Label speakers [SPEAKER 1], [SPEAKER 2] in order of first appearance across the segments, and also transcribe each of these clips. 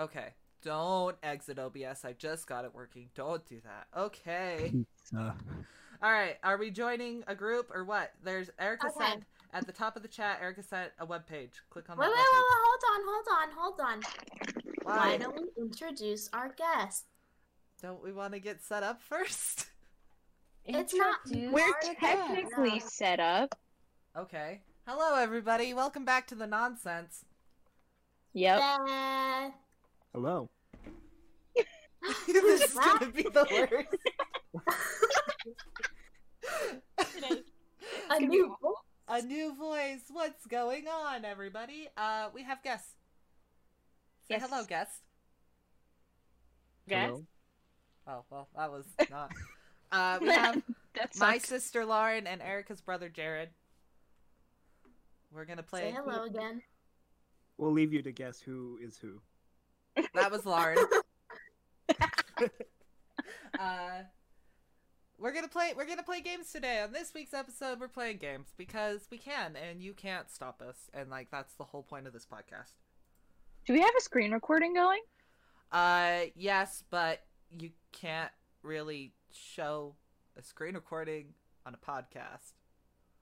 [SPEAKER 1] Okay. Don't exit OBS. I just got it working. Don't do that. Okay.
[SPEAKER 2] Pizza.
[SPEAKER 1] All right. Are we joining a group or what? There's Erica
[SPEAKER 3] Okay.
[SPEAKER 1] sent at the top of the chat. Erica sent a web page. Click on
[SPEAKER 3] Wait,
[SPEAKER 1] that
[SPEAKER 3] wait, wait, wait,
[SPEAKER 1] webpage.
[SPEAKER 3] hold on, hold on, hold on. Why
[SPEAKER 1] Why
[SPEAKER 3] don't we introduce our guest?
[SPEAKER 1] don't we want to get set up first?
[SPEAKER 3] It's not-
[SPEAKER 4] Introduce-
[SPEAKER 3] Where-
[SPEAKER 5] We're
[SPEAKER 3] Sorry,
[SPEAKER 5] technically
[SPEAKER 3] yeah.
[SPEAKER 5] set up.
[SPEAKER 1] Okay. Hello, everybody. Welcome back to the nonsense.
[SPEAKER 5] Yep.
[SPEAKER 3] Uh,
[SPEAKER 2] Hello.
[SPEAKER 1] this is
[SPEAKER 3] Wow.
[SPEAKER 1] gonna be the worst.
[SPEAKER 3] a new
[SPEAKER 1] a new voice. What's going on, everybody? Uh, we have guests. Say
[SPEAKER 5] Yes.
[SPEAKER 1] hello, guest.
[SPEAKER 5] Yes.
[SPEAKER 2] Hello.
[SPEAKER 1] Oh well, that was not. uh, we have
[SPEAKER 5] That's
[SPEAKER 1] my sister Lauren and Erica's brother Jared. We're gonna
[SPEAKER 3] Say
[SPEAKER 1] play.
[SPEAKER 3] hello again.
[SPEAKER 2] We'll leave you to guess who is who.
[SPEAKER 1] That was Lauren. uh, we're gonna play. We're gonna play games today. On this week's episode, we're playing games because we can, and you can't stop us. And like that's the whole point of this podcast.
[SPEAKER 5] Do we have a screen recording going?
[SPEAKER 1] Uh, yes, but you can't really show a screen recording on a podcast.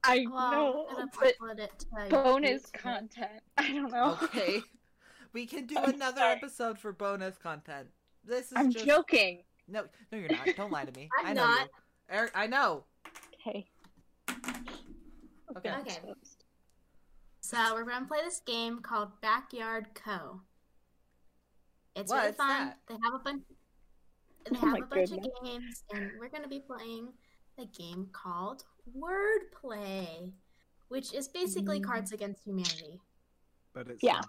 [SPEAKER 5] I
[SPEAKER 3] Well, I'm
[SPEAKER 5] know,
[SPEAKER 3] gonna
[SPEAKER 5] but
[SPEAKER 3] upload it to
[SPEAKER 5] bonus
[SPEAKER 3] YouTube.
[SPEAKER 5] content. I don't know.
[SPEAKER 1] Okay. we can do
[SPEAKER 5] Oh. I'm
[SPEAKER 1] another
[SPEAKER 5] sorry.
[SPEAKER 1] episode for bonus content. This is
[SPEAKER 5] I'm
[SPEAKER 1] just
[SPEAKER 5] joking.
[SPEAKER 1] no, no, you're not. Don't lie to me.
[SPEAKER 3] I'm
[SPEAKER 1] I know
[SPEAKER 3] not.
[SPEAKER 1] you. Eric, I know.
[SPEAKER 5] Okay.
[SPEAKER 1] Okay.
[SPEAKER 3] Okay. So we're gonna play this game called Backyard Co. It's really
[SPEAKER 1] What's
[SPEAKER 3] fun.
[SPEAKER 1] that?
[SPEAKER 3] They have a bunch. They
[SPEAKER 5] Oh
[SPEAKER 3] have
[SPEAKER 5] my
[SPEAKER 3] a bunch
[SPEAKER 5] goodness.
[SPEAKER 3] of games, and we're gonna be playing a game called Wordplay, which is basically
[SPEAKER 5] Mm.
[SPEAKER 3] Cards Against Humanity.
[SPEAKER 2] But it's
[SPEAKER 5] Yeah.
[SPEAKER 2] not.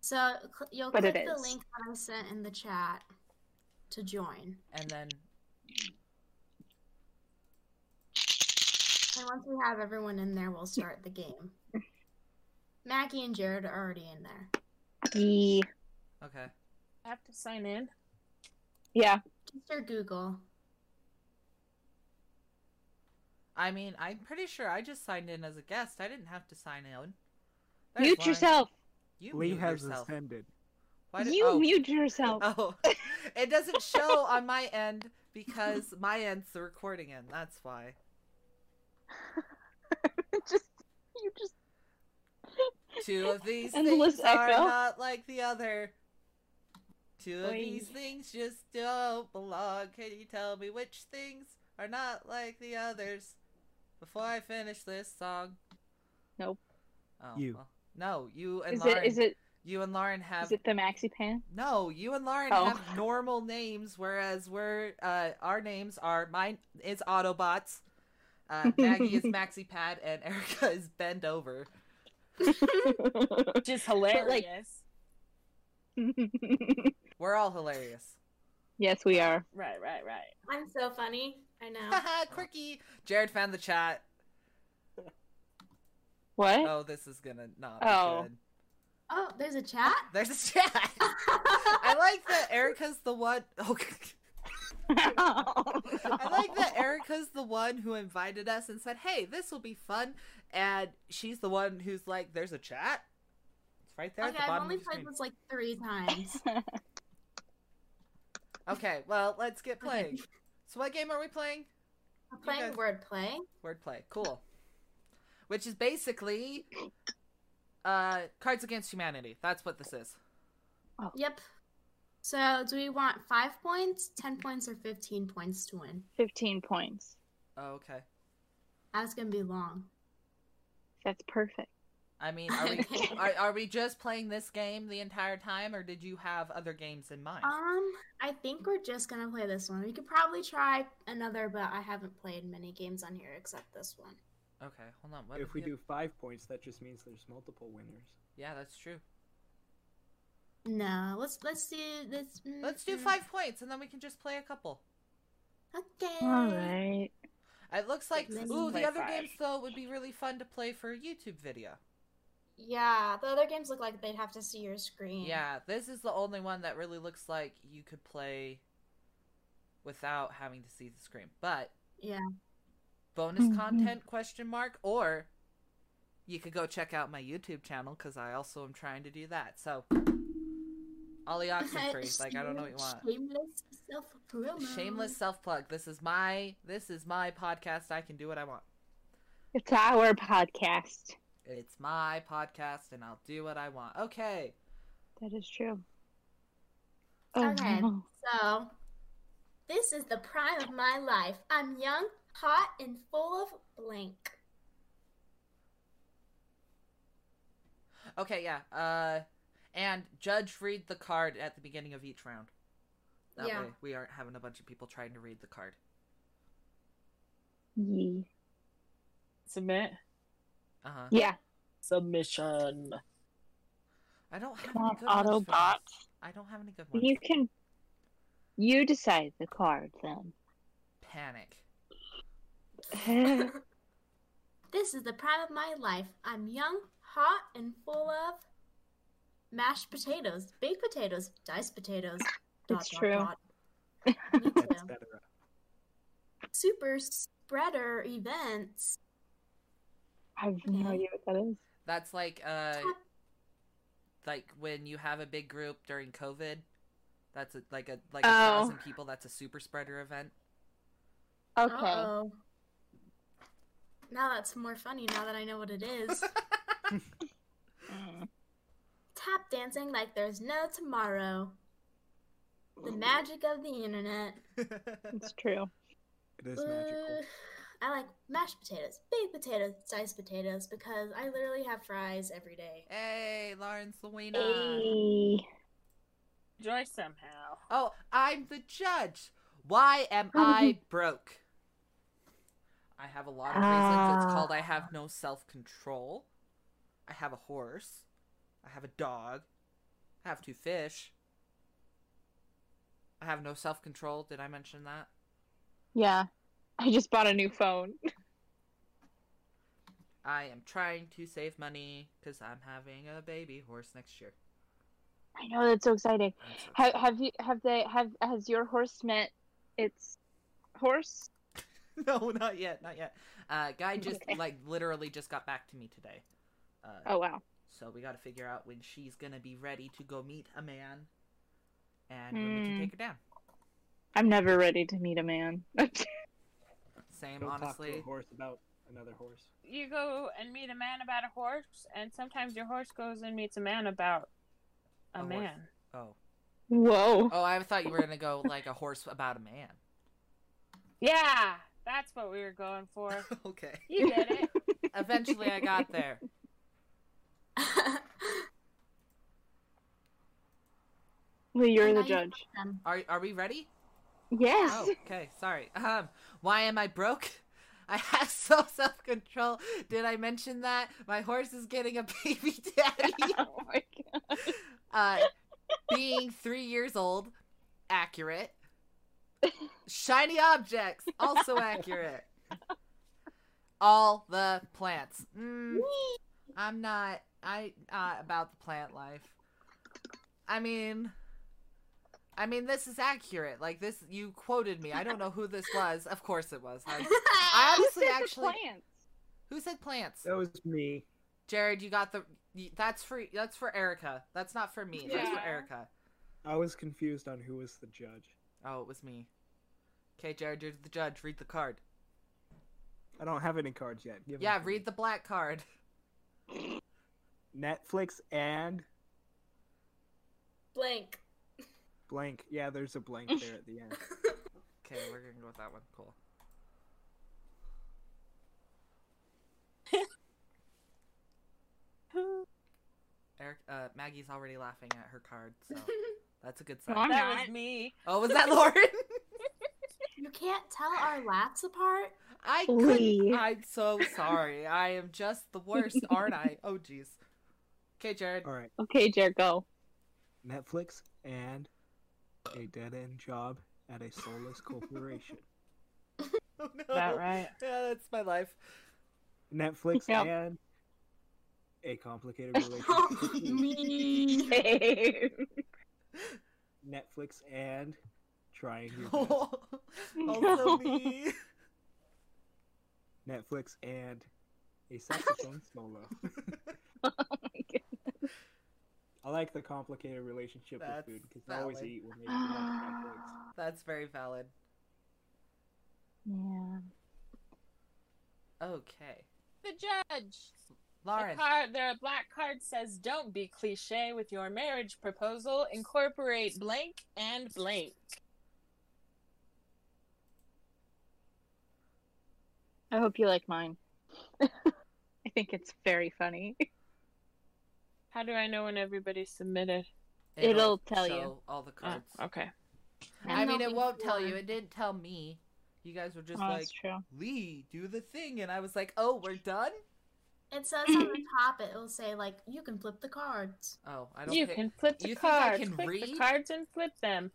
[SPEAKER 3] So cl- you'll
[SPEAKER 5] But it
[SPEAKER 3] click the
[SPEAKER 5] is.
[SPEAKER 3] link that I sent in the chat to join.
[SPEAKER 1] And then
[SPEAKER 3] And once we have everyone in there, we'll start the game. Maggie and Jared are already in there.
[SPEAKER 5] Yeah.
[SPEAKER 1] okay.
[SPEAKER 4] I have to sign in.
[SPEAKER 5] yeah.
[SPEAKER 3] Just your Google.
[SPEAKER 1] I mean, I'm pretty sure I just signed in as a guest. I didn't have to sign in. There's
[SPEAKER 5] Mute
[SPEAKER 1] Lauren.
[SPEAKER 5] yourself.
[SPEAKER 1] You
[SPEAKER 2] Lee
[SPEAKER 1] mute
[SPEAKER 2] has
[SPEAKER 1] yourself.
[SPEAKER 2] ascended.
[SPEAKER 1] Why did-
[SPEAKER 5] you
[SPEAKER 1] oh.
[SPEAKER 5] mute yourself.
[SPEAKER 1] Oh, it doesn't show on my end because my end's the recording end. That's why.
[SPEAKER 5] just you just
[SPEAKER 1] Two of these
[SPEAKER 5] Endless
[SPEAKER 1] things are
[SPEAKER 5] echo.
[SPEAKER 1] not like the other. Two of
[SPEAKER 5] Oy.
[SPEAKER 1] these things just don't belong. Can you tell me which things are not like the others? Before I finish this song.
[SPEAKER 5] Nope.
[SPEAKER 1] Oh,
[SPEAKER 2] You.
[SPEAKER 1] well. No, you and
[SPEAKER 5] is
[SPEAKER 1] Lauren.
[SPEAKER 5] it is it
[SPEAKER 1] you and Lauren have
[SPEAKER 5] is it the maxi pan?
[SPEAKER 1] No, you and Lauren
[SPEAKER 5] Oh.
[SPEAKER 1] have normal names, whereas we're uh, our names are mine is Autobots, uh, Maggie is MaxiPad, and Erica is Bend Over.
[SPEAKER 4] Which is hilarious.
[SPEAKER 1] We're all hilarious.
[SPEAKER 5] yes, we are.
[SPEAKER 4] right, right, right.
[SPEAKER 3] I'm so funny. I know.
[SPEAKER 1] Haha, quirky. Jared found the chat.
[SPEAKER 5] What?
[SPEAKER 1] Oh, this is gonna not be
[SPEAKER 5] Oh.
[SPEAKER 1] good.
[SPEAKER 3] oh, there's a chat.
[SPEAKER 1] There's a chat. I like that Erica's the one. Oh, I like that Erica's the one who invited us and said, "Hey, this will be fun," and she's the one who's like, "There's a chat. It's right there
[SPEAKER 3] okay,
[SPEAKER 1] at the
[SPEAKER 3] I've
[SPEAKER 1] bottom
[SPEAKER 3] only
[SPEAKER 1] of your
[SPEAKER 3] played
[SPEAKER 1] screen."
[SPEAKER 3] this like three times.
[SPEAKER 1] Okay, well, let's get playing. So, what game are we playing?
[SPEAKER 3] I'm playing
[SPEAKER 1] guys-
[SPEAKER 3] wordplay.
[SPEAKER 1] Wordplay. Cool. Which is basically uh Cards Against Humanity. That's what this is.
[SPEAKER 3] Yep. So, do we want five points, ten points, or fifteen points to win?
[SPEAKER 5] Fifteen points.
[SPEAKER 1] Oh, okay.
[SPEAKER 3] That's gonna be long.
[SPEAKER 5] That's perfect.
[SPEAKER 1] I mean, are we are, are we just playing this game the entire time, or did you have other games in mind?
[SPEAKER 3] Um, I think we're just gonna play this one. We could probably try another, but I haven't played many games on here except this one.
[SPEAKER 1] okay, hold on. What
[SPEAKER 2] If
[SPEAKER 1] did
[SPEAKER 2] we
[SPEAKER 1] you-
[SPEAKER 2] do five points, that just means there's multiple winners.
[SPEAKER 1] yeah, that's true.
[SPEAKER 4] Mm-hmm.
[SPEAKER 3] No, let's let's do this. mm,
[SPEAKER 1] Let's do
[SPEAKER 3] mm.
[SPEAKER 1] five points, and then we can just play a couple.
[SPEAKER 3] Okay.
[SPEAKER 5] All right.
[SPEAKER 1] It looks like
[SPEAKER 3] Let's
[SPEAKER 1] ooh,
[SPEAKER 4] play
[SPEAKER 1] the other
[SPEAKER 4] five.
[SPEAKER 1] games though would be really fun to play for a YouTube video.
[SPEAKER 3] Yeah, the other games look like they'd have to see your screen.
[SPEAKER 1] Yeah, this is the only one that really looks like you could play without having to see the screen. But
[SPEAKER 3] Yeah.
[SPEAKER 1] bonus
[SPEAKER 5] Mhm.
[SPEAKER 1] content question mark or you could go check out my YouTube channel because I also am trying to do that. So, Ollie Oxenfree, like I don't know what you want.
[SPEAKER 3] Shameless self promo.
[SPEAKER 1] Shameless self plug. This is my this is my podcast. I can do what I want.
[SPEAKER 5] It's our podcast.
[SPEAKER 1] It's my podcast, and I'll do what I want. Okay.
[SPEAKER 5] That is true. Oh,
[SPEAKER 3] Okay. So, this is the prime of my life. I'm young, hot, and full of blank.
[SPEAKER 1] Okay, yeah. Uh, and judge read the card at the beginning of each round. That
[SPEAKER 3] Yeah.
[SPEAKER 1] way we aren't having a bunch of people trying to read the card.
[SPEAKER 5] Ye-
[SPEAKER 4] Submit.
[SPEAKER 1] Uh huh.
[SPEAKER 5] Yeah.
[SPEAKER 4] Submission.
[SPEAKER 1] I don't have
[SPEAKER 5] Come
[SPEAKER 1] any
[SPEAKER 5] on,
[SPEAKER 1] good ones for
[SPEAKER 5] Autobot.
[SPEAKER 1] this. I don't have any good ones.
[SPEAKER 5] You can. You decide the card then.
[SPEAKER 1] Panic.
[SPEAKER 3] This is the prime of my life. I'm young, hot, and full of mashed potatoes, baked potatoes, diced potatoes.
[SPEAKER 5] It's true.
[SPEAKER 3] dot. Me
[SPEAKER 2] et
[SPEAKER 3] too.
[SPEAKER 2] cetera.
[SPEAKER 3] Super spreader events.
[SPEAKER 5] I have no
[SPEAKER 3] Okay.
[SPEAKER 5] idea what that is.
[SPEAKER 1] That's like uh, like when you have a big group during COVID. That's a, like a like a
[SPEAKER 5] Oh.
[SPEAKER 1] thousand people. That's a super spreader event.
[SPEAKER 5] Okay.
[SPEAKER 3] Uh-oh. Now that's more funny now that I know what it is.
[SPEAKER 5] Mm.
[SPEAKER 3] Tap dancing like there's no tomorrow. The magic of the internet.
[SPEAKER 5] It's true.
[SPEAKER 2] It is magical.
[SPEAKER 3] Ooh, I like mashed potatoes, baked potatoes, diced potatoes because I literally have fries every day.
[SPEAKER 1] hey, Lauren Selena.
[SPEAKER 5] Hey.
[SPEAKER 4] Joy somehow.
[SPEAKER 1] Oh, I'm the judge. Why am I broke? I have a lot of reasons.
[SPEAKER 5] Ah.
[SPEAKER 1] It's called I have no self control. I have a horse. I have a dog. I have two fish. I have no self control. Did I mention that?
[SPEAKER 5] Yeah. I just bought a new phone.
[SPEAKER 1] I am trying to save money because I'm having a baby horse next year.
[SPEAKER 5] I know that's so exciting.
[SPEAKER 1] I'm so
[SPEAKER 5] Have, have you? Have they? Have has your horse met its horse?
[SPEAKER 1] no, not yet, not yet. Uh, guy just
[SPEAKER 5] Okay.
[SPEAKER 1] like literally just got back to me today. Uh,
[SPEAKER 5] Oh wow.
[SPEAKER 1] So we got to figure out when she's gonna be ready to go meet a man, and when we can
[SPEAKER 5] Hmm.
[SPEAKER 1] take her down.
[SPEAKER 5] I'm never ready to meet a man.
[SPEAKER 1] Same,
[SPEAKER 2] Don't talk to
[SPEAKER 1] honestly.
[SPEAKER 2] a horse about another horse.
[SPEAKER 4] You go and meet a man about a horse, and sometimes your horse goes and meets a man about a,
[SPEAKER 1] A horse.
[SPEAKER 4] man.
[SPEAKER 1] Oh,
[SPEAKER 5] Whoa.
[SPEAKER 1] oh, I thought you were gonna go like a horse about a man.
[SPEAKER 4] Yeah, that's what we were going for.
[SPEAKER 1] okay.
[SPEAKER 4] You get it.
[SPEAKER 1] Eventually, I got there.
[SPEAKER 5] Well, you're
[SPEAKER 3] And
[SPEAKER 5] the
[SPEAKER 3] now you have
[SPEAKER 5] judge.
[SPEAKER 3] them.
[SPEAKER 1] Are are we ready?
[SPEAKER 5] Yes.
[SPEAKER 1] Oh, okay. Sorry. Um, why am I broke? I have so self control. Did I mention that my horse is getting a baby daddy?
[SPEAKER 5] oh my god.
[SPEAKER 1] uh, being three years old, accurate. Shiny objects, also accurate. All the plants.
[SPEAKER 4] Hmm.
[SPEAKER 1] Mm, I'm not. I not about the plant life. I mean, I mean this is accurate. Like this, you quoted me. I don't know who this was. Of course it was. I, I
[SPEAKER 5] Who
[SPEAKER 1] honestly
[SPEAKER 5] said the
[SPEAKER 1] actually.
[SPEAKER 5] plants?
[SPEAKER 1] Who said plants?
[SPEAKER 2] That was me.
[SPEAKER 1] Jared, you got the. y- That's for that's for Erica. That's not for me. That's for
[SPEAKER 4] Yeah.
[SPEAKER 1] Erica.
[SPEAKER 2] I was confused on who was the judge.
[SPEAKER 1] Oh, it was me. Okay, Jared, you're the judge. Read the card.
[SPEAKER 2] I don't have any cards yet. Give 'em
[SPEAKER 1] Yeah,
[SPEAKER 2] to me.
[SPEAKER 1] read the black card.
[SPEAKER 2] Netflix and
[SPEAKER 3] Blank.
[SPEAKER 2] blank. Yeah, there's a blank there at the end.
[SPEAKER 4] Oh.
[SPEAKER 1] Okay, we're gonna go with that one. Cool. Eric, uh, Maggie's already laughing at her card, so that's a good
[SPEAKER 5] No,
[SPEAKER 1] sign.
[SPEAKER 5] I'm
[SPEAKER 4] that
[SPEAKER 5] not.
[SPEAKER 4] was me.
[SPEAKER 1] Oh, was that Lauren?
[SPEAKER 3] you can't tell our laughs apart.
[SPEAKER 1] I
[SPEAKER 5] Lee.
[SPEAKER 1] couldn't. I'm so sorry. I am just the worst, aren't I? Oh, jeez. Okay, Jared.
[SPEAKER 2] All right,
[SPEAKER 5] Okay, Jer, go.
[SPEAKER 2] Netflix and a dead end job at a soulless corporation.
[SPEAKER 1] Oh, no.
[SPEAKER 4] That right.
[SPEAKER 1] Yeah, that's my life.
[SPEAKER 2] Netflix
[SPEAKER 5] Yep.
[SPEAKER 2] and a complicated relationship. between
[SPEAKER 3] Me.
[SPEAKER 2] Netflix and trying your best.
[SPEAKER 1] also me.
[SPEAKER 2] Netflix and a saxophone solo. I like the complicated relationship
[SPEAKER 1] That's
[SPEAKER 2] with food because I always
[SPEAKER 1] valid.
[SPEAKER 2] eat when they eat my plates.
[SPEAKER 1] That's very valid.
[SPEAKER 5] yeah.
[SPEAKER 1] Okay.
[SPEAKER 4] The judge.
[SPEAKER 1] Lauren.
[SPEAKER 4] The card, the black card says, "Don't be cliche with your marriage proposal. Incorporate blank and blank."
[SPEAKER 5] I hope you like mine. I think it's very funny.
[SPEAKER 4] How do I know when everybody submitted?
[SPEAKER 5] It'll tell you. Uh,
[SPEAKER 1] show all the
[SPEAKER 4] Oh,
[SPEAKER 1] cards.
[SPEAKER 4] okay.
[SPEAKER 1] I
[SPEAKER 3] I'm
[SPEAKER 1] mean,
[SPEAKER 3] not
[SPEAKER 1] it won't
[SPEAKER 3] being
[SPEAKER 1] tell you.
[SPEAKER 3] warned.
[SPEAKER 1] It didn't tell me. You guys were just
[SPEAKER 5] Oh,
[SPEAKER 1] like,
[SPEAKER 5] that's true.
[SPEAKER 1] Lee, do the thing. And I was like, oh, we're done?
[SPEAKER 3] It says on the top, it will say, like, you can flip the cards.
[SPEAKER 1] Oh, I don't
[SPEAKER 4] You
[SPEAKER 1] think-
[SPEAKER 4] can flip the
[SPEAKER 1] you think I
[SPEAKER 4] cards.
[SPEAKER 1] can
[SPEAKER 4] Click the
[SPEAKER 1] read?
[SPEAKER 4] cards and flip them.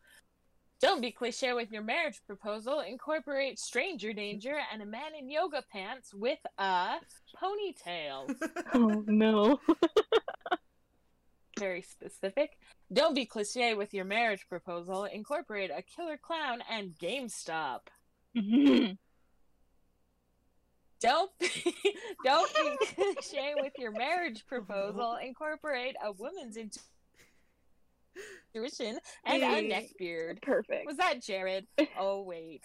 [SPEAKER 4] Don't be cliche with your marriage proposal. Incorporate stranger danger and a man in yoga pants with a ponytail.
[SPEAKER 5] Oh no.
[SPEAKER 4] Very specific. Don't be cliche with your marriage proposal. Incorporate a killer clown and GameStop.
[SPEAKER 5] Oh,
[SPEAKER 4] Don't be, don't be cliche with your marriage proposal. Incorporate a woman's intu- intuition and a neck beard.
[SPEAKER 5] Perfect.
[SPEAKER 4] Was that Jared? Oh wait.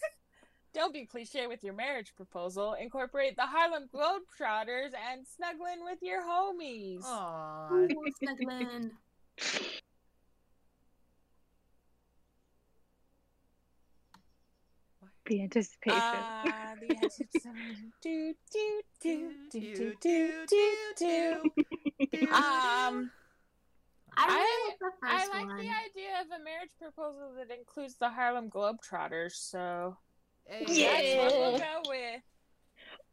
[SPEAKER 4] Don't be cliche with your marriage proposal. Incorporate the Harlem Globetrotters and snuggling with your homies.
[SPEAKER 1] Aw.
[SPEAKER 3] Ooh, snuggling.
[SPEAKER 5] The anticipation.
[SPEAKER 1] Uh,
[SPEAKER 4] Ah, the anticipation. do do do do do do do do.
[SPEAKER 1] do.
[SPEAKER 4] Um,
[SPEAKER 3] I
[SPEAKER 4] I-
[SPEAKER 3] really like the
[SPEAKER 4] I
[SPEAKER 3] first
[SPEAKER 4] like
[SPEAKER 3] one.
[SPEAKER 4] the idea of a marriage proposal that includes the Harlem Globetrotters. So
[SPEAKER 1] Hey,
[SPEAKER 4] that's what we'll
[SPEAKER 5] Yeah.
[SPEAKER 4] go with.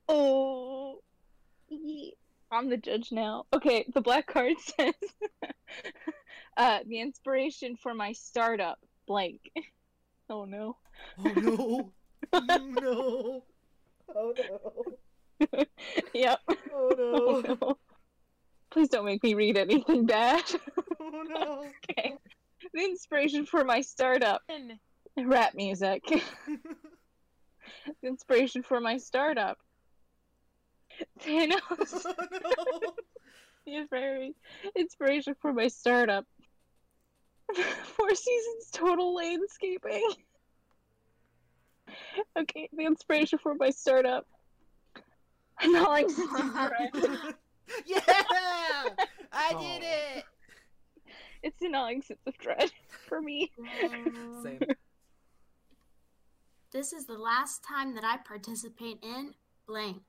[SPEAKER 5] Oh, ye- I'm the judge now. Okay, the black card says uh, the inspiration for my startup blank. Oh no.
[SPEAKER 1] Oh, no. Oh, no. Oh, no.
[SPEAKER 5] Yep.
[SPEAKER 1] Oh,
[SPEAKER 5] Oh,
[SPEAKER 1] no.
[SPEAKER 5] no. Please don't make me read anything bad.
[SPEAKER 1] Oh, no.
[SPEAKER 5] okay. The inspiration for my startup
[SPEAKER 4] And
[SPEAKER 5] rap music. the inspiration for my startup. Thanos.
[SPEAKER 1] Oh, no.
[SPEAKER 5] The inspiration, inspiration for my startup. Four Seasons Total Landscaping. Okay, the inspiration for my startup. Gnawing Snot.
[SPEAKER 1] yeah! I did
[SPEAKER 2] Oh.
[SPEAKER 1] it!
[SPEAKER 5] It's a gnawing sense of dread for me.
[SPEAKER 3] Um,
[SPEAKER 1] Same.
[SPEAKER 3] This is the last time that I participate in blank.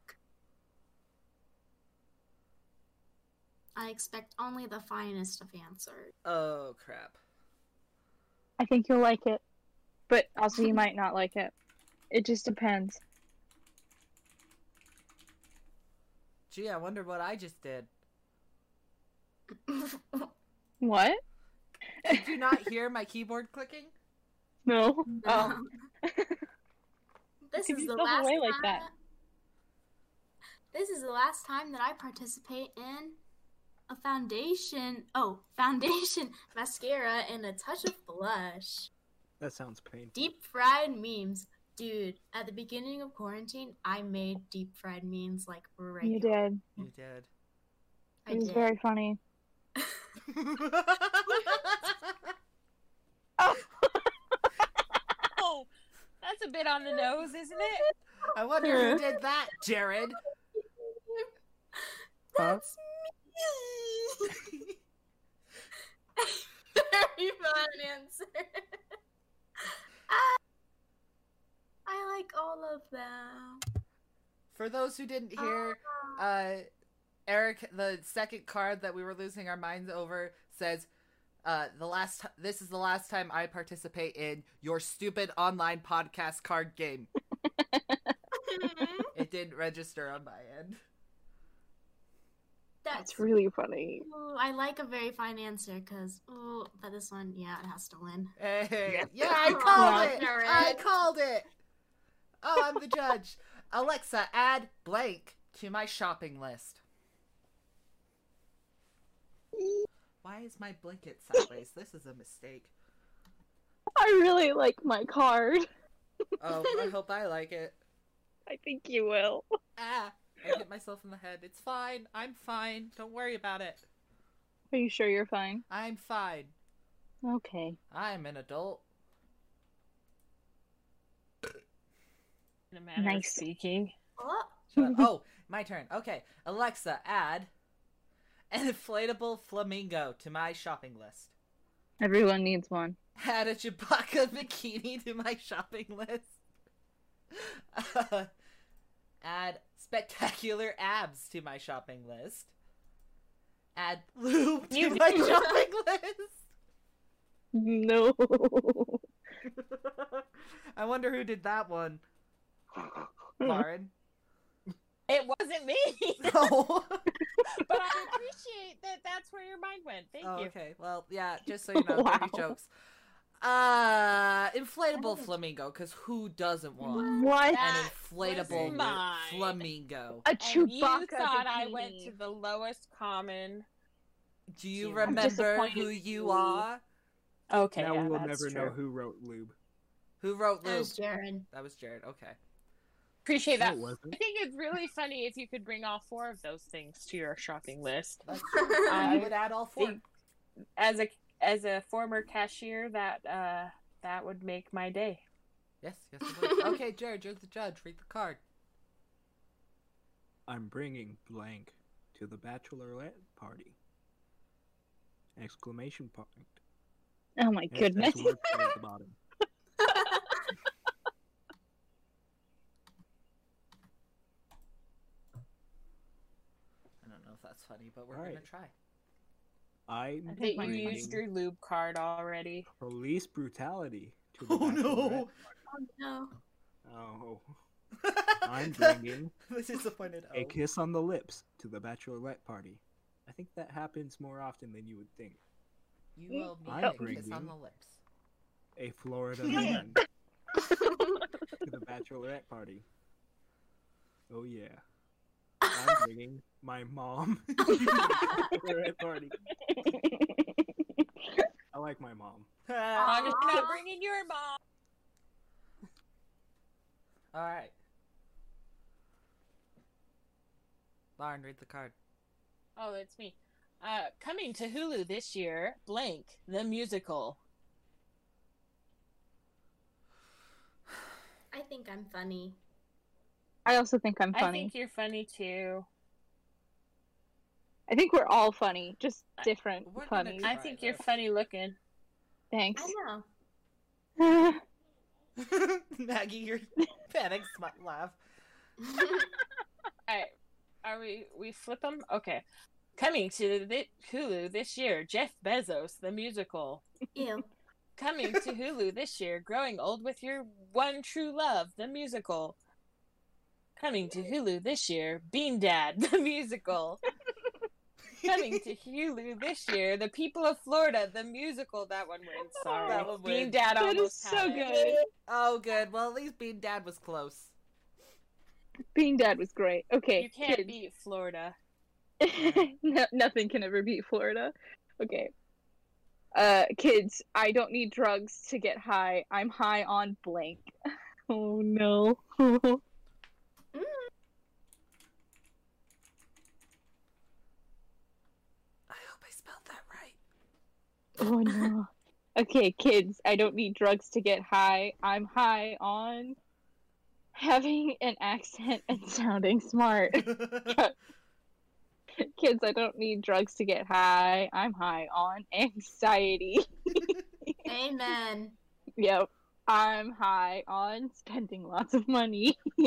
[SPEAKER 3] I expect only the finest of answers.
[SPEAKER 1] Oh, crap.
[SPEAKER 5] I think you'll like it, but also you might not like it. It just depends.
[SPEAKER 1] Gee, I wonder what I just did.
[SPEAKER 3] Um,
[SPEAKER 5] What?
[SPEAKER 1] Did you not hear my keyboard clicking?
[SPEAKER 5] No. Oh.
[SPEAKER 3] this
[SPEAKER 5] Could
[SPEAKER 3] is
[SPEAKER 5] you
[SPEAKER 3] the
[SPEAKER 5] stop
[SPEAKER 3] last
[SPEAKER 5] away
[SPEAKER 3] time.
[SPEAKER 5] like that?
[SPEAKER 3] This is the last time that I participate in a foundation. Oh, foundation mascara and a touch of blush.
[SPEAKER 2] That sounds painful.
[SPEAKER 3] Deep fried memes, dude. At the beginning of quarantine, I made deep fried memes like right.
[SPEAKER 5] You did.
[SPEAKER 1] You did.
[SPEAKER 3] I
[SPEAKER 5] It was
[SPEAKER 3] did.
[SPEAKER 5] very funny.
[SPEAKER 4] oh, that's a bit on the nose, isn't it?
[SPEAKER 1] I wonder who did that, Jared.
[SPEAKER 2] Huh?
[SPEAKER 3] That's me. Very fun answer. Ah, I like all of them. Ah.
[SPEAKER 1] For those who didn't hear, uh, Eric, the second card that we were losing our minds over, says, uh, "The last t- this is the last time I participate in your stupid online podcast card game." It didn't register on my end.
[SPEAKER 3] That's
[SPEAKER 5] That's really funny.
[SPEAKER 3] Ooh, I like a very fine answer because, ooh, but this one, yeah, it has to win.
[SPEAKER 1] Hey,
[SPEAKER 2] Yes.
[SPEAKER 1] yeah, I
[SPEAKER 3] Aw,
[SPEAKER 1] called it.
[SPEAKER 3] Jared.
[SPEAKER 1] I called it. Oh, I'm the judge. Alexa, add blank to my shopping list. Why is my blanket sideways? This is a mistake.
[SPEAKER 5] I really like my card.
[SPEAKER 1] Oh, I hope I like it.
[SPEAKER 5] I think you will.
[SPEAKER 1] Ah. I hit myself in the head. It's fine. I'm fine. Don't worry about it.
[SPEAKER 5] Are you sure you're fine?
[SPEAKER 1] I'm fine.
[SPEAKER 5] Okay.
[SPEAKER 1] I'm an adult.
[SPEAKER 4] in a manner
[SPEAKER 5] Nice.
[SPEAKER 4] of speaking.
[SPEAKER 3] Oh,
[SPEAKER 1] Shut up. oh, my turn. Okay. Alexa, add an inflatable flamingo to my shopping list.
[SPEAKER 5] Everyone needs one.
[SPEAKER 1] Add a Chewbacca bikini to my shopping list. Uh, add spectacular abs to my shopping list. Add lube to
[SPEAKER 4] You
[SPEAKER 1] my shopping list.
[SPEAKER 5] No.
[SPEAKER 1] I wonder who did that one.
[SPEAKER 4] Hmm.
[SPEAKER 1] Lauren. Oh,
[SPEAKER 4] It wasn't me,
[SPEAKER 1] No.
[SPEAKER 4] but I appreciate that. That's where your mind went. Thank
[SPEAKER 1] oh,
[SPEAKER 4] you.
[SPEAKER 1] okay. Well, yeah, just so you know, dirty
[SPEAKER 5] Wow.
[SPEAKER 1] jokes. Uh, inflatable
[SPEAKER 5] Nice.
[SPEAKER 1] flamingo, because who doesn't want
[SPEAKER 5] what?
[SPEAKER 4] That-
[SPEAKER 1] an inflatable
[SPEAKER 2] was
[SPEAKER 4] mine.
[SPEAKER 1] flamingo?
[SPEAKER 5] A
[SPEAKER 4] And
[SPEAKER 5] Chewbacca.
[SPEAKER 4] you thought I went
[SPEAKER 5] bikini.
[SPEAKER 4] to the lowest common.
[SPEAKER 1] Do you
[SPEAKER 4] I'm
[SPEAKER 1] remember
[SPEAKER 5] disappointed
[SPEAKER 1] who
[SPEAKER 5] in
[SPEAKER 1] you
[SPEAKER 5] you.
[SPEAKER 1] are?
[SPEAKER 4] Okay,
[SPEAKER 2] now
[SPEAKER 4] yeah,
[SPEAKER 2] we will
[SPEAKER 4] that's
[SPEAKER 2] never know
[SPEAKER 4] true.
[SPEAKER 2] who wrote lube.
[SPEAKER 1] Who wrote
[SPEAKER 3] that
[SPEAKER 1] Luke?
[SPEAKER 3] was Oh, Jaren.
[SPEAKER 1] That was Jared. Okay.
[SPEAKER 4] Appreciate
[SPEAKER 2] No,
[SPEAKER 4] that.
[SPEAKER 2] it
[SPEAKER 4] I
[SPEAKER 2] wasn't.
[SPEAKER 4] think it's really funny if you could bring all four of those things to your shopping list.
[SPEAKER 1] That's- I
[SPEAKER 4] I
[SPEAKER 1] would add all four.
[SPEAKER 4] think as a as a former cashier, that uh, that would make my day.
[SPEAKER 1] Yes, yes. it would. okay, Jared, you're the judge. Read the card.
[SPEAKER 2] I'm bringing blank to the bachelorette party. Exclamation point.
[SPEAKER 5] Oh my
[SPEAKER 2] Yes, there's a
[SPEAKER 5] goodness.
[SPEAKER 2] word play at the bottom.
[SPEAKER 1] I don't know if that's funny, but we're gonna
[SPEAKER 2] Alright.
[SPEAKER 1] try.
[SPEAKER 2] I'm
[SPEAKER 4] I think you
[SPEAKER 2] bringing
[SPEAKER 4] used your lube card already.
[SPEAKER 2] police brutality to the
[SPEAKER 1] Oh no!
[SPEAKER 2] bachelorette.
[SPEAKER 3] Oh, no.
[SPEAKER 2] Oh, I'm bringing
[SPEAKER 1] The disappointed.
[SPEAKER 2] a
[SPEAKER 1] O.
[SPEAKER 2] kiss on the lips to the bachelorette party. I think that happens more often than you would think.
[SPEAKER 1] You will need
[SPEAKER 2] I'm
[SPEAKER 1] a kiss on
[SPEAKER 2] bringing-
[SPEAKER 1] the lips.
[SPEAKER 2] A Florida man to the bachelorette party. Oh yeah. I'm bringing my mom to the bachelorette party. I like my mom.
[SPEAKER 1] All
[SPEAKER 4] I'm just not
[SPEAKER 3] Aw.
[SPEAKER 4] bringing your mom.
[SPEAKER 1] right. Lauren, read the card.
[SPEAKER 4] Oh, that's me. Uh, coming to Hulu this year, blank the musical.
[SPEAKER 3] I think I'm funny.
[SPEAKER 5] I also think I'm funny.
[SPEAKER 4] I think you're funny too.
[SPEAKER 5] we're all funny, just different
[SPEAKER 1] We're gonna
[SPEAKER 5] funny.
[SPEAKER 4] I
[SPEAKER 1] Right,
[SPEAKER 4] think you're
[SPEAKER 1] that's-
[SPEAKER 4] funny looking.
[SPEAKER 5] Thanks.
[SPEAKER 3] I know.
[SPEAKER 5] I
[SPEAKER 1] Maggie, your panic smut laugh.
[SPEAKER 4] All right, are we? We flip them. Okay. Coming to the, Hulu this year, Jeff Bezos the musical.
[SPEAKER 3] Ew.
[SPEAKER 4] Coming to Hulu this year, Growing Old with Your One True Love, the musical. Coming to Hulu this year, Bean Dad, the musical. Coming to Hulu this year, The People of Florida, the musical. That one wins. Sorry.
[SPEAKER 1] That one
[SPEAKER 4] Bean
[SPEAKER 1] wins.
[SPEAKER 4] Dad
[SPEAKER 5] That is
[SPEAKER 4] almost
[SPEAKER 5] so
[SPEAKER 4] had it.
[SPEAKER 5] good.
[SPEAKER 1] Oh, good. Well, at least being dad was close.
[SPEAKER 5] Being dad was great. Okay.
[SPEAKER 4] You can't
[SPEAKER 5] kids.
[SPEAKER 4] beat Florida.
[SPEAKER 5] no, nothing can ever beat Florida. Okay. Uh, kids, I don't need drugs to get high. I'm high on blank. Oh no. Oh,
[SPEAKER 1] I hope I spelled that right.
[SPEAKER 5] Oh no. Okay, kids, I don't need drugs to get high. I'm high on having an accent and sounding smart. kids, I don't need drugs to get high. I'm high on anxiety.
[SPEAKER 3] Amen.
[SPEAKER 5] Yep. I'm high on spending lots of money.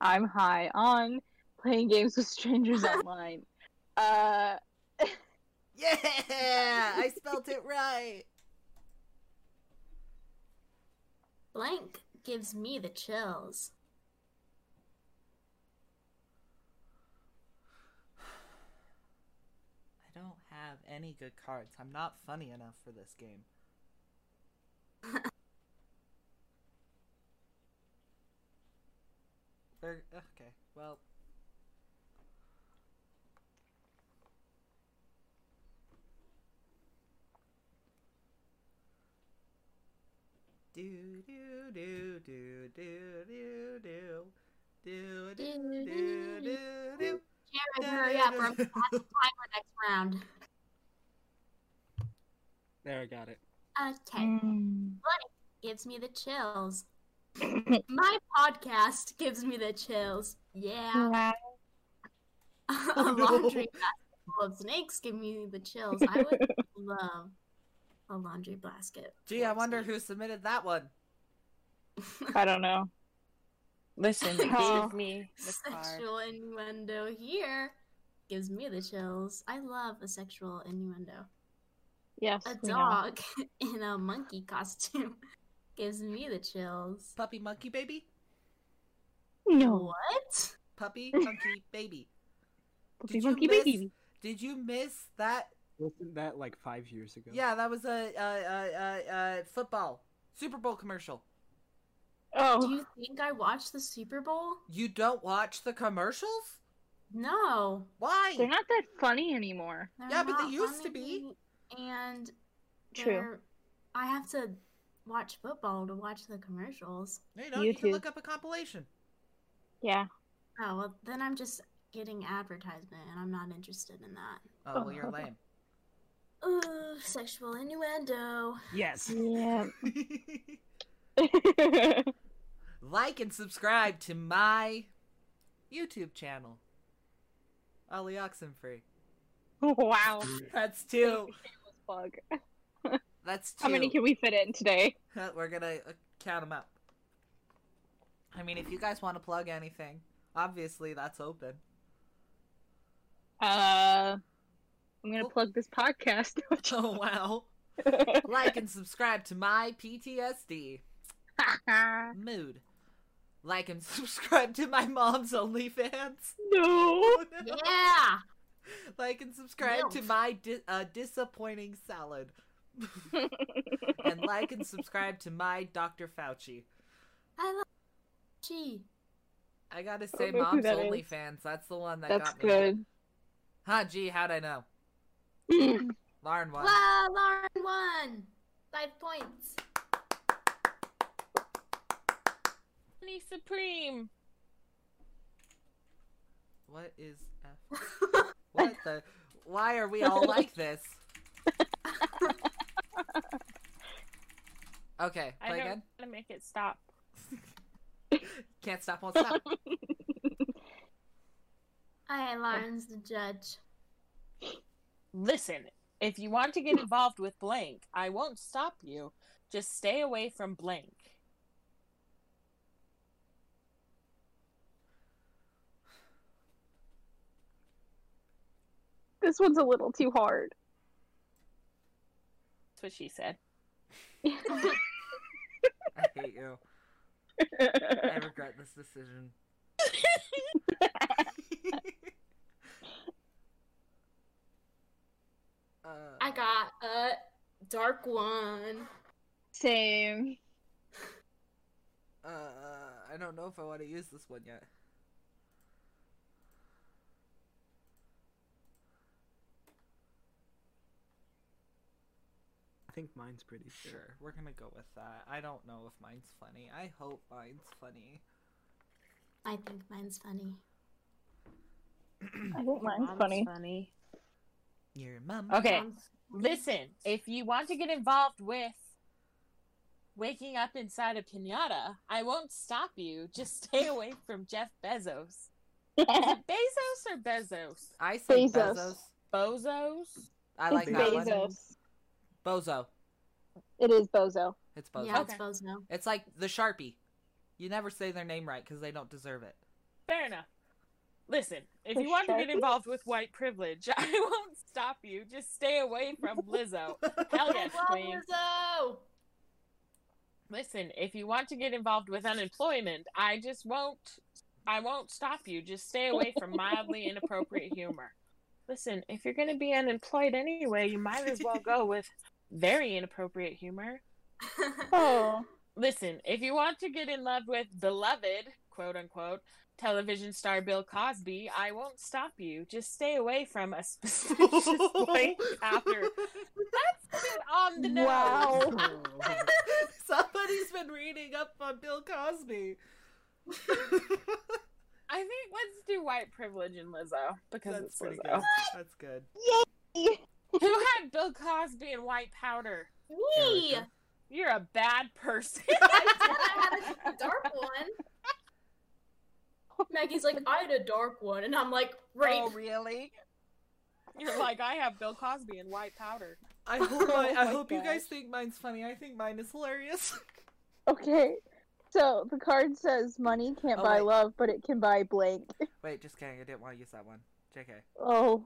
[SPEAKER 5] I'm high on playing games with strangers online. Uh,
[SPEAKER 1] yeah, I spelled it right.
[SPEAKER 3] Blank gives me the chills.
[SPEAKER 1] I don't have any good cards. I'm not funny enough for this game. Er, okay, well. Do do do do do do do Do, do,
[SPEAKER 3] Jared,
[SPEAKER 1] do, do, do.
[SPEAKER 3] hurry up, or I'm gonna have to time our next round.
[SPEAKER 2] There, I got it.
[SPEAKER 3] Okay.
[SPEAKER 5] Mm.
[SPEAKER 3] Gives me the chills. My podcast gives me the chills. Yeah. a
[SPEAKER 1] Oh, no.
[SPEAKER 3] laundry basket full of snakes give me the chills. I would love a laundry basket.
[SPEAKER 1] Gee, I wonder who submitted that one.
[SPEAKER 5] I don't know.
[SPEAKER 4] Listen, it
[SPEAKER 5] Oh.
[SPEAKER 4] gave me the card.
[SPEAKER 3] sexual innuendo here gives me the chills. I love a sexual innuendo.
[SPEAKER 5] Yes.
[SPEAKER 3] A
[SPEAKER 5] we know.
[SPEAKER 3] dog in a monkey costume gives me the chills.
[SPEAKER 1] Puppy monkey baby?
[SPEAKER 5] No.
[SPEAKER 3] What?
[SPEAKER 1] Puppy monkey baby.
[SPEAKER 5] Puppy
[SPEAKER 1] Did you
[SPEAKER 5] monkey
[SPEAKER 1] miss-
[SPEAKER 5] baby.
[SPEAKER 1] Did you miss that?
[SPEAKER 2] Wasn't that like five years ago?
[SPEAKER 1] Yeah, that was a, a, a, a, a football Super Bowl commercial.
[SPEAKER 3] Do
[SPEAKER 5] Oh.
[SPEAKER 3] you think I watched the Super Bowl?
[SPEAKER 1] You don't watch the commercials?
[SPEAKER 3] No.
[SPEAKER 1] Why?
[SPEAKER 5] They're not that funny anymore.
[SPEAKER 3] they're
[SPEAKER 1] Yeah, but they
[SPEAKER 3] not
[SPEAKER 1] used to be.
[SPEAKER 3] funny, And
[SPEAKER 5] True.
[SPEAKER 3] they're- I have to watch football to watch the commercials.
[SPEAKER 1] no, you don't.
[SPEAKER 5] You
[SPEAKER 1] You can
[SPEAKER 5] too.
[SPEAKER 1] look up a compilation.
[SPEAKER 5] Yeah.
[SPEAKER 3] Oh well, then I'm just getting advertisement, and I'm not interested in that.
[SPEAKER 1] Oh, well, you're lame.
[SPEAKER 3] Ooh, sexual innuendo.
[SPEAKER 2] Yes.
[SPEAKER 5] Yeah.
[SPEAKER 1] like and subscribe to my YouTube channel, Ollie Oxenfree.
[SPEAKER 5] wow.
[SPEAKER 1] That's two.
[SPEAKER 5] Plug.
[SPEAKER 1] That's two.
[SPEAKER 5] How many can we fit in today?
[SPEAKER 1] We're gonna uh, count them up. I mean, if you guys want to plug anything, obviously that's open.
[SPEAKER 5] Uh, I'm gonna
[SPEAKER 1] Well-
[SPEAKER 5] plug this podcast.
[SPEAKER 1] Oh wow! Like and subscribe to my PTSD mood. Like and subscribe to my mom's OnlyFans.
[SPEAKER 5] no.
[SPEAKER 1] Oh, no.
[SPEAKER 3] Yeah.
[SPEAKER 1] Like and subscribe to
[SPEAKER 3] Milf.
[SPEAKER 1] my di- uh, disappointing salad. and like and subscribe to my Dr. Fauci.
[SPEAKER 3] I love. Gee.
[SPEAKER 1] I gotta
[SPEAKER 5] I
[SPEAKER 1] say,
[SPEAKER 5] don't know who
[SPEAKER 1] mom's
[SPEAKER 5] that is.
[SPEAKER 1] OnlyFans. That's the one that
[SPEAKER 5] That's
[SPEAKER 1] got me.
[SPEAKER 5] good.
[SPEAKER 1] Huh? Gee, how'd I know? Lauren won.
[SPEAKER 3] Wow, Lauren won. Five points.
[SPEAKER 4] Honey Supreme.
[SPEAKER 1] What is F? What the? Why are we all like this? Okay,
[SPEAKER 4] I
[SPEAKER 1] play
[SPEAKER 4] don't
[SPEAKER 1] again.
[SPEAKER 4] want to make it stop.
[SPEAKER 1] Can't stop, won't stop.
[SPEAKER 3] Alright, Lauren's the judge.
[SPEAKER 4] Listen, if you want to get involved with blank, I won't stop you. Just stay away from blank.
[SPEAKER 5] This one's a little too hard.
[SPEAKER 4] That's what she said.
[SPEAKER 1] I hate you. I regret this decision. uh,
[SPEAKER 3] I got a dark one.
[SPEAKER 5] Same.
[SPEAKER 1] Uh, I don't know if I want to use this one yet.
[SPEAKER 2] I think mine's pretty sure.
[SPEAKER 1] Sure, we're gonna go with that. I don't know if mine's funny. I hope mine's funny.
[SPEAKER 3] I think mine's funny.
[SPEAKER 5] I think mine's
[SPEAKER 4] Mom's
[SPEAKER 5] funny.
[SPEAKER 4] funny.
[SPEAKER 1] Your mom.
[SPEAKER 4] Okay.
[SPEAKER 3] Um,
[SPEAKER 4] Listen, if you want to get involved with waking up inside a pinata, I won't stop you. Just stay away from Jeff Bezos. Is it Bezos or Bezos?
[SPEAKER 1] I say
[SPEAKER 5] Bezos.
[SPEAKER 1] Bezos.
[SPEAKER 4] Bozos?
[SPEAKER 1] I like
[SPEAKER 5] it's
[SPEAKER 1] that
[SPEAKER 5] Bezos.
[SPEAKER 1] one. Bozo.
[SPEAKER 5] It is Bozo.
[SPEAKER 1] It's Bozo.
[SPEAKER 3] Yeah,
[SPEAKER 4] Okay.
[SPEAKER 3] it's Bozo.
[SPEAKER 1] It's like the Sharpie. You never say their name right because they don't deserve it.
[SPEAKER 4] Fair enough. Listen, if
[SPEAKER 5] For
[SPEAKER 4] you want to
[SPEAKER 5] sure.
[SPEAKER 4] get involved with white privilege, I won't stop you. Just stay away from Lizzo. Hell yes,
[SPEAKER 3] I
[SPEAKER 4] queen.
[SPEAKER 3] love
[SPEAKER 4] Listen, if you want to get involved with unemployment, I just won't. I won't stop you. Just stay away from mildly inappropriate humor. Listen, if you're going to be unemployed anyway, you might as well go with very inappropriate humor.
[SPEAKER 3] Lizzo.
[SPEAKER 5] Oh.
[SPEAKER 4] Listen, if you want to get in love with beloved, quote unquote, television star Bill Cosby, I won't stop you. Just stay away from a suspicious white after. That's been on the nose.
[SPEAKER 5] Wow.
[SPEAKER 1] Somebody's been reading up on Bill Cosby.
[SPEAKER 4] think let's do white privilege and Lizzo because
[SPEAKER 1] That's
[SPEAKER 4] it's
[SPEAKER 1] pretty
[SPEAKER 4] Lizzo.
[SPEAKER 1] good. That's good.
[SPEAKER 4] Who had Bill Cosby and white powder?
[SPEAKER 3] Me!
[SPEAKER 1] Erica.
[SPEAKER 4] You're a bad person.
[SPEAKER 3] I said I had a dark one. Maggie's like, I had a dark one. And I'm like, right.
[SPEAKER 4] Oh, really? You're like I have Bill Cosby and white powder.
[SPEAKER 1] I hope my, I
[SPEAKER 5] my
[SPEAKER 1] hope you guys
[SPEAKER 5] gosh.
[SPEAKER 1] think mine's funny. I think mine is hilarious.
[SPEAKER 5] Okay. So the card says money can't
[SPEAKER 1] Oh,
[SPEAKER 5] buy
[SPEAKER 1] wait.
[SPEAKER 5] love, but it can buy blank.
[SPEAKER 1] Wait, just kidding. I didn't want to use that one. JK.
[SPEAKER 5] Oh.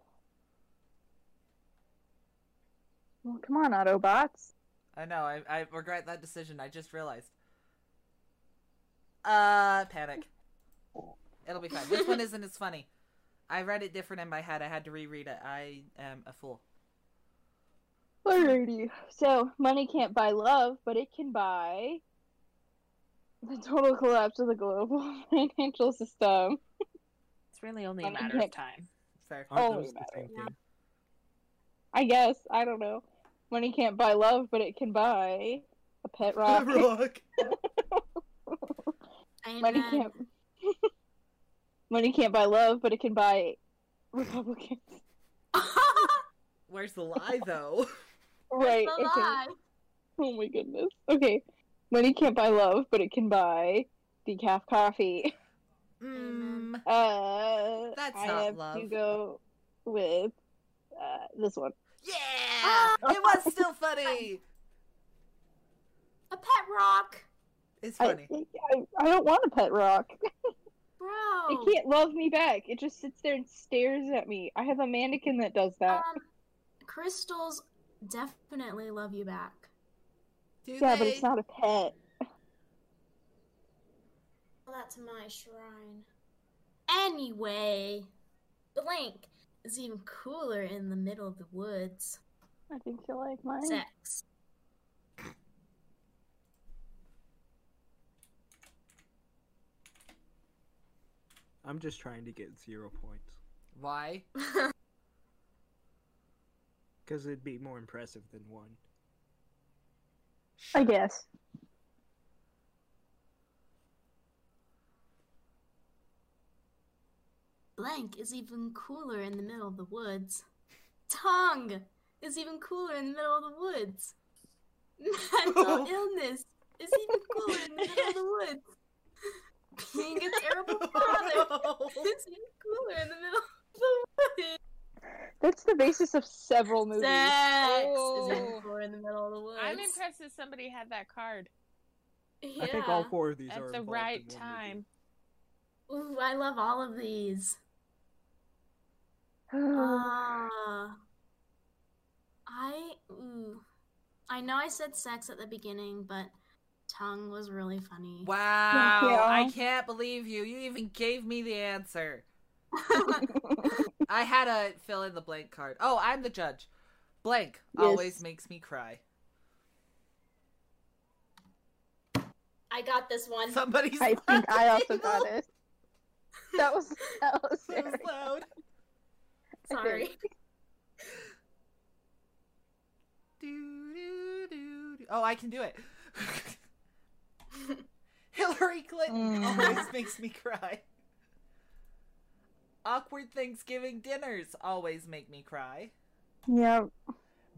[SPEAKER 5] Well, come on, Autobots.
[SPEAKER 1] I know. I, I regret that decision. I just realized. Uh, panic. It'll be fine. This one isn't as funny. I read it different in my head. I had to reread it. I am a fool.
[SPEAKER 5] Alrighty. So money can't buy love, but it can buy the total collapse of the global financial system.
[SPEAKER 4] It's really only
[SPEAKER 5] a matter of
[SPEAKER 4] time.
[SPEAKER 1] Fair.
[SPEAKER 2] Aren't
[SPEAKER 5] Oh,
[SPEAKER 2] those the
[SPEAKER 5] that
[SPEAKER 2] same
[SPEAKER 5] one.
[SPEAKER 2] thing?
[SPEAKER 5] I guess. I don't know. Money can't buy love, but it can buy a pet rock.
[SPEAKER 1] Rock.
[SPEAKER 3] I am
[SPEAKER 5] Money
[SPEAKER 3] mad.
[SPEAKER 5] can't. money can't buy love, but it can buy Republicans.
[SPEAKER 1] Where's the lie though?
[SPEAKER 5] Right.
[SPEAKER 3] It's a
[SPEAKER 5] it can-
[SPEAKER 3] lie.
[SPEAKER 5] Oh my goodness. Okay. Money can't buy love, but it can buy decaf coffee.
[SPEAKER 1] Mm,
[SPEAKER 5] Uh,
[SPEAKER 1] That's
[SPEAKER 5] I
[SPEAKER 1] not
[SPEAKER 5] have
[SPEAKER 1] love.
[SPEAKER 5] to go with uh, this one.
[SPEAKER 1] yeah, it was still funny.
[SPEAKER 3] A pet rock.
[SPEAKER 1] It's
[SPEAKER 5] I,
[SPEAKER 1] funny.
[SPEAKER 5] I, I don't want a pet rock.
[SPEAKER 3] Bro.
[SPEAKER 1] Oh.
[SPEAKER 5] It can't love me back. It just sits there and stares at me. I have a mannequin that does
[SPEAKER 4] uh,
[SPEAKER 5] that.
[SPEAKER 1] Oh,
[SPEAKER 3] Um, crystals definitely love you back.
[SPEAKER 1] Do
[SPEAKER 5] yeah, but
[SPEAKER 1] they?
[SPEAKER 5] it's not a pet.
[SPEAKER 3] Well, that's my shrine. Anyway, Blink is even cooler in the middle of the woods.
[SPEAKER 5] I think you like mine.
[SPEAKER 3] Sex.
[SPEAKER 2] I'm just trying to get zero points.
[SPEAKER 1] Why?
[SPEAKER 2] Because it'd be more impressive than one.
[SPEAKER 5] I guess.
[SPEAKER 3] Blank is even cooler in the middle of the woods. Tongue is even cooler in the middle of the woods. Mental illness is even cooler in the middle of the woods. Being a terrible father is even cooler in the middle of the woods.
[SPEAKER 5] That's the basis of several movies.
[SPEAKER 3] Sex is
[SPEAKER 4] Oh.
[SPEAKER 3] even cooler in the middle of the woods.
[SPEAKER 4] I'm impressed that somebody had that card
[SPEAKER 3] Yeah.
[SPEAKER 2] I think all four of these are
[SPEAKER 4] at the
[SPEAKER 2] involved in
[SPEAKER 4] right
[SPEAKER 2] one movie.
[SPEAKER 4] time.
[SPEAKER 3] Ooh, I love all of these.
[SPEAKER 1] Oh.
[SPEAKER 3] Ah. I ooh. I know I said sex at the beginning, but tongue was really funny.
[SPEAKER 1] Wow, I
[SPEAKER 5] you.
[SPEAKER 1] can't believe you. You even gave me the answer. I had a fill in the blank card. Oh, I'm the judge. Blank
[SPEAKER 5] Yes.
[SPEAKER 1] always makes me cry.
[SPEAKER 3] I got this one.
[SPEAKER 1] Somebody's
[SPEAKER 5] I think I also
[SPEAKER 1] laughing.
[SPEAKER 5] got it. That was that was
[SPEAKER 1] It was
[SPEAKER 5] Eric.
[SPEAKER 1] loud.
[SPEAKER 3] Sorry.
[SPEAKER 1] Do, do, do, do. Oh, I can do it. Hillary Clinton
[SPEAKER 5] Mm.
[SPEAKER 1] always makes me cry. Awkward Thanksgiving dinners always make me cry.
[SPEAKER 5] Yeah.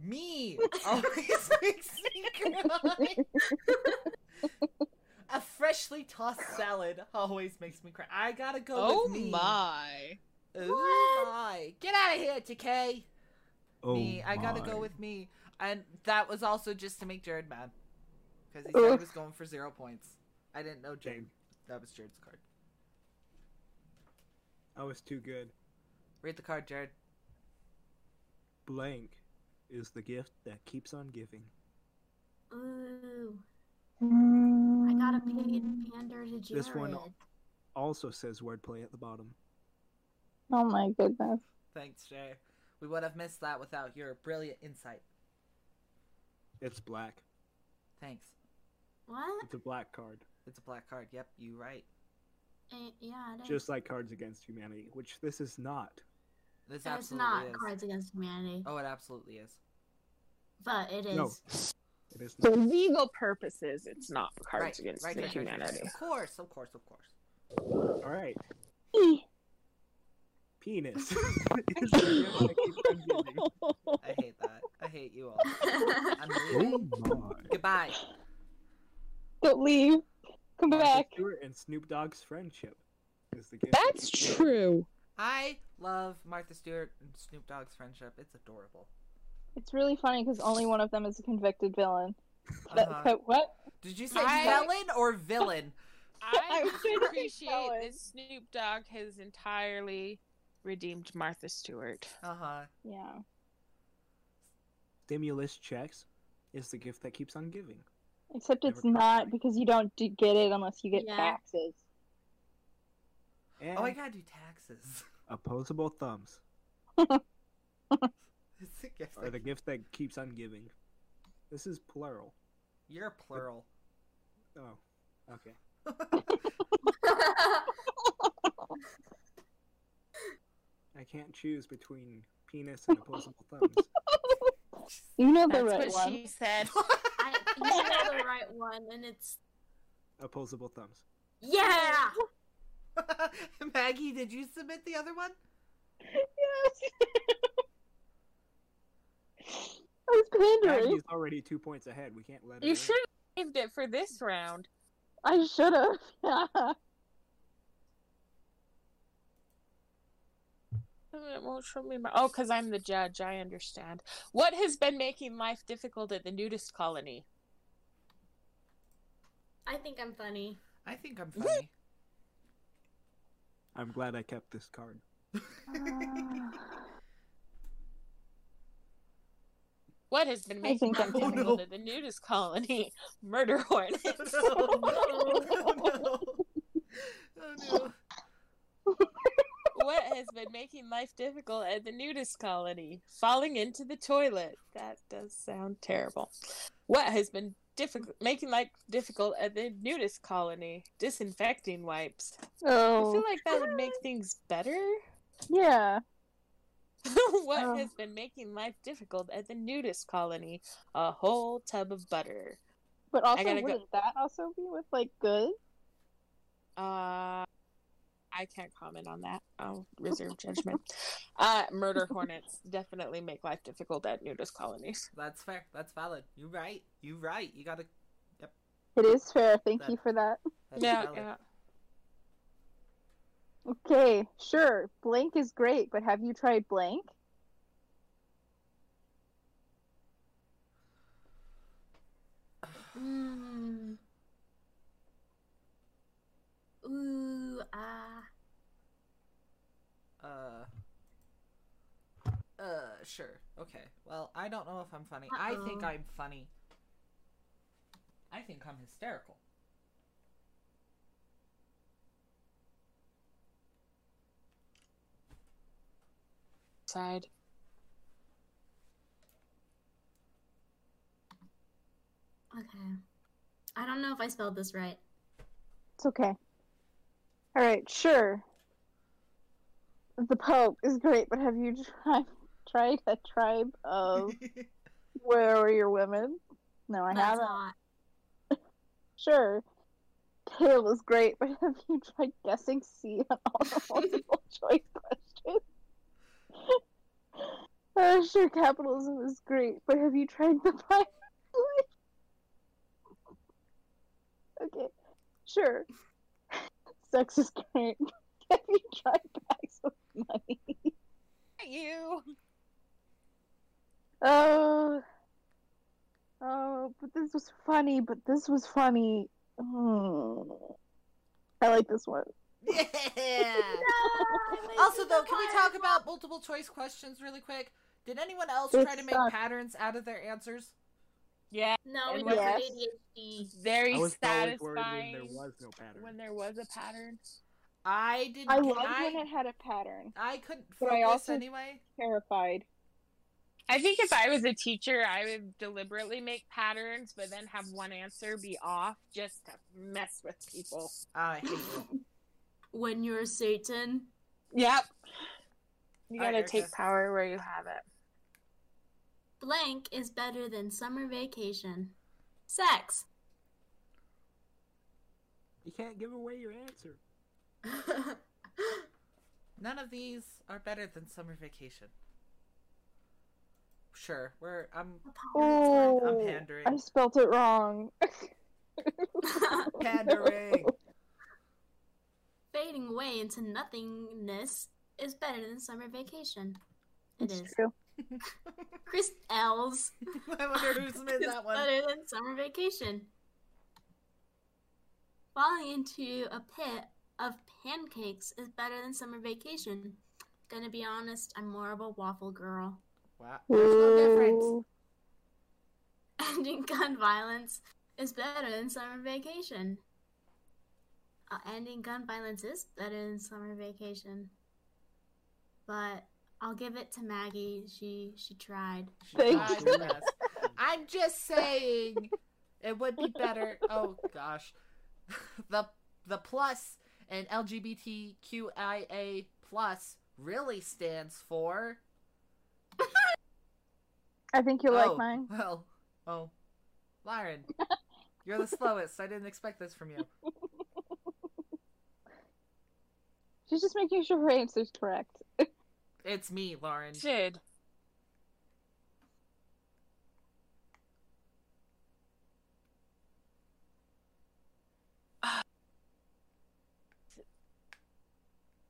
[SPEAKER 1] Me always makes me cry. A freshly tossed salad always makes me cry. I gotta go with me.
[SPEAKER 4] Oh my!
[SPEAKER 1] Oh my! Get out of here, TK.
[SPEAKER 2] Oh
[SPEAKER 1] me. I gotta go
[SPEAKER 2] my.
[SPEAKER 1] with me. And that was also just to make Jared mad. Because he said he
[SPEAKER 5] Oof.
[SPEAKER 1] was going for zero points. I didn't know Jared.
[SPEAKER 2] Shame.
[SPEAKER 1] That was Jared's card.
[SPEAKER 2] I was too good.
[SPEAKER 1] Read the card, Jared.
[SPEAKER 2] Blank is the gift that keeps on giving.
[SPEAKER 3] Ooh. I
[SPEAKER 5] I
[SPEAKER 3] gotta
[SPEAKER 5] Mm,
[SPEAKER 3] pan- pander to Jared.
[SPEAKER 2] This one- Also says wordplay at the bottom.
[SPEAKER 5] Oh my goodness.
[SPEAKER 1] Thanks, Jay. We would have missed that without your brilliant insight.
[SPEAKER 2] It's black.
[SPEAKER 1] Thanks.
[SPEAKER 3] What?
[SPEAKER 2] It's a black card.
[SPEAKER 1] It's a black card. Yep, you right.
[SPEAKER 3] Eh, yeah, it is.
[SPEAKER 2] Just like Cards Against Humanity, which this is not.
[SPEAKER 1] This
[SPEAKER 3] it's
[SPEAKER 1] absolutely
[SPEAKER 3] not
[SPEAKER 1] is.
[SPEAKER 3] Cards Against Humanity,
[SPEAKER 1] Oh, it absolutely is.
[SPEAKER 3] but it is.
[SPEAKER 2] No. It is
[SPEAKER 4] For
[SPEAKER 2] not.
[SPEAKER 4] legal purposes, it's not Cards
[SPEAKER 1] right,
[SPEAKER 4] Against
[SPEAKER 1] right, right, right, right.
[SPEAKER 4] Humanity.
[SPEAKER 1] Of course, of course, of course.
[SPEAKER 2] All right.
[SPEAKER 5] E.
[SPEAKER 2] Penis. Is the answer I keep on giving.
[SPEAKER 1] I hate that. I hate you all. I'm leaving.
[SPEAKER 2] Oh my.
[SPEAKER 1] Goodbye.
[SPEAKER 5] Don't leave. Come
[SPEAKER 2] Martha
[SPEAKER 5] back.
[SPEAKER 2] Stewart and Snoop Dogg's friendship is the gift.
[SPEAKER 6] That's true.
[SPEAKER 1] I love Martha Stewart and Snoop Dogg's friendship. It's adorable.
[SPEAKER 5] It's really funny because only one of them is a convicted villain. That,
[SPEAKER 1] Uh-huh.
[SPEAKER 5] but what?
[SPEAKER 1] Did you say
[SPEAKER 4] I-
[SPEAKER 1] felon or villain?
[SPEAKER 5] I
[SPEAKER 4] I
[SPEAKER 5] was thinking
[SPEAKER 4] appreciate
[SPEAKER 5] Cohen.
[SPEAKER 4] that Snoop Dogg has entirely redeemed Martha Stewart.
[SPEAKER 1] Uh huh.
[SPEAKER 5] Yeah.
[SPEAKER 2] Stimulus checks is the gift that keeps on giving.
[SPEAKER 5] Except
[SPEAKER 2] Never
[SPEAKER 5] it's
[SPEAKER 2] come
[SPEAKER 5] not
[SPEAKER 2] back.
[SPEAKER 5] because you don't d- get it unless you get
[SPEAKER 3] Yeah.
[SPEAKER 5] taxes.
[SPEAKER 2] And Eh.
[SPEAKER 1] Oh, I gotta do taxes.
[SPEAKER 2] opposable thumbs
[SPEAKER 1] It's a gift.
[SPEAKER 2] are the
[SPEAKER 1] that-
[SPEAKER 2] gift that keeps on giving. This is plural.
[SPEAKER 1] You're plural.
[SPEAKER 2] Oh, okay. I can't choose between penis and opposable thumbs.
[SPEAKER 5] You know the right
[SPEAKER 4] That's what
[SPEAKER 5] one.
[SPEAKER 4] she said.
[SPEAKER 3] I, you know the right one, and it's
[SPEAKER 2] Opposable thumbs.
[SPEAKER 3] yeah.
[SPEAKER 1] Maggie, did you submit the other one?
[SPEAKER 5] Yes. I was pandering.
[SPEAKER 2] Maggie's already two points ahead. We can't let her.
[SPEAKER 4] You
[SPEAKER 2] in.
[SPEAKER 4] should have saved it for this round.
[SPEAKER 5] I should
[SPEAKER 4] Uh.
[SPEAKER 5] have.
[SPEAKER 4] It won't show me my. Oh, because I'm the judge. I understand. What has been making life difficult at the nudist colony?
[SPEAKER 3] I think I'm funny.
[SPEAKER 1] I think I'm funny.
[SPEAKER 2] I'm glad I kept this card.
[SPEAKER 4] What has been
[SPEAKER 5] I
[SPEAKER 4] making
[SPEAKER 5] think
[SPEAKER 4] life
[SPEAKER 5] I'm
[SPEAKER 1] funny.
[SPEAKER 4] difficult
[SPEAKER 1] Oh, no.
[SPEAKER 4] at the nudist colony? Murder hornets.
[SPEAKER 1] Oh, no. Oh, no. Oh, no.
[SPEAKER 4] what has been making life difficult at the nudist colony? Falling into the toilet. That does sound terrible. What has been difficult making life difficult at the nudist colony? Disinfecting wipes. I
[SPEAKER 5] oh,
[SPEAKER 4] feel like that would make things better.
[SPEAKER 5] yeah.
[SPEAKER 4] what
[SPEAKER 5] Oh.
[SPEAKER 4] has been making life difficult at the nudist colony? A whole tub of butter.
[SPEAKER 5] But also,
[SPEAKER 4] gotta go-
[SPEAKER 5] wouldn't that also be with like good?
[SPEAKER 4] Uh, I can't comment on that. I'll reserve judgment. Uh, murder hornets definitely make life difficult at nudist colonies.
[SPEAKER 1] That's fair. That's valid. You're right. You're right. You gotta.
[SPEAKER 5] It is fair. Thank
[SPEAKER 1] That-
[SPEAKER 5] you for that.
[SPEAKER 1] That's
[SPEAKER 4] yeah,
[SPEAKER 1] valid.
[SPEAKER 4] yeah.
[SPEAKER 5] Okay, sure. Blank is great, but have you tried blank?
[SPEAKER 3] Mm. Ooh ah.
[SPEAKER 1] Uh. Uh, sure. Okay. Well, I don't know if I'm funny. I think
[SPEAKER 3] Uh-oh.
[SPEAKER 1] I'm funny. I think I'm hysterical.
[SPEAKER 4] Side.
[SPEAKER 3] Okay. I don't know if I spelled this right.
[SPEAKER 5] It's okay. All right, sure. The Pope is great, but have you tried tried a tribe of where are your women? No, I
[SPEAKER 3] That's
[SPEAKER 5] haven't.
[SPEAKER 3] not.
[SPEAKER 5] Sure. Pale is great, but have you tried guessing C on all the multiple choice questions? Uh, sure, capitalism is great, but have you tried the Bible? okay, sure. Sex is great. but Have you tried bags of money?
[SPEAKER 4] You.
[SPEAKER 5] Oh, oh, but this was funny. But this was funny. Hmm. I like this one.
[SPEAKER 1] yeah. Also, though, can we talk about multiple choice questions really quick? Did anyone else
[SPEAKER 5] It
[SPEAKER 1] try to make
[SPEAKER 5] sucks.
[SPEAKER 1] patterns out of their answers?
[SPEAKER 4] Yeah.
[SPEAKER 3] No, we
[SPEAKER 4] And
[SPEAKER 3] don't have
[SPEAKER 5] yes.
[SPEAKER 3] ADHD.
[SPEAKER 4] Very
[SPEAKER 2] I was always worried when
[SPEAKER 4] satisfying.
[SPEAKER 2] there was no pattern.
[SPEAKER 4] when there was a pattern.
[SPEAKER 1] I didn't.
[SPEAKER 5] I
[SPEAKER 1] can
[SPEAKER 5] loved
[SPEAKER 1] I,
[SPEAKER 5] when it had a pattern.
[SPEAKER 1] I couldn't
[SPEAKER 5] but
[SPEAKER 1] focus
[SPEAKER 5] I also-
[SPEAKER 1] anyway.
[SPEAKER 5] Terrified.
[SPEAKER 4] I think if I was a teacher, I would deliberately make patterns, but then have one answer be off just to mess with people.
[SPEAKER 1] I hate it.
[SPEAKER 3] When you're Satan.
[SPEAKER 4] Yep. You
[SPEAKER 1] All right,
[SPEAKER 4] gotta
[SPEAKER 1] Erica.
[SPEAKER 4] take power where you have it.
[SPEAKER 3] Blank is better than summer vacation. Sex.
[SPEAKER 2] You can't give away your answer.
[SPEAKER 1] None of these are better than summer vacation. Sure, we're I'm I'm
[SPEAKER 5] Oh,
[SPEAKER 1] pandering.
[SPEAKER 5] I spelt it wrong.
[SPEAKER 1] Pandering.
[SPEAKER 3] Fading away into nothingness is better than summer vacation. It
[SPEAKER 5] It's
[SPEAKER 3] is.
[SPEAKER 5] true.
[SPEAKER 3] Chris L's
[SPEAKER 1] I wonder who's made
[SPEAKER 3] is
[SPEAKER 1] that one.
[SPEAKER 3] better than summer vacation. Falling into a pit of pancakes is better than summer vacation. Gonna be honest, I'm more of a waffle girl.
[SPEAKER 1] Wow. There's no difference.
[SPEAKER 5] Ooh.
[SPEAKER 3] Ending gun violence is better than summer vacation. Uh, ending gun violence is better than summer vacation. But I'll give it to Maggie. She she tried.
[SPEAKER 5] Thank
[SPEAKER 1] God
[SPEAKER 2] you.
[SPEAKER 1] bless. I'm just saying it would be better. Oh gosh. The the plus and LGBTQIA plus really stands for
[SPEAKER 5] I think you'll
[SPEAKER 1] oh,
[SPEAKER 5] like mine.
[SPEAKER 1] Well, oh, Lyron, you're the slowest. I didn't expect this from you.
[SPEAKER 5] She's just making sure her answer's correct.
[SPEAKER 1] It's me, Lauren.
[SPEAKER 4] Sid.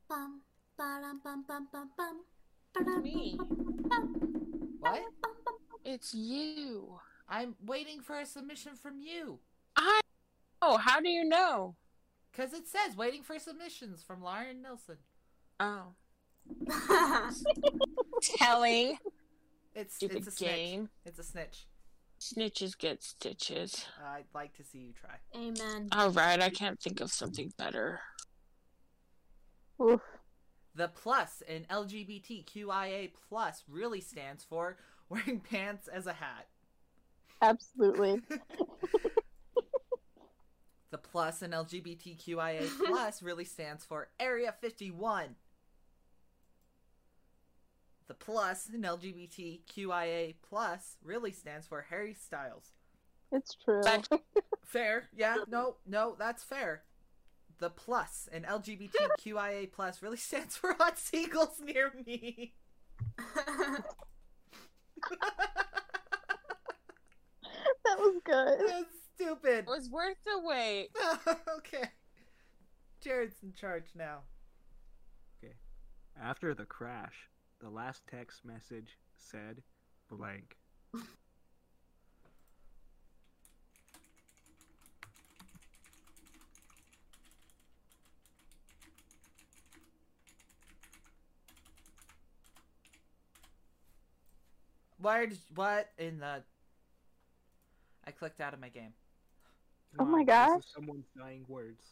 [SPEAKER 3] Bum, ba-dum, bum, bum, bum, bum.
[SPEAKER 4] Me.
[SPEAKER 1] What?
[SPEAKER 4] It's you.
[SPEAKER 1] I'm waiting for a submission from you.
[SPEAKER 4] I. Oh, how do you know?
[SPEAKER 1] Because it says waiting for submissions from Lauren Nelson.
[SPEAKER 4] Oh,
[SPEAKER 3] Ba-dum.
[SPEAKER 4] telling.
[SPEAKER 1] It's,
[SPEAKER 4] Stupid
[SPEAKER 1] it's a snitch.
[SPEAKER 4] game.
[SPEAKER 1] It's a snitch.
[SPEAKER 4] Snitches get stitches.
[SPEAKER 1] I'd like to see you try.
[SPEAKER 3] Amen.
[SPEAKER 4] All right, I can't think of something better.
[SPEAKER 5] Oof.
[SPEAKER 1] The plus in LGBTQIA plus really stands for wearing pants as a hat.
[SPEAKER 5] Absolutely.
[SPEAKER 1] The plus in LGBTQIA plus really stands for Area 51. The plus in LGBTQIA plus really stands for Harry Styles.
[SPEAKER 5] It's true.
[SPEAKER 4] But-
[SPEAKER 1] Fair, yeah,
[SPEAKER 5] Um,
[SPEAKER 1] no, no, that's fair. The plus in LGBTQIA plus really stands for hot seagulls near me.
[SPEAKER 5] Uh, That was good.
[SPEAKER 1] that's stupid.
[SPEAKER 4] It was worth the wait.
[SPEAKER 1] okay. Jared's in charge now.
[SPEAKER 2] After the crash, the last text message said blank.
[SPEAKER 1] Why did what in the I clicked out of my game.
[SPEAKER 5] Oh my
[SPEAKER 2] Mom,
[SPEAKER 5] gosh.
[SPEAKER 2] This is someone's dying words.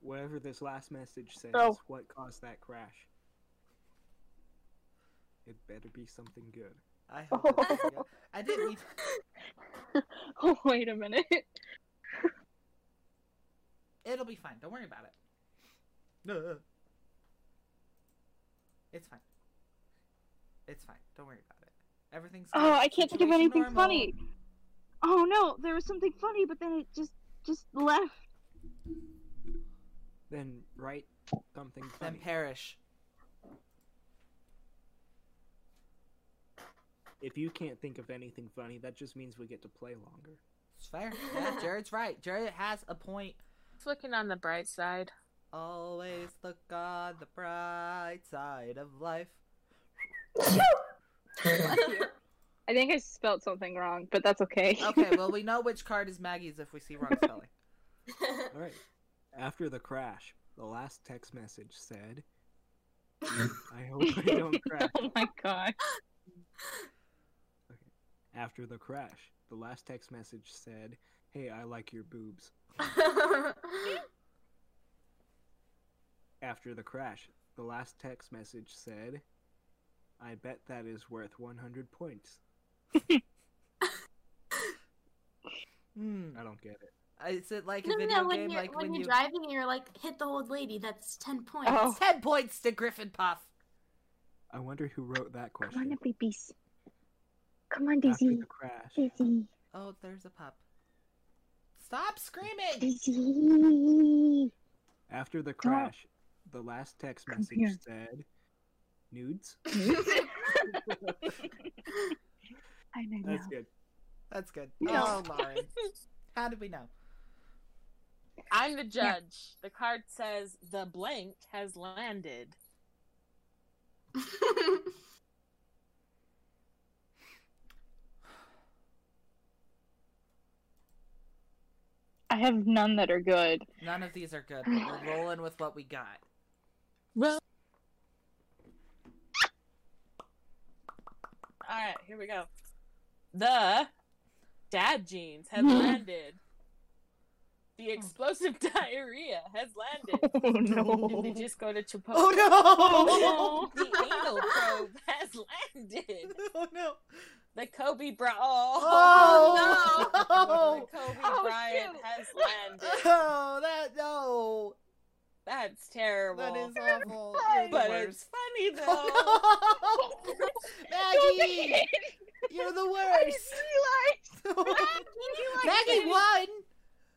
[SPEAKER 2] Whatever this last message says,
[SPEAKER 5] Oh.
[SPEAKER 2] what caused that crash? It better be something good.
[SPEAKER 1] I hope it doesn't go- I didn't need
[SPEAKER 5] Oh, wait a minute.
[SPEAKER 1] it'll be fine. Don't worry about it. No. It's fine. It's fine. Don't worry about it. Everything's
[SPEAKER 5] Oh,
[SPEAKER 1] good.
[SPEAKER 5] I can't think of
[SPEAKER 1] Situation
[SPEAKER 5] anything
[SPEAKER 1] normal.
[SPEAKER 5] funny. Oh no, there was something funny, but then it just just left.
[SPEAKER 2] Then write something
[SPEAKER 1] Then
[SPEAKER 2] funny.
[SPEAKER 1] perish.
[SPEAKER 2] if you can't think of anything funny, that just means we get to play longer.
[SPEAKER 1] It's fair. Yeah, Jared's right. Jared has a point.
[SPEAKER 4] It's looking on the bright side.
[SPEAKER 1] Always look on the bright side of life.
[SPEAKER 5] I think I spelt something wrong, but that's okay.
[SPEAKER 1] Okay, well we know which card is Maggie's if we see wrong spelling.
[SPEAKER 2] All right. After the crash, the last text message said, "I hope I don't crash."
[SPEAKER 5] oh my god.
[SPEAKER 2] After the crash, the last text message said, "Hey, I like your boobs." After the crash, the last text message said, I bet that is worth 100 points.
[SPEAKER 1] Hmm.
[SPEAKER 2] I don't get it.
[SPEAKER 1] Uh, Is it like
[SPEAKER 3] no,
[SPEAKER 1] a
[SPEAKER 3] no,
[SPEAKER 1] video
[SPEAKER 3] no. When
[SPEAKER 1] game?
[SPEAKER 3] you're
[SPEAKER 1] Like
[SPEAKER 3] when,
[SPEAKER 1] when
[SPEAKER 3] you're
[SPEAKER 1] you
[SPEAKER 3] driving, you're like hit the old lady. That's ten points.
[SPEAKER 5] Oh.
[SPEAKER 1] ten points to Griffin Puff.
[SPEAKER 2] I wonder who wrote that
[SPEAKER 5] Come on,
[SPEAKER 2] question.
[SPEAKER 5] babies. Come on,
[SPEAKER 2] After
[SPEAKER 5] Daisy.
[SPEAKER 2] the crash,
[SPEAKER 5] Daisy.
[SPEAKER 1] Oh, there's a pup. Stop screaming!
[SPEAKER 5] Daisy.
[SPEAKER 2] after the crash, the last text
[SPEAKER 5] Come
[SPEAKER 2] message
[SPEAKER 5] here.
[SPEAKER 2] said nudes.
[SPEAKER 5] I know now.
[SPEAKER 2] That's good.
[SPEAKER 1] That's good.
[SPEAKER 5] Yeah.
[SPEAKER 1] Oh, Lauren. How did we know?
[SPEAKER 4] I'm the judge. The card says the blank has landed.
[SPEAKER 5] I have none that are good.
[SPEAKER 1] None of these are good, but we're rolling with what we got.
[SPEAKER 4] Well. All right, here we go. The dad jeans has landed. The explosive diarrhea has landed.
[SPEAKER 5] Oh
[SPEAKER 4] Did we
[SPEAKER 5] no.
[SPEAKER 4] just go to Chipotle?
[SPEAKER 1] Oh no!
[SPEAKER 5] Oh,
[SPEAKER 4] The anal probe has landed.
[SPEAKER 1] Oh no!
[SPEAKER 4] The Kobe Bryant. Oh,
[SPEAKER 1] Oh,
[SPEAKER 4] no!
[SPEAKER 1] no.
[SPEAKER 4] The Kobe
[SPEAKER 5] Oh,
[SPEAKER 4] Bryant
[SPEAKER 5] shoot.
[SPEAKER 4] has landed.
[SPEAKER 1] Oh, that no!
[SPEAKER 4] That's terrible.
[SPEAKER 1] That is awful. You're the
[SPEAKER 4] but it's
[SPEAKER 1] worst.
[SPEAKER 4] funny though.
[SPEAKER 1] Oh, no. Maggie, you're the worst.
[SPEAKER 5] realized
[SPEAKER 1] Maggie won.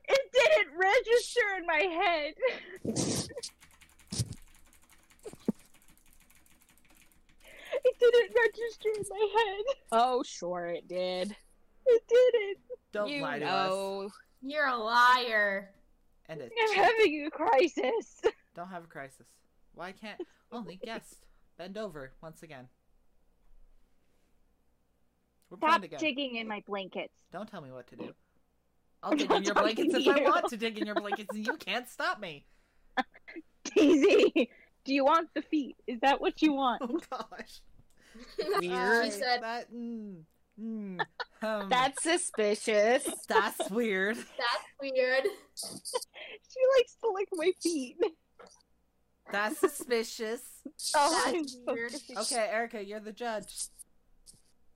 [SPEAKER 5] it didn't register in my head. it didn't register in my head.
[SPEAKER 4] Oh, sure it did.
[SPEAKER 5] It didn't.
[SPEAKER 1] Don't
[SPEAKER 4] you
[SPEAKER 1] lie to us.
[SPEAKER 4] know.
[SPEAKER 3] You're a liar.
[SPEAKER 1] End it.
[SPEAKER 5] I'm having a crisis.
[SPEAKER 1] Don't have a crisis. Why can't only guest bend over once again? We're
[SPEAKER 5] Stop
[SPEAKER 1] playing again.
[SPEAKER 5] digging in my blankets.
[SPEAKER 1] Don't tell me what to do. I'll
[SPEAKER 5] I'm
[SPEAKER 1] dig
[SPEAKER 5] not
[SPEAKER 1] in your
[SPEAKER 5] talking
[SPEAKER 1] blankets
[SPEAKER 5] to
[SPEAKER 1] if I
[SPEAKER 5] you.
[SPEAKER 1] want to dig in your blankets, and you can't stop me.
[SPEAKER 5] Daisy, do you want the feet? Is that what you want?
[SPEAKER 1] Oh gosh.
[SPEAKER 3] she
[SPEAKER 1] I-
[SPEAKER 3] said
[SPEAKER 1] that. Mm, mm, um,
[SPEAKER 4] That's suspicious.
[SPEAKER 1] that's weird.
[SPEAKER 3] that's weird.
[SPEAKER 5] She likes to lick my feet.
[SPEAKER 1] That's suspicious.
[SPEAKER 5] Oh,
[SPEAKER 3] That's
[SPEAKER 5] I'm so
[SPEAKER 3] weird.
[SPEAKER 5] confused.
[SPEAKER 1] Okay, Erica, you're the judge.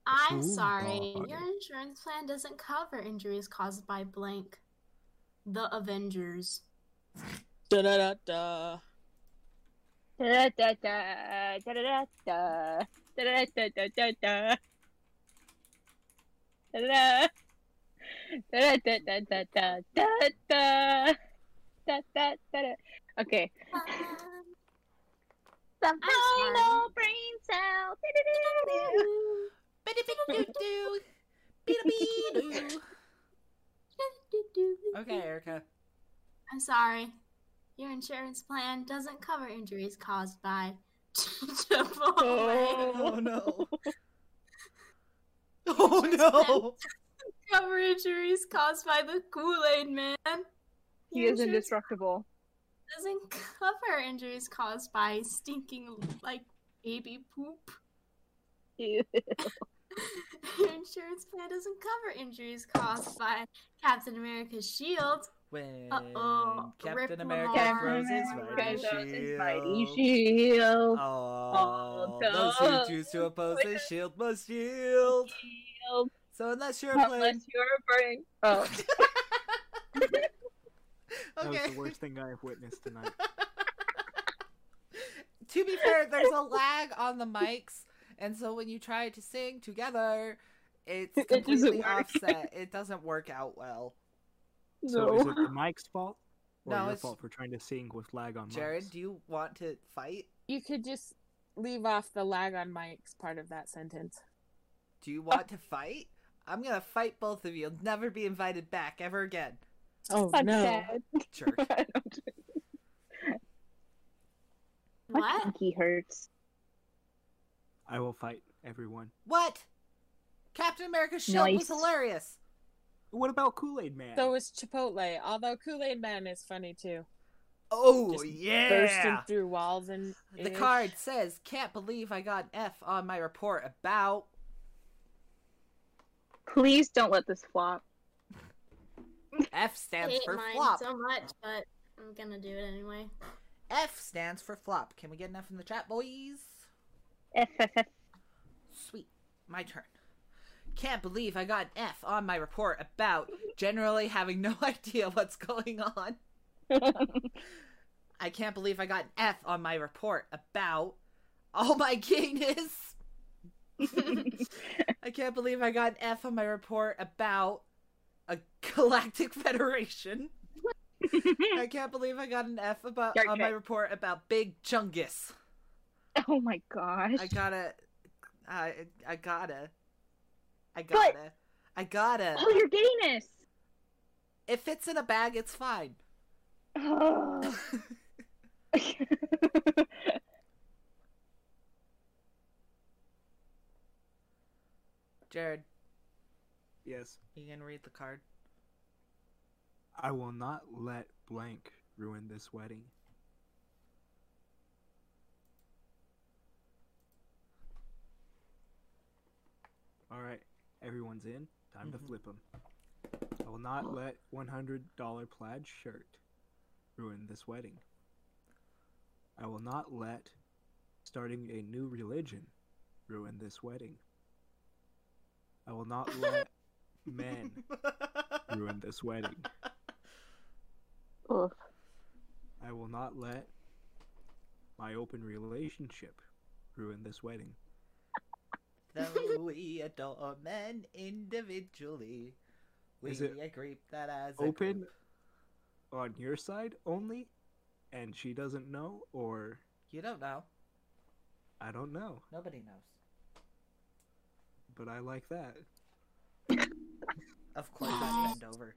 [SPEAKER 3] I'm
[SPEAKER 2] Oh,
[SPEAKER 3] sorry.
[SPEAKER 2] God.
[SPEAKER 3] Your insurance plan doesn't cover injuries caused by blank. The Avengers.
[SPEAKER 4] da, da, da, da.
[SPEAKER 5] Da da da da da da da da da da da da da da da da da da da da da da Okay. The final brain cell.
[SPEAKER 1] Ba-da-ba-da-doo-doo. Ba-da-bee-doo. Okay, Erica.
[SPEAKER 3] I'm sorry. Your insurance plan doesn't cover injuries caused by Chipotle.
[SPEAKER 1] Oh no. Oh
[SPEAKER 3] Cover injuries caused by the Kool-Aid Man.
[SPEAKER 5] He
[SPEAKER 3] Your
[SPEAKER 5] is
[SPEAKER 3] insurance
[SPEAKER 5] indestructible.
[SPEAKER 3] doesn't cover injuries caused by stinking like baby poop. Your insurance plan doesn't cover injuries caused by Captain America's shield.
[SPEAKER 1] When
[SPEAKER 3] Uh-oh,
[SPEAKER 1] Captain
[SPEAKER 3] Rip
[SPEAKER 1] America
[SPEAKER 3] Lamar.
[SPEAKER 1] throws his mighty
[SPEAKER 5] Guys, that was his mighty
[SPEAKER 1] shield.
[SPEAKER 5] shield.
[SPEAKER 1] All those who
[SPEAKER 5] those
[SPEAKER 1] choose to oppose his shield must yield.
[SPEAKER 5] Shield.
[SPEAKER 1] So unless you're playing,
[SPEAKER 5] Unless you're burning. Oh.
[SPEAKER 2] That was
[SPEAKER 1] okay.
[SPEAKER 2] the worst thing I have witnessed tonight.
[SPEAKER 1] To be fair, there's a lag on the mics, and so when you try to sing together, it's
[SPEAKER 5] It doesn't
[SPEAKER 1] completely
[SPEAKER 5] work.
[SPEAKER 1] offset. It doesn't work out well.
[SPEAKER 2] So is
[SPEAKER 5] No.
[SPEAKER 2] it the mic's fault or
[SPEAKER 1] No,
[SPEAKER 2] your
[SPEAKER 1] it's-
[SPEAKER 2] fault for trying to sing with lag on mics?
[SPEAKER 1] Jared, do you want to fight?
[SPEAKER 4] You could just leave off the lag on Mike's part of that sentence.
[SPEAKER 1] Do you want to fight? I'm gonna fight both of you. You'll never be invited back ever again.
[SPEAKER 4] Oh,
[SPEAKER 5] I'm sad.
[SPEAKER 1] Jerk.
[SPEAKER 5] My
[SPEAKER 3] What?
[SPEAKER 5] pinky hurts.
[SPEAKER 2] I will fight everyone.
[SPEAKER 1] what? Captain America's shield was
[SPEAKER 5] Nice.
[SPEAKER 1] hilarious.
[SPEAKER 2] What about Kool Aid Man?
[SPEAKER 4] So is Chipotle, although Kool Aid Man is funny too.
[SPEAKER 1] Oh
[SPEAKER 4] Just Bursting
[SPEAKER 1] yeah.
[SPEAKER 4] through walls and.
[SPEAKER 1] The card says, "Can't believe I got an F on my report about."
[SPEAKER 5] Please don't let this flop.
[SPEAKER 1] F
[SPEAKER 3] I
[SPEAKER 1] stands
[SPEAKER 3] hate
[SPEAKER 1] for
[SPEAKER 3] mine
[SPEAKER 1] flop.
[SPEAKER 3] so much, but I'm gonna do it anyway.
[SPEAKER 1] F stands for flop. Can we get an F in the chat, boys?
[SPEAKER 5] F F F.
[SPEAKER 1] Sweet. My turn. Can't believe I got an F on my report about generally having no idea what's going on.
[SPEAKER 5] Oh
[SPEAKER 1] I can't believe I got an F on my report about all my gayness. I can't believe I got an F on my report about a galactic federation. I can't believe I got an F about
[SPEAKER 5] Dark
[SPEAKER 1] on my
[SPEAKER 5] Knight.
[SPEAKER 1] report about Big Chungus.
[SPEAKER 5] oh my gosh.
[SPEAKER 1] I gotta, I I gotta, I
[SPEAKER 5] But-
[SPEAKER 1] gotta, I gotta.
[SPEAKER 5] Oh, your gayness.
[SPEAKER 1] It fits in a bag. It's fine.
[SPEAKER 5] Ugh.
[SPEAKER 1] Jared,
[SPEAKER 2] Yes.
[SPEAKER 1] you can read the card.
[SPEAKER 2] I will not let blank ruin this wedding. All right, everyone's in. Time to
[SPEAKER 1] Mhm.
[SPEAKER 2] flip 'em. I will not let $100 plaid shirt ruin this wedding. I will not let starting a new religion ruin this wedding. I will not let men ruin this wedding.
[SPEAKER 5] Oof.
[SPEAKER 2] I will not let my open relationship ruin this wedding.
[SPEAKER 1] Though we adore men individually, we
[SPEAKER 2] Is it
[SPEAKER 1] agree that as a
[SPEAKER 2] Open
[SPEAKER 1] group-
[SPEAKER 2] on your side only, and she doesn't know, or
[SPEAKER 1] You don't know.
[SPEAKER 2] I don't know,
[SPEAKER 1] Nobody knows.
[SPEAKER 2] but I like that.
[SPEAKER 1] Of course, I bend over.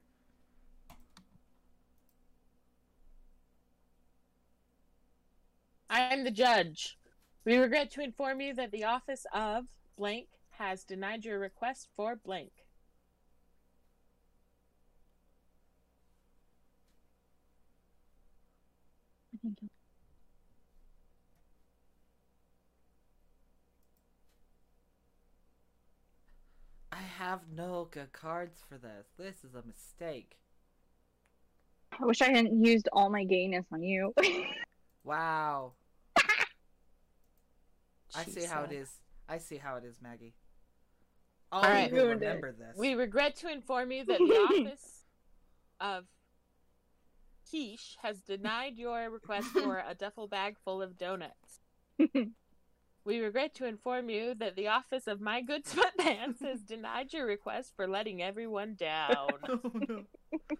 [SPEAKER 4] I'm the judge. We regret to inform you that the office of blank has denied your request for blank.
[SPEAKER 1] I have no good cards for this. This is a mistake.
[SPEAKER 5] I wish I hadn't used all my gayness on you.
[SPEAKER 1] Wow. I
[SPEAKER 4] She
[SPEAKER 1] see how it
[SPEAKER 4] said.
[SPEAKER 1] is. I see how it is, Maggie. All
[SPEAKER 4] right.
[SPEAKER 1] right, will
[SPEAKER 5] Ruined it.
[SPEAKER 1] remember this.
[SPEAKER 4] We regret to inform you that the office of Quiche has denied your request for a duffel bag full of donuts. we regret to inform you that the office of My Good Sweatpants has denied your request for letting everyone down.
[SPEAKER 1] Oh, no.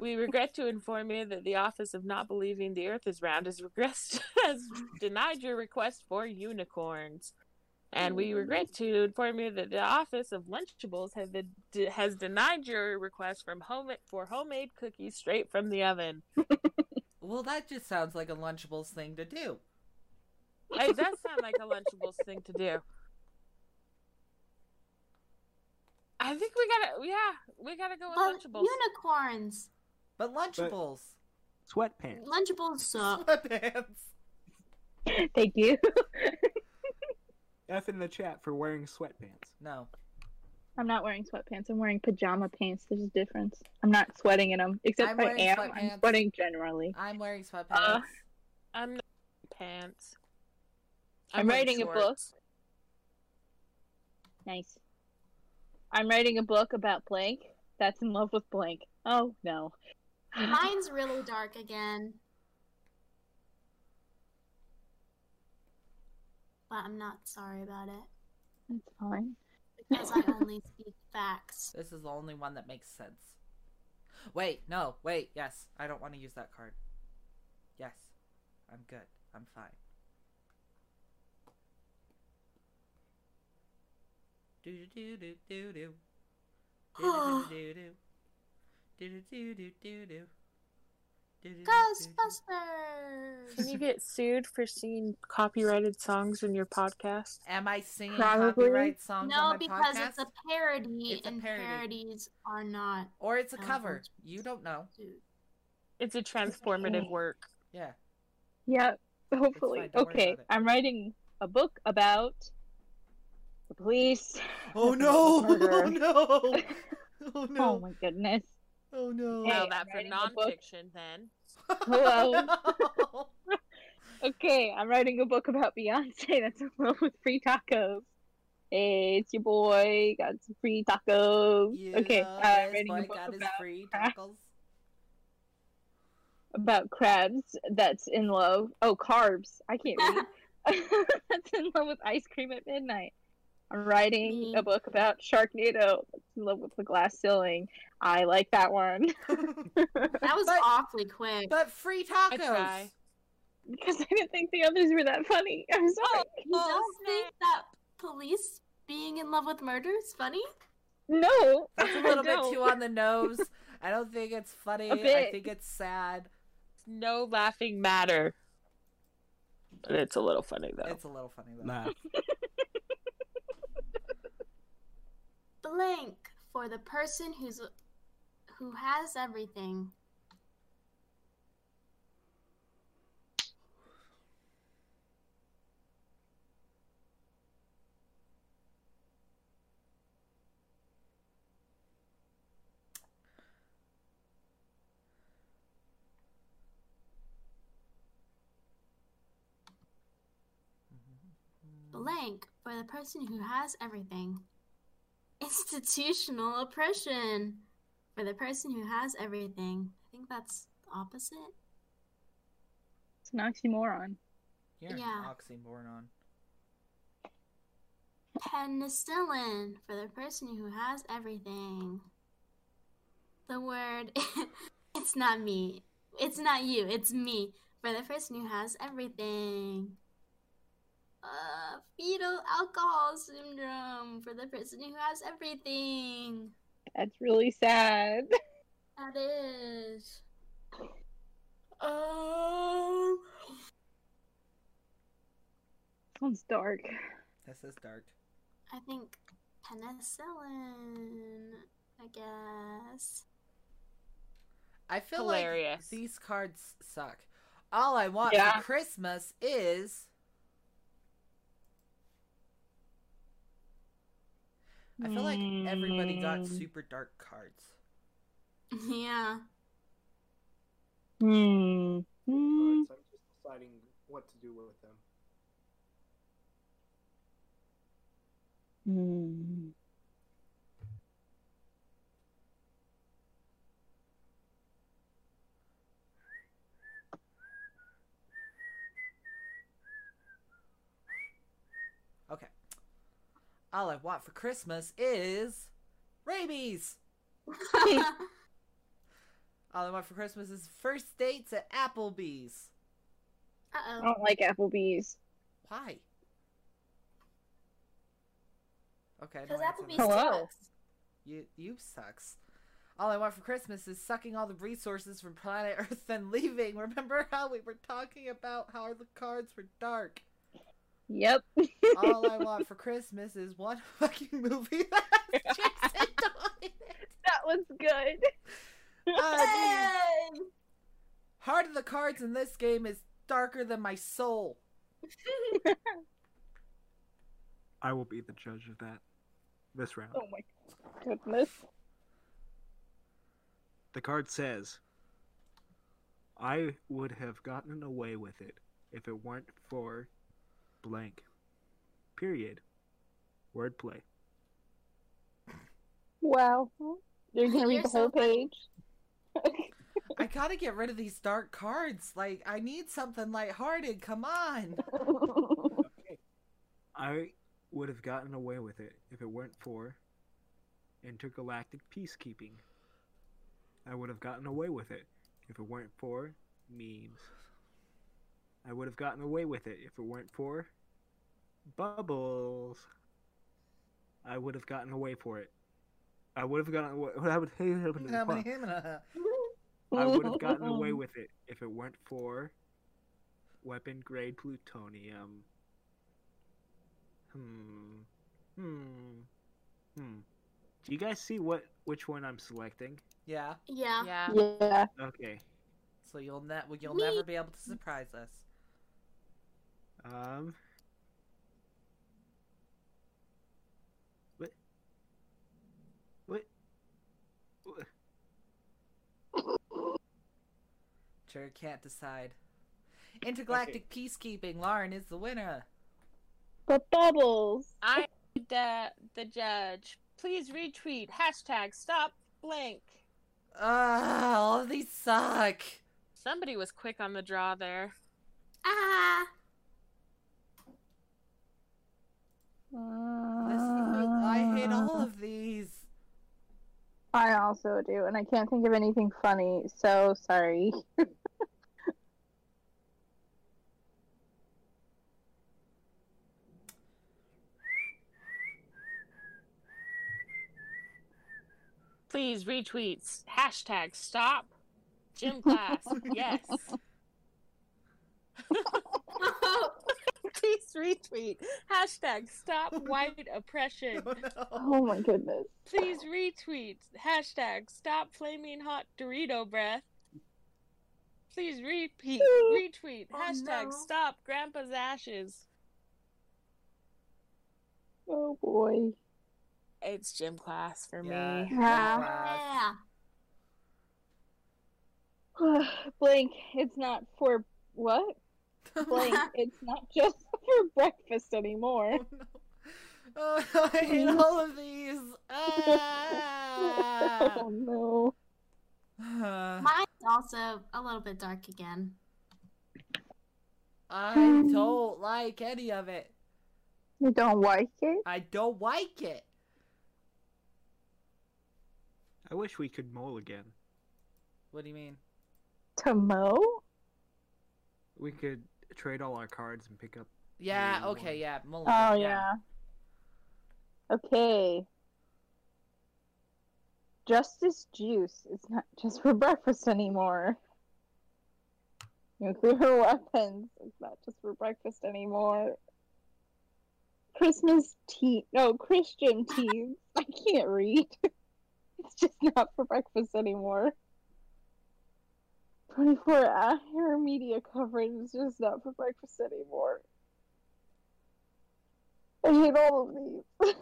[SPEAKER 4] We regret to inform you that the Office of Not Believing the Earth is Round has, regressed, has denied your request for unicorns. And we regret to inform you that the Office of Lunchables have been, de- has denied your request from home- for homemade cookies straight from the oven.
[SPEAKER 1] Well, that just sounds like a Lunchables thing to do.
[SPEAKER 4] Hey, that sound like a Lunchables thing to do. I think we gotta, yeah, we gotta go with
[SPEAKER 3] But
[SPEAKER 4] Lunchables.
[SPEAKER 3] unicorns.
[SPEAKER 1] But Lunchables,
[SPEAKER 2] Sweatpants.
[SPEAKER 3] Lunchables suck.
[SPEAKER 1] sweatpants.
[SPEAKER 5] Thank you.
[SPEAKER 2] F in the chat for wearing sweatpants.
[SPEAKER 1] No,
[SPEAKER 5] I'm not wearing sweatpants. I'm wearing pajama pants. There's a difference. I'm not sweating in them, except
[SPEAKER 1] I'm
[SPEAKER 5] i
[SPEAKER 1] wearing
[SPEAKER 5] am.
[SPEAKER 1] sweatpants.
[SPEAKER 5] I'm sweating generally.
[SPEAKER 1] I'm wearing sweatpants.
[SPEAKER 4] Uh, I'm the pants.
[SPEAKER 5] I'm
[SPEAKER 4] wearing
[SPEAKER 5] writing a book.
[SPEAKER 4] shorts.
[SPEAKER 5] Nice. I'm writing a book about blank that's in love with blank. Oh no.
[SPEAKER 3] Mine's really dark again. But I'm not sorry about it.
[SPEAKER 5] That's fine.
[SPEAKER 3] Because I only speak facts.
[SPEAKER 1] This is the only one that makes sense. Wait, no, wait, yes. I don't want to use that card. Yes. I'm good. I'm fine. Do do do do do do. Do do do do do. Do do do do do.
[SPEAKER 3] Ghostbusters!
[SPEAKER 4] Can you get sued for singing copyrighted songs in your podcast?
[SPEAKER 1] Am I singing
[SPEAKER 5] Probably.
[SPEAKER 1] copyright songs on
[SPEAKER 3] No,
[SPEAKER 1] my
[SPEAKER 3] because
[SPEAKER 1] podcast?
[SPEAKER 3] it's a parody,
[SPEAKER 1] It's a
[SPEAKER 3] and
[SPEAKER 1] parody.
[SPEAKER 3] parodies are not.
[SPEAKER 1] Or it's a
[SPEAKER 3] Oh,
[SPEAKER 1] cover. You don't know.
[SPEAKER 3] sued.
[SPEAKER 4] It's a transformative work.
[SPEAKER 1] Yeah.
[SPEAKER 5] Yeah, hopefully.
[SPEAKER 1] fine, don't worry
[SPEAKER 5] okay.
[SPEAKER 1] about it.
[SPEAKER 5] I'm writing a book about the police.
[SPEAKER 1] Oh
[SPEAKER 5] no! Oh,
[SPEAKER 1] no! Oh
[SPEAKER 5] Oh my goodness.
[SPEAKER 1] Oh no!
[SPEAKER 5] Hey,
[SPEAKER 4] Well,
[SPEAKER 5] I'm
[SPEAKER 4] that for
[SPEAKER 5] writing a book.
[SPEAKER 4] nonfiction then.
[SPEAKER 1] Hello.
[SPEAKER 5] Okay, I'm writing a book about Beyonce that's in love with free tacos. Hey, it's your boy got some free tacos. okay, uh, I'm writing a book
[SPEAKER 1] got his
[SPEAKER 5] about,
[SPEAKER 1] free
[SPEAKER 5] crap.
[SPEAKER 1] tackles.
[SPEAKER 5] about crabs that's in love. Oh, carbs. I can't read. that's in love with ice cream at midnight. I'm writing a book about Sharknado. It's in love with the glass ceiling. I like that one
[SPEAKER 3] That was
[SPEAKER 1] But-
[SPEAKER 3] awfully quick.
[SPEAKER 1] But free
[SPEAKER 4] I
[SPEAKER 1] tacos.
[SPEAKER 4] try.
[SPEAKER 5] because I didn't think the others were that funny. I'm sorry.
[SPEAKER 3] He does think that police being in love with murder is funny.
[SPEAKER 5] No,
[SPEAKER 1] That's a little bit
[SPEAKER 5] No.
[SPEAKER 1] too on the nose. I don't think it's funny.
[SPEAKER 5] A
[SPEAKER 1] I
[SPEAKER 5] bit.
[SPEAKER 1] think it's sad.
[SPEAKER 4] No laughing matter. But it's a little funny
[SPEAKER 5] Oh.
[SPEAKER 4] though.
[SPEAKER 1] It's a little funny though.
[SPEAKER 2] Nah.
[SPEAKER 3] Blank for the person who's who has everything.
[SPEAKER 1] Mm-hmm.
[SPEAKER 3] Blank for the person who has everything. Institutional oppression for the person who has everything. I think that's the opposite.
[SPEAKER 5] it's an oxymoron.
[SPEAKER 1] You're an
[SPEAKER 3] Yeah.
[SPEAKER 1] oxymoron.
[SPEAKER 3] Penicillin for the person who has everything. The word it's not me. It's not you, it's me. For the person who has everything. Uh fetal alcohol syndrome for the person who has everything.
[SPEAKER 5] That's really sad.
[SPEAKER 3] That is. Um
[SPEAKER 5] Sounds dark.
[SPEAKER 1] This is dark.
[SPEAKER 3] I think penicillin, I guess.
[SPEAKER 1] I feel
[SPEAKER 4] Hilarious.
[SPEAKER 1] like these cards suck. All I want
[SPEAKER 5] Yeah.
[SPEAKER 1] for Christmas is I feel like everybody got
[SPEAKER 5] Mm.
[SPEAKER 1] super dark cards.
[SPEAKER 3] yeah.
[SPEAKER 5] Hmm. Hmm.
[SPEAKER 2] I'm just deciding what to do with them.
[SPEAKER 5] Hmm.
[SPEAKER 1] Okay. All I want for Christmas is rabies. All I want for Christmas is first dates at Applebee's.
[SPEAKER 5] I
[SPEAKER 3] Uh oh.
[SPEAKER 5] don't like Applebee's.
[SPEAKER 1] Why? Okay.
[SPEAKER 3] Because
[SPEAKER 1] no answer
[SPEAKER 3] Applebee's
[SPEAKER 1] that.
[SPEAKER 5] Hello.
[SPEAKER 3] sucks.
[SPEAKER 1] You you sucks. All I want for Christmas is sucking all the resources from planet Earth and leaving. Remember how we were talking about how the cards were dark?
[SPEAKER 5] Yep.
[SPEAKER 1] All I want for Christmas is one fucking movie that has Jason Doyle
[SPEAKER 5] That was good.
[SPEAKER 1] in it. Uh,
[SPEAKER 3] Yay!
[SPEAKER 1] the Heart of the cards in this game is darker than my soul.
[SPEAKER 2] I will be the judge of that this round.
[SPEAKER 5] Oh my goodness.
[SPEAKER 2] The card says, I would have gotten away with it if it weren't for blank. Period. Wordplay.
[SPEAKER 5] Wow. You're gonna read
[SPEAKER 3] You're
[SPEAKER 5] the whole
[SPEAKER 3] so
[SPEAKER 5] page.
[SPEAKER 1] I gotta get rid of these dark cards. Like, I need something lighthearted. Come on.
[SPEAKER 2] I would have gotten away with it if it weren't for intergalactic peacekeeping. I would have gotten away with it if it weren't for memes. I would have gotten away with it if it weren't for bubbles. I would have gotten away for it. I would have gotten away. I would I would have gotten away with it if it weren't for weapon grade plutonium. Hmm. Hmm. Hmm. Do you guys see what which one I'm selecting?
[SPEAKER 1] yeah.
[SPEAKER 3] Yeah.
[SPEAKER 4] yeah.
[SPEAKER 5] Yeah.
[SPEAKER 2] Okay.
[SPEAKER 1] So you'll ne- well, you'll
[SPEAKER 3] Me-
[SPEAKER 1] never be able to surprise us.
[SPEAKER 2] Um. What? What? What?
[SPEAKER 1] Sure can't decide. Intergalactic peacekeeping. Lauren is the winner.
[SPEAKER 5] But bubbles.
[SPEAKER 4] I the the judge. Please retweet hashtag stop blank.
[SPEAKER 1] Ah, all of these suck.
[SPEAKER 4] Somebody was quick on the draw there.
[SPEAKER 3] Ah!
[SPEAKER 1] This I hate all of these.
[SPEAKER 5] Uh, I also do, and I can't think of anything funny, so sorry.
[SPEAKER 4] Please retweets. Hashtag stop. Gym class. yes. Please retweet. Hashtag stop white oppression.
[SPEAKER 1] Oh,
[SPEAKER 5] Oh my goodness.
[SPEAKER 4] Please retweet. Hashtag stop flaming hot Dorito breath. Please repeat. Retweet.
[SPEAKER 3] Oh,
[SPEAKER 4] Hashtag
[SPEAKER 3] no.
[SPEAKER 4] stop grandpa's ashes.
[SPEAKER 5] Oh boy.
[SPEAKER 4] It's gym class for
[SPEAKER 1] Yeah.
[SPEAKER 4] me. Ah.
[SPEAKER 3] Yeah.
[SPEAKER 5] Blank, it's not for what?
[SPEAKER 1] no.
[SPEAKER 5] Blank, it's not just for breakfast anymore.
[SPEAKER 1] Oh, no. Oh, no, I hate all of these. Ah.
[SPEAKER 5] oh no.
[SPEAKER 1] Uh,
[SPEAKER 3] Mine's also a little bit dark again.
[SPEAKER 1] I don't like any of it.
[SPEAKER 5] You don't like it?
[SPEAKER 1] I don't like it.
[SPEAKER 2] I wish we could mole again.
[SPEAKER 1] What do you mean?
[SPEAKER 5] To mow?
[SPEAKER 2] We could trade all our cards and pick up.
[SPEAKER 1] Yeah,
[SPEAKER 2] Mm, one.
[SPEAKER 1] okay, yeah. Mulligan,
[SPEAKER 5] Oh yeah. Okay. Justice juice. It's not just for breakfast anymore. Nuclear weapons. It's not just for breakfast anymore. Christmas tea. No, Christian tea. I can't read. It's just not for breakfast anymore. 24 hour media coverage is just not for breakfast anymore. I hate all of these.
[SPEAKER 1] Uh,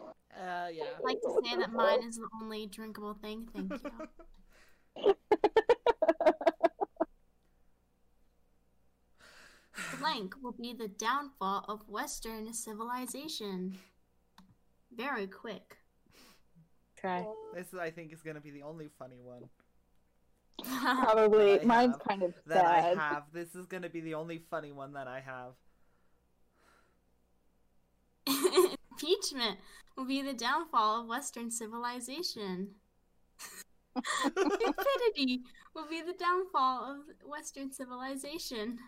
[SPEAKER 1] yeah.
[SPEAKER 3] I'd like to say that mine is the only drinkable thing. Thank you. Blank will be the downfall of Western civilization. Very quick.
[SPEAKER 4] Try.
[SPEAKER 1] This, I think, is going to be the only funny one
[SPEAKER 5] Probably.
[SPEAKER 1] That I
[SPEAKER 5] Mine's
[SPEAKER 1] have-
[SPEAKER 5] kind of
[SPEAKER 1] that I
[SPEAKER 5] sad.
[SPEAKER 1] have. This is going to be the only funny one that I have.
[SPEAKER 3] Impeachment will be the downfall of Western civilization. Stupidity will be the downfall of Western civilization.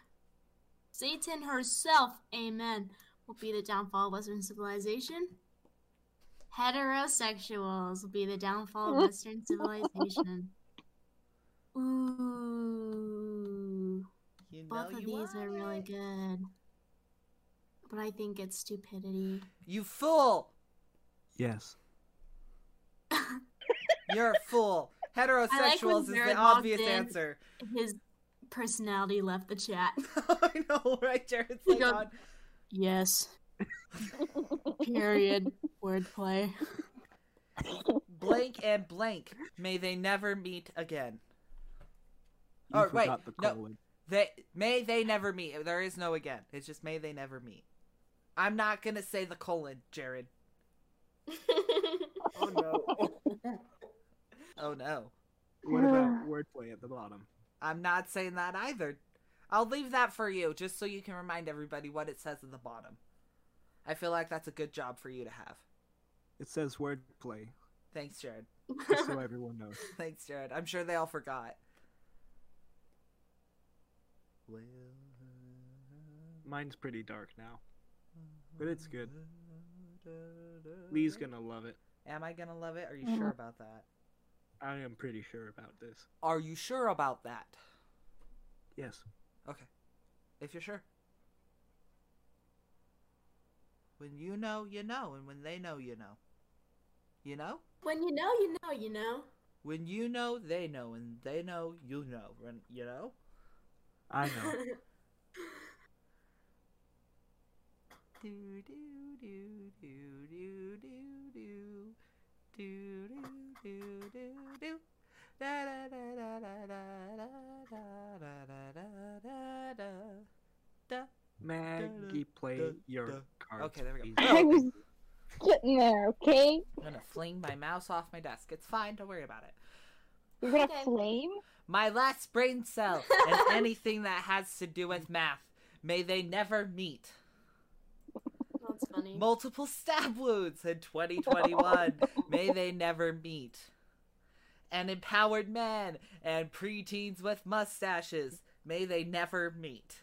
[SPEAKER 3] Satan herself, amen, will be the downfall of Western civilization. Heterosexuals will be the downfall of Western civilization. Ooh.
[SPEAKER 1] You know
[SPEAKER 3] Both of
[SPEAKER 1] you
[SPEAKER 3] these
[SPEAKER 1] want
[SPEAKER 3] are really
[SPEAKER 1] it.
[SPEAKER 3] good. But I think it's stupidity.
[SPEAKER 1] You fool!
[SPEAKER 2] Yes.
[SPEAKER 1] You're a fool. Heterosexuals is
[SPEAKER 3] Jared
[SPEAKER 1] the
[SPEAKER 3] logged
[SPEAKER 1] obvious
[SPEAKER 3] in.
[SPEAKER 1] answer.
[SPEAKER 3] His personality left the chat.
[SPEAKER 1] I know, right? Jared's
[SPEAKER 3] He
[SPEAKER 1] like,
[SPEAKER 3] goes-
[SPEAKER 1] on-
[SPEAKER 3] Yes. Period. Wordplay.
[SPEAKER 1] blank and blank. May they never meet again.
[SPEAKER 2] You
[SPEAKER 1] Oh, wait,
[SPEAKER 2] forgot the
[SPEAKER 1] no.
[SPEAKER 2] colon.
[SPEAKER 1] They may they never meet. There is no again. It's just may they never meet. I'm not gonna say the colon, Jared.
[SPEAKER 2] Oh no.
[SPEAKER 1] Oh no,
[SPEAKER 2] what about wordplay at the bottom?
[SPEAKER 1] I'm not saying that either. I'll leave that for you, just so you can remind everybody what it says at the bottom. I feel like that's a good job for you to have.
[SPEAKER 2] It says wordplay,
[SPEAKER 1] Thanks, Jared.
[SPEAKER 2] just so everyone knows.
[SPEAKER 1] Thanks, Jared. I'm sure they all forgot. Well,
[SPEAKER 2] Mine's pretty dark now. But it's good. Lee's gonna love it.
[SPEAKER 1] Am I gonna love it? Are you
[SPEAKER 5] Mhm.
[SPEAKER 1] sure about that?
[SPEAKER 2] I am pretty sure about this.
[SPEAKER 1] Are you sure about that?
[SPEAKER 2] Yes.
[SPEAKER 1] Okay. If you're sure. When you know, you know, and when they know, you know. You know?
[SPEAKER 3] when you know, you know, you know.
[SPEAKER 1] When you know, they know, and they know, you know. When you know?
[SPEAKER 2] I know.
[SPEAKER 1] Do do do do do do do do do do do do da da da da da da da da da da da da da
[SPEAKER 2] Maggie, play
[SPEAKER 1] duh, duh.
[SPEAKER 2] your cards.
[SPEAKER 1] Okay, there we go.
[SPEAKER 2] please.
[SPEAKER 5] I was getting there, okay?
[SPEAKER 1] I'm gonna fling my mouse off my desk. It's fine, don't worry about it.
[SPEAKER 5] You're gonna
[SPEAKER 3] Okay.
[SPEAKER 5] flame?
[SPEAKER 1] My last brain cell and anything that has to do with math. May they never meet.
[SPEAKER 3] That's funny. funny.
[SPEAKER 1] Multiple stab wounds in 2021. May they never meet. And empowered men and preteens with mustaches. May they never meet.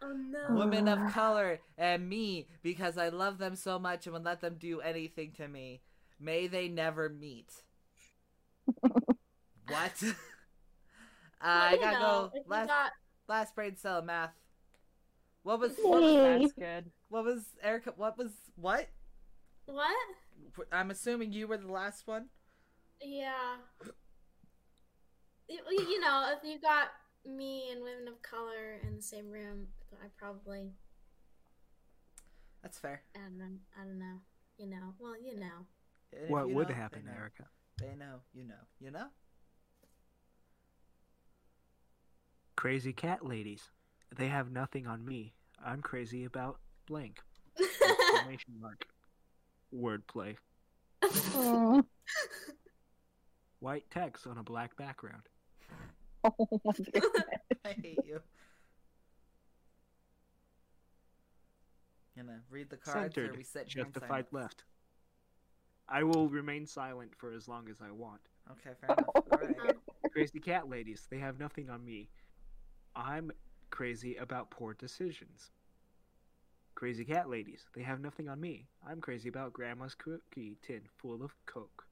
[SPEAKER 3] oh no.
[SPEAKER 1] Women of color and me because I love them so much and would let them do anything to me. May they never meet. what? uh, I
[SPEAKER 3] don't
[SPEAKER 1] gotta
[SPEAKER 3] know.
[SPEAKER 1] go.
[SPEAKER 3] If you
[SPEAKER 1] Last,
[SPEAKER 3] got-
[SPEAKER 1] last brain cell math. What was what was
[SPEAKER 5] Yay.
[SPEAKER 4] That's good.
[SPEAKER 1] What was Erica? What was what?
[SPEAKER 3] what?
[SPEAKER 1] I'm assuming you were the last one.
[SPEAKER 3] Yeah. You- You know, if you got me and women of color in the same room, I probably
[SPEAKER 1] That's fair.
[SPEAKER 3] I don't know. I don't know. You know. Well, you know.
[SPEAKER 1] And if
[SPEAKER 2] What
[SPEAKER 1] you
[SPEAKER 2] would
[SPEAKER 1] know,
[SPEAKER 2] happen,
[SPEAKER 1] they know.
[SPEAKER 2] Erica?
[SPEAKER 1] They know. You know. You know.
[SPEAKER 2] Crazy cat ladies. They have nothing on me. I'm crazy about blank. Exclamation mark. Wordplay.
[SPEAKER 5] Oh,
[SPEAKER 2] White text on a black background.
[SPEAKER 5] oh my goodness.
[SPEAKER 1] I hate you. Gonna read the cards or
[SPEAKER 2] Centered.
[SPEAKER 1] we sit here in
[SPEAKER 2] Justified
[SPEAKER 1] silence?
[SPEAKER 2] left. I will remain silent for as long as I want.
[SPEAKER 1] Okay, fair enough. All right.
[SPEAKER 2] Crazy cat ladies, they have nothing on me. I'm crazy about poor decisions. Crazy cat ladies, they have nothing on me. I'm crazy about grandma's cookie tin full of coke.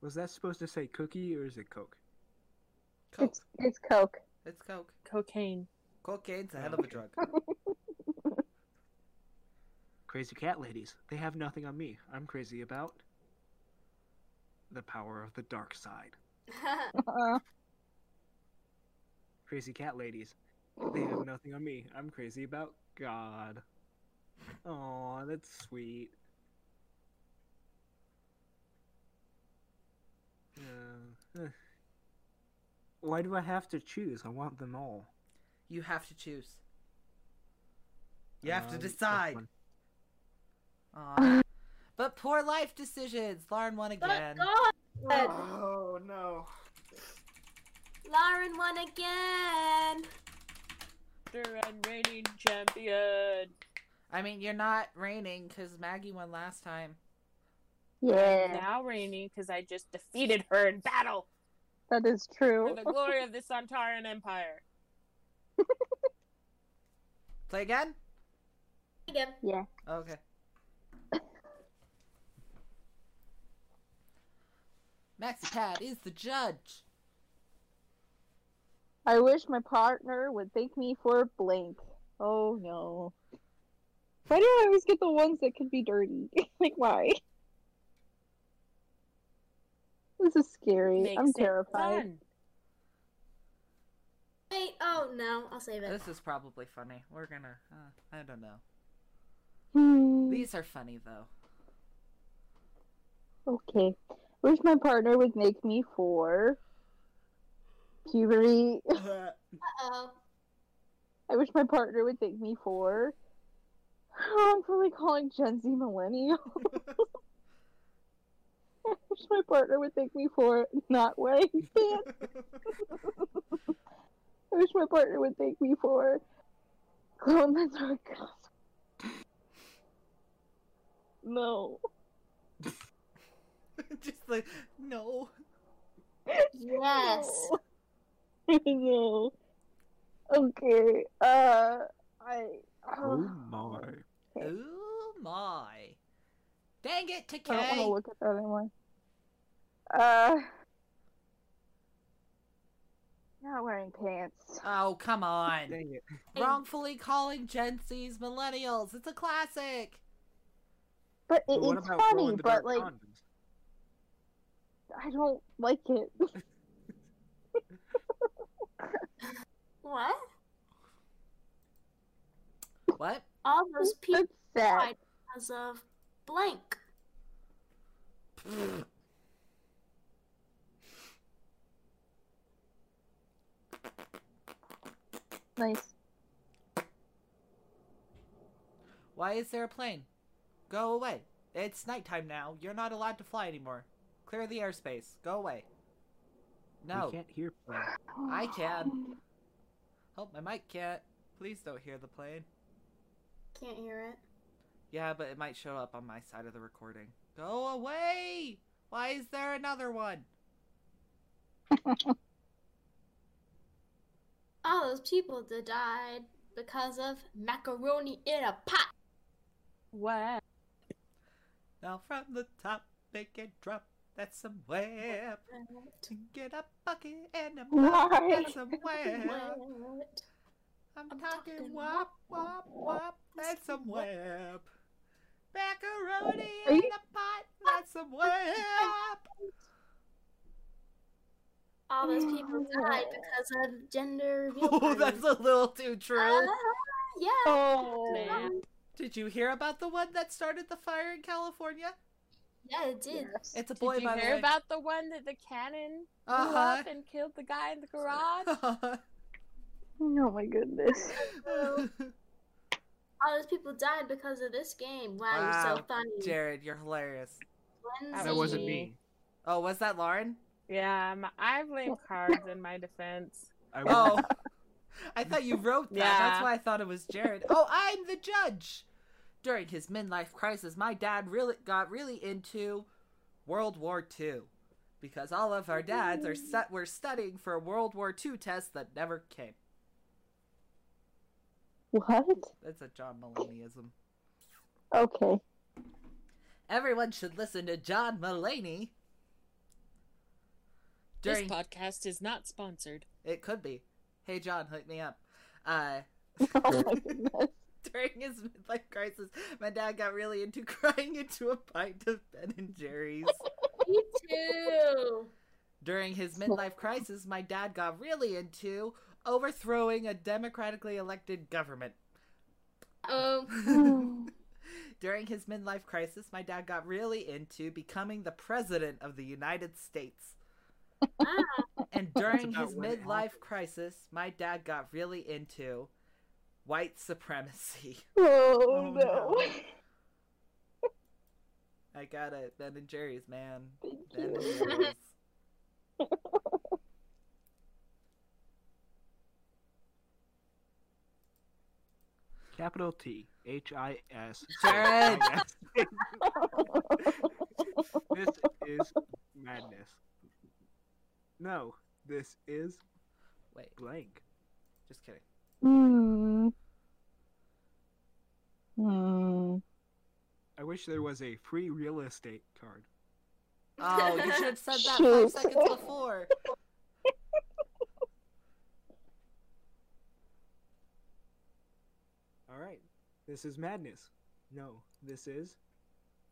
[SPEAKER 2] Was that supposed to say cookie or is it coke?
[SPEAKER 1] Coke.
[SPEAKER 5] It's, it's Coke.
[SPEAKER 1] It's Coke.
[SPEAKER 4] Cocaine.
[SPEAKER 1] Cocaine's a hell
[SPEAKER 2] Oh,
[SPEAKER 1] of a
[SPEAKER 2] okay.
[SPEAKER 1] drug.
[SPEAKER 2] Crazy cat ladies, they have nothing on me. I'm crazy about the power of the dark side.
[SPEAKER 5] Uh,
[SPEAKER 2] Crazy cat ladies, They have nothing on me. I'm crazy about God. Aw, that's sweet. Uh, eh. Why do I have to choose? I want them all.
[SPEAKER 1] You have to choose. You have to
[SPEAKER 2] Um, that's
[SPEAKER 1] decide.
[SPEAKER 2] one.
[SPEAKER 1] Aw. But poor life decisions. Lauren won
[SPEAKER 3] But
[SPEAKER 1] again.
[SPEAKER 3] God,
[SPEAKER 2] Oh no.
[SPEAKER 3] Lauren won again.
[SPEAKER 4] and reigning champion.
[SPEAKER 1] I mean, you're not reigning because Maggie won last time.
[SPEAKER 5] yeah,
[SPEAKER 4] Now reigning because I just defeated her in battle
[SPEAKER 5] that is true.
[SPEAKER 4] for the glory of the Santaran Empire.
[SPEAKER 1] Play again?
[SPEAKER 3] Again.
[SPEAKER 1] Oh, Okay. MaxiPad is the judge.
[SPEAKER 5] I wish my partner would thank me for blank. Oh no. Why do I always get the ones that could be dirty? like why? This is scary.
[SPEAKER 4] Makes
[SPEAKER 5] I'm
[SPEAKER 4] it
[SPEAKER 5] terrified.
[SPEAKER 4] fun.
[SPEAKER 3] Wait. Oh no. I'll save it.
[SPEAKER 1] This is probably funny. We're gonna. Uh, I don't know.
[SPEAKER 5] Hmm,
[SPEAKER 1] These are funny though.
[SPEAKER 5] okay. Wish my partner would make me for puberty.
[SPEAKER 3] Uh oh.
[SPEAKER 5] I wish my partner would thank me for wrongfully calling Gen Z millennial. I wish my partner would thank me for not wearing pants. I wish my partner would thank me for clone the dark gospel. No.
[SPEAKER 1] Just like no.
[SPEAKER 3] Yes.
[SPEAKER 5] No. no. Okay. Uh, I.
[SPEAKER 2] Oh
[SPEAKER 5] Uh,
[SPEAKER 2] my.
[SPEAKER 1] Oh my! Dang it,
[SPEAKER 5] I don't want
[SPEAKER 1] Takei!
[SPEAKER 5] to look at that anymore. Uh. Not wearing pants.
[SPEAKER 1] Oh come on!
[SPEAKER 2] Dang it.
[SPEAKER 1] Wrongfully calling Gen Z's millennials. It's a classic.
[SPEAKER 5] But it,
[SPEAKER 2] But what
[SPEAKER 5] it's
[SPEAKER 2] about glow
[SPEAKER 5] funny,
[SPEAKER 2] in the
[SPEAKER 5] but
[SPEAKER 2] dark
[SPEAKER 5] like,
[SPEAKER 2] condoms?
[SPEAKER 5] I don't like it.
[SPEAKER 3] What?
[SPEAKER 1] What?
[SPEAKER 3] All those people
[SPEAKER 5] That's sad.
[SPEAKER 3] died because of blank.
[SPEAKER 5] Nice.
[SPEAKER 1] Why is there a plane? Go away. It's nighttime now. You're not allowed to fly anymore. Clear the airspace. Go away. No.
[SPEAKER 2] We can't hear. Play.
[SPEAKER 1] I can. Oh, my mic can't. Please don't hear the plane.
[SPEAKER 3] Can't hear it.
[SPEAKER 1] Yeah, but it might show up on my side of the recording. Go away! Why is there another one?
[SPEAKER 3] All those people that died because of macaroni in a pot.
[SPEAKER 4] Wow.
[SPEAKER 1] Now from the top, make it drop. That's some web. Get a bucket and a mop.
[SPEAKER 5] Why?
[SPEAKER 1] That's some web.
[SPEAKER 3] What?
[SPEAKER 1] I'm,
[SPEAKER 3] I'm
[SPEAKER 1] talking,
[SPEAKER 3] talking
[SPEAKER 1] wop, wop,
[SPEAKER 3] wop,
[SPEAKER 1] wop. That's some web. Macaroni
[SPEAKER 5] Are
[SPEAKER 1] in
[SPEAKER 5] you-
[SPEAKER 1] a pot. That's some web.
[SPEAKER 3] All those people died because of gender. reveal
[SPEAKER 1] Oh, that's
[SPEAKER 3] parties.
[SPEAKER 1] a little too true.
[SPEAKER 3] Ah, yeah.
[SPEAKER 5] Oh.
[SPEAKER 4] Man.
[SPEAKER 1] Did you hear about the one that started the fire in California?
[SPEAKER 3] Yeah, it did.
[SPEAKER 5] Yes.
[SPEAKER 1] It's a boy,
[SPEAKER 4] Did you
[SPEAKER 1] by the
[SPEAKER 4] hear
[SPEAKER 1] way.
[SPEAKER 4] about the one that the cannon blew
[SPEAKER 1] Uh-huh.
[SPEAKER 4] up and killed the guy in the garage? Oh.
[SPEAKER 5] Oh my goodness.
[SPEAKER 3] All those people died because of this game. Wow, you're so
[SPEAKER 1] Wow,
[SPEAKER 3] funny.
[SPEAKER 1] Jared, you're hilarious.
[SPEAKER 3] Lindsay.
[SPEAKER 2] That wasn't me.
[SPEAKER 1] Oh, was that Lauren?
[SPEAKER 4] yeah, my, I blame cards in my defense.
[SPEAKER 2] I
[SPEAKER 1] Oh, I thought you wrote that. That's
[SPEAKER 4] Yeah.
[SPEAKER 1] why I thought it was Jared. Oh, I'm the judge. During his midlife crisis, my dad really got really into World War II because all of our dads are set. We're studying for a World War II test that never came.
[SPEAKER 5] What?
[SPEAKER 1] That's a John Mulaneyism.
[SPEAKER 5] Okay. Oh
[SPEAKER 1] Everyone should listen to John Mulaney. During
[SPEAKER 4] This podcast is not sponsored.
[SPEAKER 1] It could be. Hey, John, hook me up. Uh,
[SPEAKER 5] Oh my goodness.
[SPEAKER 1] during his midlife crisis, my dad got really into crying into a pint of Ben and Jerry's.
[SPEAKER 3] Me too.
[SPEAKER 1] During his midlife crisis, my dad got really into overthrowing a democratically elected government.
[SPEAKER 3] Um,
[SPEAKER 1] During his midlife crisis, my dad got really into becoming the president of the United States. and during
[SPEAKER 2] about
[SPEAKER 1] his
[SPEAKER 2] when it
[SPEAKER 1] midlife crisis, my dad got really into white supremacy.
[SPEAKER 5] Oh,
[SPEAKER 2] Oh,
[SPEAKER 5] no.
[SPEAKER 2] no.
[SPEAKER 1] I got it. Ben and Jerry's, man.
[SPEAKER 5] Thank
[SPEAKER 1] Ben and
[SPEAKER 5] you.
[SPEAKER 1] Jerry's.
[SPEAKER 2] Capital T H I S.
[SPEAKER 1] Jared!
[SPEAKER 2] This is madness. No, this is
[SPEAKER 1] Wait,
[SPEAKER 2] blank.
[SPEAKER 1] just kidding.
[SPEAKER 5] Hmm. Hmm.
[SPEAKER 2] I wish there was a free real estate card.
[SPEAKER 1] Oh, you should have said that five
[SPEAKER 5] Shoot.
[SPEAKER 1] seconds before.
[SPEAKER 2] All right, this is madness. No, this is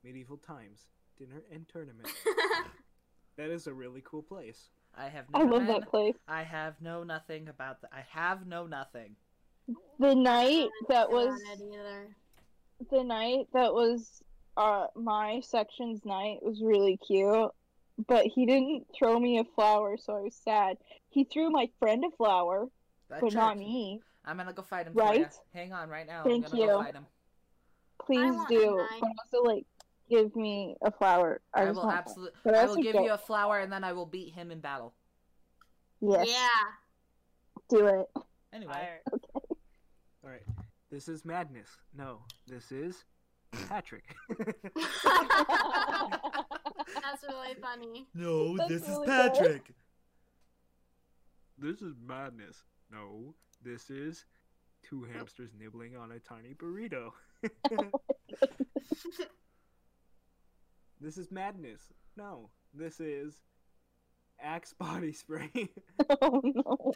[SPEAKER 2] medieval times dinner and tournament. that is a really cool place.
[SPEAKER 1] I have no
[SPEAKER 5] I love
[SPEAKER 1] men.
[SPEAKER 5] that place.
[SPEAKER 1] I have no nothing about that. I have no nothing.
[SPEAKER 5] The night that
[SPEAKER 3] Not
[SPEAKER 5] was
[SPEAKER 3] it either.
[SPEAKER 5] the night that was uh my section's night was really cute, but he didn't throw me a flower, so I was sad. He threw my friend a flower,
[SPEAKER 1] That
[SPEAKER 5] but not
[SPEAKER 1] jerk.
[SPEAKER 5] me.
[SPEAKER 1] I'm gonna go fight him.
[SPEAKER 5] Right?
[SPEAKER 1] Right? Hang on, right now.
[SPEAKER 5] Thank
[SPEAKER 1] I'm gonna go
[SPEAKER 5] you.
[SPEAKER 1] fight him.
[SPEAKER 5] Please
[SPEAKER 3] want
[SPEAKER 5] do,
[SPEAKER 3] a
[SPEAKER 5] but also like give me a flower. I,
[SPEAKER 1] I,
[SPEAKER 5] just
[SPEAKER 1] will
[SPEAKER 5] want
[SPEAKER 1] absolutely.
[SPEAKER 5] But
[SPEAKER 1] I
[SPEAKER 5] that's
[SPEAKER 1] will
[SPEAKER 5] a
[SPEAKER 1] give
[SPEAKER 5] joke.
[SPEAKER 1] you a flower, and then I will beat him in battle.
[SPEAKER 5] One. Yes,
[SPEAKER 3] Yeah.
[SPEAKER 5] do it.
[SPEAKER 1] Anyway,
[SPEAKER 4] Fire.
[SPEAKER 2] All right, this is madness. No, this is Patrick.
[SPEAKER 3] That's really funny.
[SPEAKER 1] no,
[SPEAKER 5] That's this is really good. Patrick.
[SPEAKER 2] this is madness. No, this is two hamsters nibbling on a tiny burrito. this is madness. No, this is axe body spray.
[SPEAKER 5] Oh no,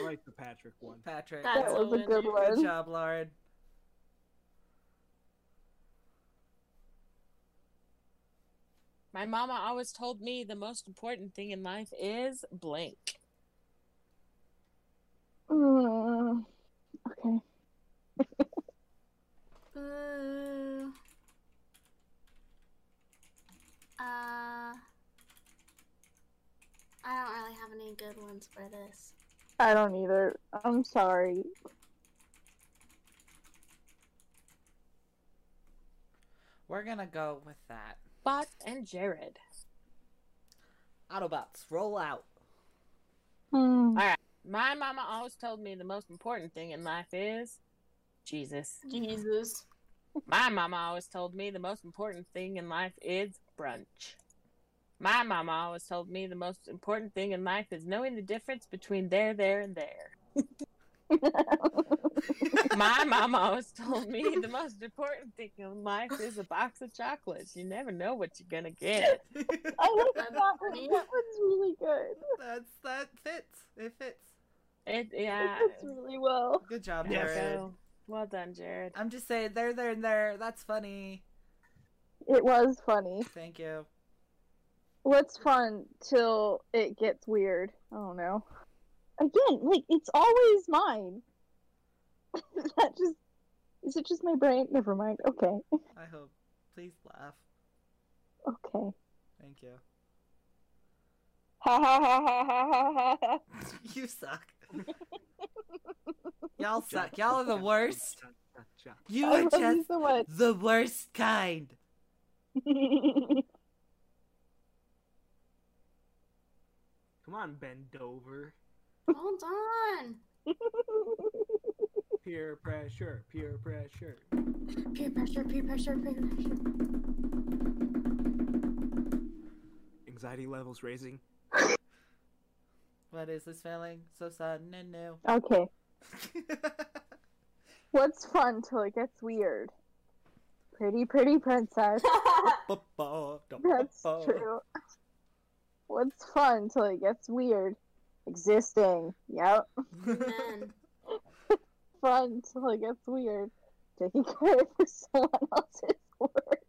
[SPEAKER 2] I like the Patrick one.
[SPEAKER 1] Patrick.
[SPEAKER 3] That
[SPEAKER 5] that
[SPEAKER 3] That's
[SPEAKER 5] was a
[SPEAKER 3] a
[SPEAKER 5] good
[SPEAKER 3] winner.
[SPEAKER 1] Good
[SPEAKER 5] one.
[SPEAKER 1] job, Lauren.
[SPEAKER 4] My mama always told me the most important thing in life is blank.
[SPEAKER 5] Mm, okay,
[SPEAKER 3] Boo. Uh, I don't really have any good ones for this.
[SPEAKER 5] I don't either. I'm sorry.
[SPEAKER 1] We're gonna go with that.
[SPEAKER 4] Bot and Jared.
[SPEAKER 1] Autobots, roll out.
[SPEAKER 5] Hmm.
[SPEAKER 4] Alright. My mama always told me the most important thing in life is Jesus.
[SPEAKER 3] Jesus.
[SPEAKER 4] My mama always told me the most important thing in life is brunch. My mama always told me the most important thing in life is knowing the difference between there, there, and there. My mama always told me the most important thing in life is a box of chocolates. You never know what you're gonna get.
[SPEAKER 5] I love that.
[SPEAKER 3] That's
[SPEAKER 5] one.
[SPEAKER 3] funny.
[SPEAKER 5] That one's really good.
[SPEAKER 1] That's that fits. It fits.
[SPEAKER 4] It yeah.
[SPEAKER 5] It fits really well.
[SPEAKER 1] Good job,
[SPEAKER 2] Yeah,
[SPEAKER 1] Jared.
[SPEAKER 4] So, well done, Jared.
[SPEAKER 1] I'm just saying, there, there, and there. That's funny.
[SPEAKER 5] It was funny.
[SPEAKER 1] Thank you.
[SPEAKER 5] What's fun till it gets weird? I don't know. Again, like it's always mine. Is that just is it just my brain? Never mind. Okay.
[SPEAKER 1] I hope. Please laugh.
[SPEAKER 5] Okay.
[SPEAKER 1] Thank you.
[SPEAKER 5] Ha ha ha ha ha ha ha.
[SPEAKER 1] you suck. Y'all suck. Y'all are the worst. You
[SPEAKER 5] I
[SPEAKER 1] are
[SPEAKER 5] love you
[SPEAKER 1] just
[SPEAKER 5] so much.
[SPEAKER 1] the worst kind.
[SPEAKER 2] Come on, bend over.
[SPEAKER 3] Hold on.
[SPEAKER 2] Peer pressure, peer pressure.
[SPEAKER 3] Peer pressure, peer pressure, peer pressure.
[SPEAKER 2] Anxiety levels raising.
[SPEAKER 1] What is this feeling? So sudden and new.
[SPEAKER 5] okay. What's fun till it gets weird? Pretty pretty princess. That's
[SPEAKER 1] Oh.
[SPEAKER 5] true. What's fun till it gets weird? Existing. Yep.
[SPEAKER 3] Amen.
[SPEAKER 5] Fun till it gets weird. Taking credit for someone else's work.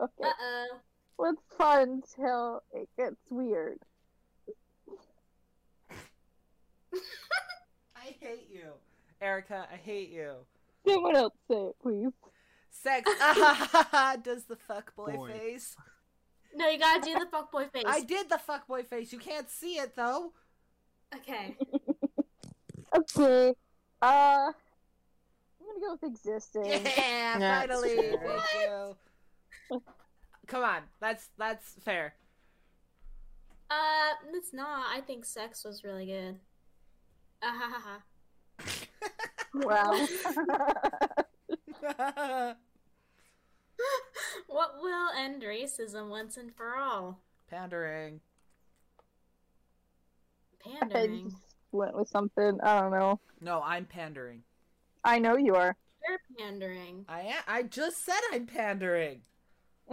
[SPEAKER 5] Okay.
[SPEAKER 3] Uh-oh.
[SPEAKER 5] What's fun till it gets weird?
[SPEAKER 1] I hate you. Erica, I hate you.
[SPEAKER 5] Someone else say it, please.
[SPEAKER 1] Sex. Does the fuckboy
[SPEAKER 2] Boy.
[SPEAKER 1] face.
[SPEAKER 3] No, you gotta do the fuckboy face.
[SPEAKER 1] I did the fuckboy face. You can't see it though.
[SPEAKER 3] Okay.
[SPEAKER 5] Okay. Uh, I'm gonna go with existing.
[SPEAKER 1] Yeah,
[SPEAKER 4] That's
[SPEAKER 1] finally.
[SPEAKER 4] fair.
[SPEAKER 1] Thank you. Come on. That's that's fair.
[SPEAKER 3] Uh, it's not. I think sex was really good. Ah ha ha ha.
[SPEAKER 5] Wow.
[SPEAKER 3] What will end racism once and for all?
[SPEAKER 1] Pandering.
[SPEAKER 5] I
[SPEAKER 3] Pandering.
[SPEAKER 5] just went with something. I don't know.
[SPEAKER 1] No, I'm pandering.
[SPEAKER 5] I know you are.
[SPEAKER 3] You're pandering.
[SPEAKER 1] I am, I just said I'm pandering.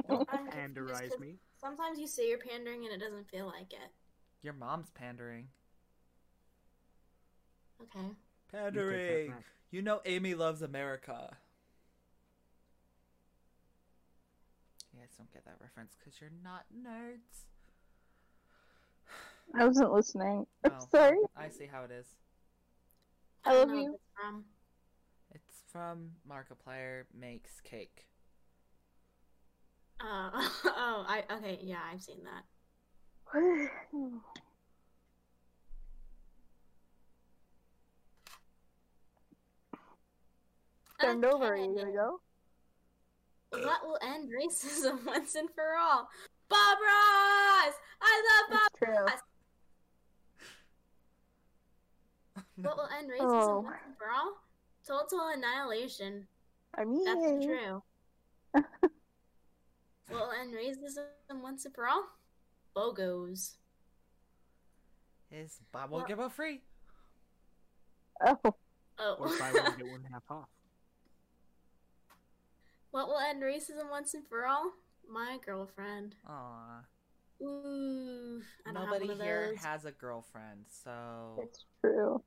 [SPEAKER 3] I'm confused
[SPEAKER 2] Panderize
[SPEAKER 3] 'cause
[SPEAKER 2] me.
[SPEAKER 3] Sometimes you say you're pandering and it doesn't feel like it.
[SPEAKER 1] Your mom's pandering.
[SPEAKER 3] Okay.
[SPEAKER 1] Pandering. You know Amy loves America. You guys don't get that reference because you're not nerds.
[SPEAKER 5] I wasn't listening. I'm
[SPEAKER 1] Oh,
[SPEAKER 5] sorry.
[SPEAKER 1] I see how it is.
[SPEAKER 5] I
[SPEAKER 3] don't
[SPEAKER 5] love
[SPEAKER 3] know
[SPEAKER 5] you.
[SPEAKER 3] where it's From.
[SPEAKER 1] It's from Markiplier Makes Cake.
[SPEAKER 3] Uh, oh, I okay. Yeah, I've seen that.
[SPEAKER 5] Bend over. Are you
[SPEAKER 3] Okay.
[SPEAKER 5] gonna go?
[SPEAKER 3] What will end racism once and for all? Bob Ross! I love Bob.
[SPEAKER 5] That's true.
[SPEAKER 3] What will end racism
[SPEAKER 5] Oh.
[SPEAKER 3] once and for all? Total annihilation.
[SPEAKER 5] I mean,
[SPEAKER 3] That's true. well, and racism once and for all, bogos.
[SPEAKER 1] Is Bob won't get one free?
[SPEAKER 5] Oh,
[SPEAKER 2] Or
[SPEAKER 3] Oh.
[SPEAKER 2] buy one, get one half off.
[SPEAKER 3] what will end racism once and for all? My girlfriend.
[SPEAKER 1] Aw.
[SPEAKER 3] Ooh, I don't
[SPEAKER 1] Nobody
[SPEAKER 3] have one of
[SPEAKER 1] here
[SPEAKER 3] those.
[SPEAKER 1] has a girlfriend, so
[SPEAKER 5] it's true.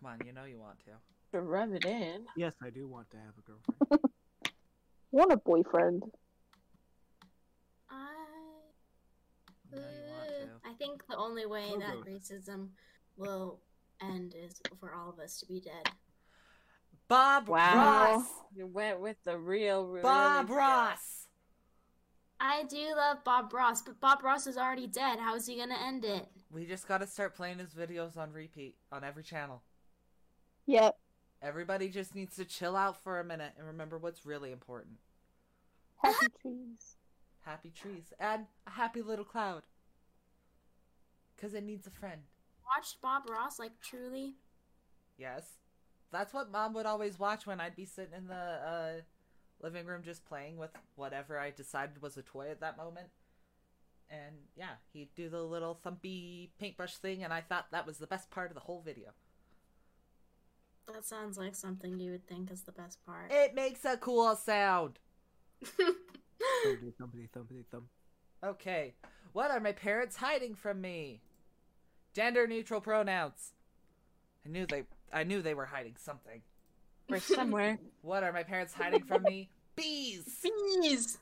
[SPEAKER 1] come on, you know you want to.
[SPEAKER 4] To rub it in.
[SPEAKER 2] Yes, I do want to have a girlfriend.
[SPEAKER 5] Want a boyfriend?
[SPEAKER 3] I.
[SPEAKER 1] You know you want
[SPEAKER 3] Ooh.
[SPEAKER 1] to.
[SPEAKER 3] I think the only way that
[SPEAKER 2] Bogos.
[SPEAKER 3] racism will end is for all of us to be dead.
[SPEAKER 1] Bob
[SPEAKER 4] Wow.
[SPEAKER 1] Ross.
[SPEAKER 4] You went with the real, real
[SPEAKER 1] Bob Ross.
[SPEAKER 3] I do love Bob Ross, but Bob Ross is already dead. How is he gonna end it?
[SPEAKER 1] We just got to start playing his videos on repeat on every channel.
[SPEAKER 5] Yep.
[SPEAKER 1] Everybody just needs to chill out for a minute and remember what's really important.
[SPEAKER 5] Happy trees.
[SPEAKER 1] Happy trees and a happy little cloud. Cuz it needs a friend.
[SPEAKER 3] Watched Bob Ross like truly.
[SPEAKER 1] Yes. that's what mom would always watch when I'd be sitting in the uh, living room just playing with whatever I decided was a toy at that moment. And yeah, he'd do the little thumpy paintbrush thing, and I thought that was the best part of the whole video.
[SPEAKER 3] That sounds like something you would think is the best part.
[SPEAKER 1] It makes a cool sound.
[SPEAKER 2] Thumpity, thumpity, thumpity, thump.
[SPEAKER 1] Okay, what are my parents hiding from me? Gender neutral pronouns. I knew they I knew they were hiding something.
[SPEAKER 4] We're somewhere.
[SPEAKER 1] What are my parents hiding from me? Bees.
[SPEAKER 3] Bees.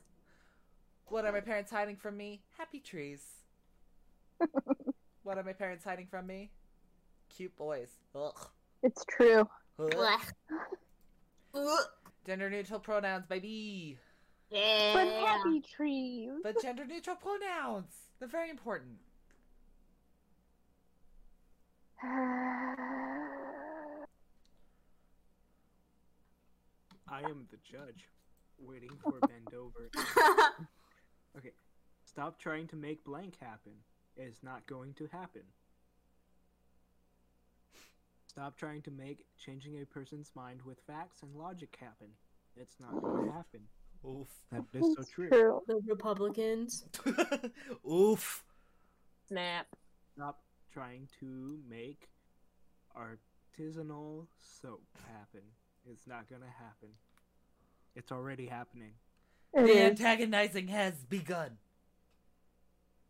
[SPEAKER 1] What are my parents hiding from me? Happy trees. what are my parents hiding from me? Cute boys. Ugh.
[SPEAKER 5] It's true.
[SPEAKER 1] Ugh.
[SPEAKER 3] Blech.
[SPEAKER 1] Gender neutral pronouns, baby.
[SPEAKER 3] yeah.
[SPEAKER 5] But happy trees.
[SPEAKER 1] But gender neutral pronouns. They're very important.
[SPEAKER 2] I am the judge, waiting for Bendover. Okay, stop trying to make blank happen. It's not going to happen. Stop trying to make changing a person's mind with facts and logic happen. It's not going to happen.
[SPEAKER 1] Oof.
[SPEAKER 2] That is so
[SPEAKER 5] it's
[SPEAKER 2] true.
[SPEAKER 5] true.
[SPEAKER 3] the Republicans.
[SPEAKER 1] Oof.
[SPEAKER 4] Snap.
[SPEAKER 2] Stop trying to make artisanal soap happen. It's not going to happen. It's already happening.
[SPEAKER 5] It
[SPEAKER 1] The
[SPEAKER 5] is.
[SPEAKER 1] antagonizing has begun.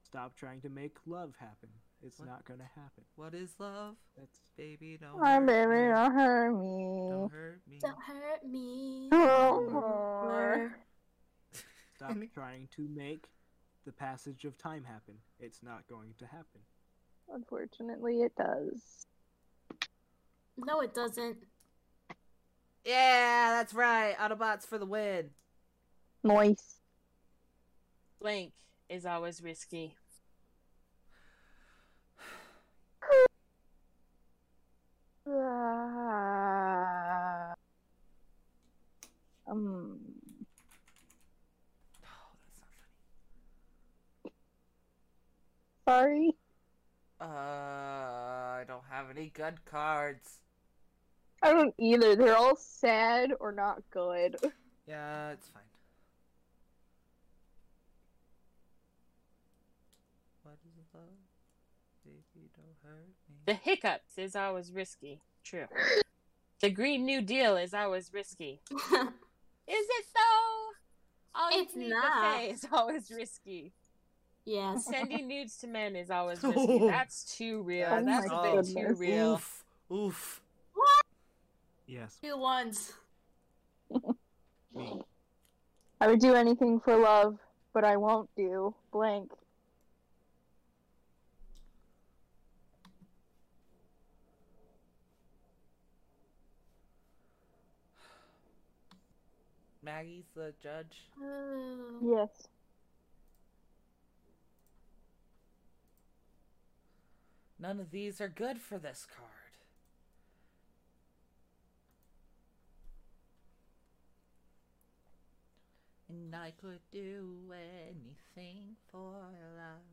[SPEAKER 2] Stop trying to make love happen. It's
[SPEAKER 1] What?
[SPEAKER 2] not going to happen.
[SPEAKER 1] What is love?
[SPEAKER 2] That's
[SPEAKER 1] Baby, don't
[SPEAKER 5] My
[SPEAKER 1] hurt
[SPEAKER 5] baby,
[SPEAKER 1] me.
[SPEAKER 5] don't hurt
[SPEAKER 1] Don't
[SPEAKER 5] me.
[SPEAKER 1] hurt me.
[SPEAKER 3] Don't hurt me.
[SPEAKER 5] Oh.
[SPEAKER 2] Stop trying to make the passage of time happen. It's not going to happen.
[SPEAKER 5] Unfortunately, it does.
[SPEAKER 3] No, it doesn't.
[SPEAKER 1] Yeah, that's right. Autobots for the win.
[SPEAKER 5] Nice.
[SPEAKER 4] Blank is always risky.
[SPEAKER 5] Um, Ah. um,
[SPEAKER 1] Oh, that's not funny.
[SPEAKER 5] sorry.
[SPEAKER 1] Uh, I don't have any good cards.
[SPEAKER 5] I don't either. They're all sad or not good.
[SPEAKER 1] Yeah, it's fine. What is love? Baby, don't hurt
[SPEAKER 4] The
[SPEAKER 1] me.
[SPEAKER 4] hiccups is always risky. True. The Green New Deal is always risky. Is it though? All you
[SPEAKER 3] It's
[SPEAKER 4] need
[SPEAKER 3] not.
[SPEAKER 4] to say is always risky.
[SPEAKER 3] yes.
[SPEAKER 4] Sending nudes to men is always risky. That's too real.
[SPEAKER 5] Oh
[SPEAKER 4] That's
[SPEAKER 1] my
[SPEAKER 4] been too
[SPEAKER 5] goodness.
[SPEAKER 4] real.
[SPEAKER 1] Oof, oof.
[SPEAKER 2] Yes.
[SPEAKER 3] Two ones.
[SPEAKER 5] I would do anything for love, but I won't do blank.
[SPEAKER 1] Maggie's the judge.
[SPEAKER 3] Ooh.
[SPEAKER 5] Yes.
[SPEAKER 1] None of these are good for this card. And I could do anything for love.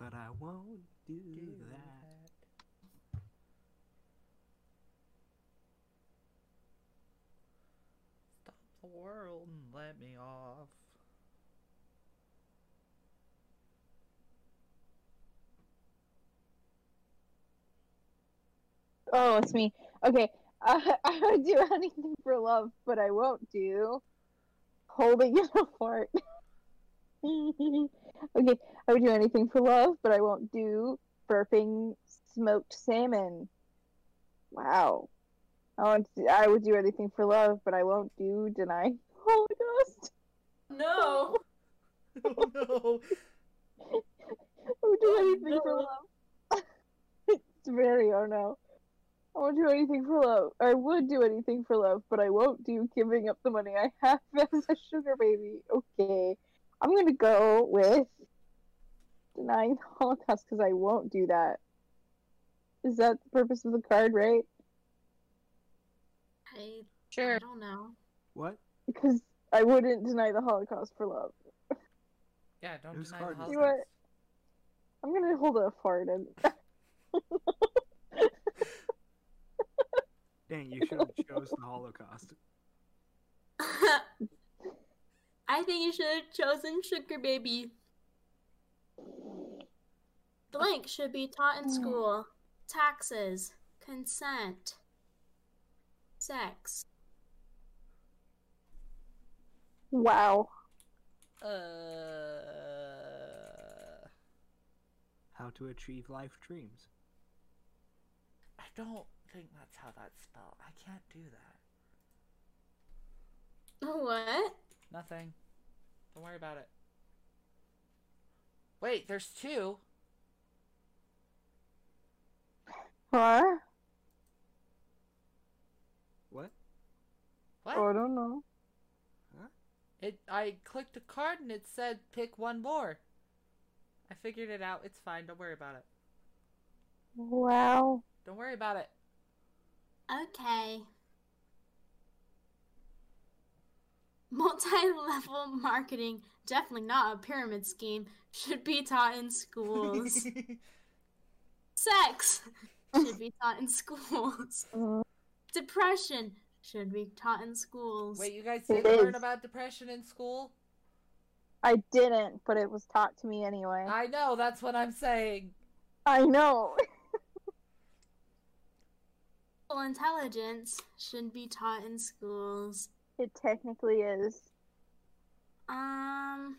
[SPEAKER 2] But I won't do
[SPEAKER 1] do
[SPEAKER 2] that.
[SPEAKER 1] that. Stop the world and let me off.
[SPEAKER 5] Oh, it's me. Okay. Uh, I would do anything for love, but I won't do holding in a fart. okay. I would do anything for love, but I won't do burping smoked salmon. Wow. I, want to, I would do anything for love, but I won't do deny Holocaust.
[SPEAKER 3] No.
[SPEAKER 1] oh no!
[SPEAKER 5] I would do
[SPEAKER 3] Oh,
[SPEAKER 5] anything for
[SPEAKER 3] no.
[SPEAKER 5] love. it's very oh no. I won't do anything for love. I would do anything for love, but I won't do giving up the money I have as a sugar baby. Okay. I'm gonna go with denying the Holocaust because I won't do that. Is that the purpose of the card, right?
[SPEAKER 3] I, I
[SPEAKER 4] Sure.
[SPEAKER 3] don't know.
[SPEAKER 2] What?
[SPEAKER 5] Because I wouldn't deny the Holocaust for love.
[SPEAKER 1] Yeah, don't
[SPEAKER 2] Whose
[SPEAKER 1] deny
[SPEAKER 2] card
[SPEAKER 1] the
[SPEAKER 2] is
[SPEAKER 5] it? You are-
[SPEAKER 1] Holocaust.
[SPEAKER 5] I'm gonna hold a fart and
[SPEAKER 2] Dang, you should have chose the Holocaust.
[SPEAKER 3] I think you should have chosen Sugar Baby. Blank should be taught in school. Taxes, consent, sex.
[SPEAKER 5] Wow.
[SPEAKER 4] Uh,
[SPEAKER 2] How to achieve life dreams.
[SPEAKER 1] I don't think that's how that's spelled. I can't do that.
[SPEAKER 3] What?
[SPEAKER 1] Nothing. Don't worry about it. Wait, there's two.
[SPEAKER 5] What?
[SPEAKER 2] What?
[SPEAKER 1] What?
[SPEAKER 5] Oh, I don't know.
[SPEAKER 1] It. I clicked a card and it said pick one more. I figured it out. It's fine. Don't worry about it.
[SPEAKER 5] Wow.
[SPEAKER 1] Don't worry about it.
[SPEAKER 3] Okay. Multi level marketing, definitely not a pyramid scheme, should be taught in schools. Sex should be taught in schools.
[SPEAKER 5] Mm.
[SPEAKER 3] Depression should be taught in schools.
[SPEAKER 1] Wait, you guys did
[SPEAKER 5] It
[SPEAKER 1] learn
[SPEAKER 5] is.
[SPEAKER 1] about depression in school?
[SPEAKER 5] I didn't, but it was taught to me anyway.
[SPEAKER 1] I know. That's what I'm saying.
[SPEAKER 5] I know.
[SPEAKER 3] Full intelligence should be taught in schools.
[SPEAKER 5] It technically is.
[SPEAKER 3] Um,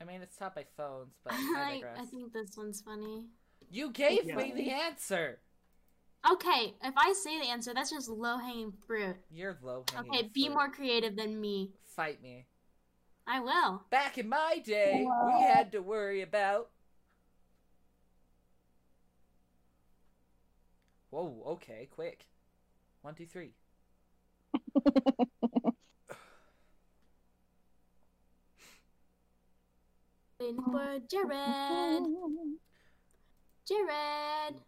[SPEAKER 1] I mean, it's taught by phones, but I
[SPEAKER 3] I,
[SPEAKER 1] digress.
[SPEAKER 3] I think this one's funny.
[SPEAKER 1] You gave
[SPEAKER 2] Yeah.
[SPEAKER 1] me the answer.
[SPEAKER 3] Okay, if I say the answer, that's just low hanging fruit.
[SPEAKER 1] You're low hanging.
[SPEAKER 3] Okay, be more creative than me.
[SPEAKER 1] Fight me.
[SPEAKER 3] I will.
[SPEAKER 1] Back in my day, we had to worry about. Whoa, okay, quick. One, two, three.
[SPEAKER 3] Waiting for Jared. Jared.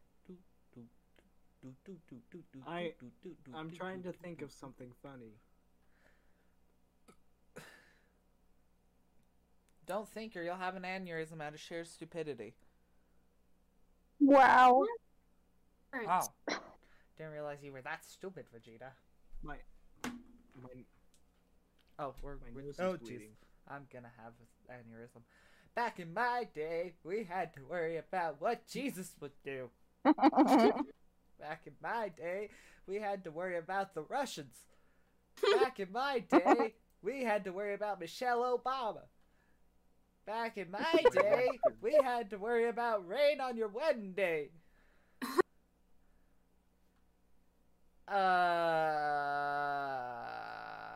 [SPEAKER 2] I- I'm trying to think of something funny.
[SPEAKER 1] Don't think or you'll have an aneurysm out of sheer stupidity.
[SPEAKER 5] Wow.
[SPEAKER 3] Hurts.
[SPEAKER 1] Wow. Didn't realize you were that stupid, Vegeta.
[SPEAKER 2] My, my,
[SPEAKER 1] Oh, we're,
[SPEAKER 2] my
[SPEAKER 1] we're
[SPEAKER 2] nose
[SPEAKER 1] oh,
[SPEAKER 2] is
[SPEAKER 1] jeez.
[SPEAKER 2] bleeding.
[SPEAKER 1] I'm gonna have an aneurysm. Back in my day, we had to worry about what Jesus would do. Back in my day, we had to worry about the Russians. Back in my day, we had to worry about Michelle Obama. Back in my day, we had to worry about rain on your wedding day.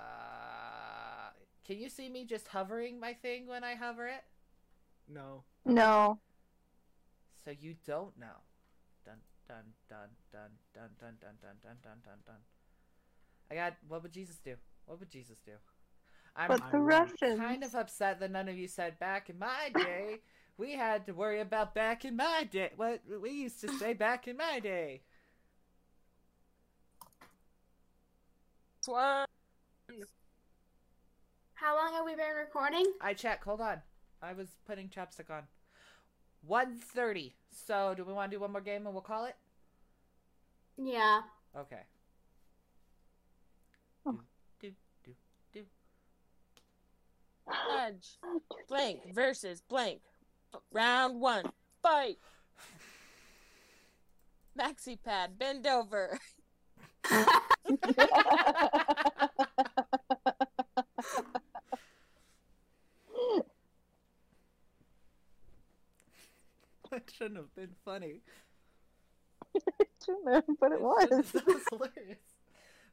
[SPEAKER 1] Uh, can you see me just hovering my thing when I hover it?
[SPEAKER 2] No.
[SPEAKER 5] no.
[SPEAKER 1] So you don't know. Dun dun dun dun dun dun dun dun dun dun dun dun. I got. What would Jesus do? What would Jesus do? I'm
[SPEAKER 5] But the
[SPEAKER 2] I'm
[SPEAKER 5] Russians.
[SPEAKER 1] kind of upset that none of you said back in my day. we had to worry about back in my day. What we used to say back in my day.
[SPEAKER 4] twerp.
[SPEAKER 3] How long have we been recording?
[SPEAKER 1] I check. Hold on. I was putting chapstick on. 1.30. So do we want to do one more game and we'll call it?
[SPEAKER 3] Yeah.
[SPEAKER 1] Okay.
[SPEAKER 5] Oh.
[SPEAKER 1] Do, do, do,
[SPEAKER 4] Judge blank versus blank. Round one. Fight. Maxi pad. Bend over.
[SPEAKER 1] That shouldn't have been funny.
[SPEAKER 5] but it was.
[SPEAKER 1] That was hilarious.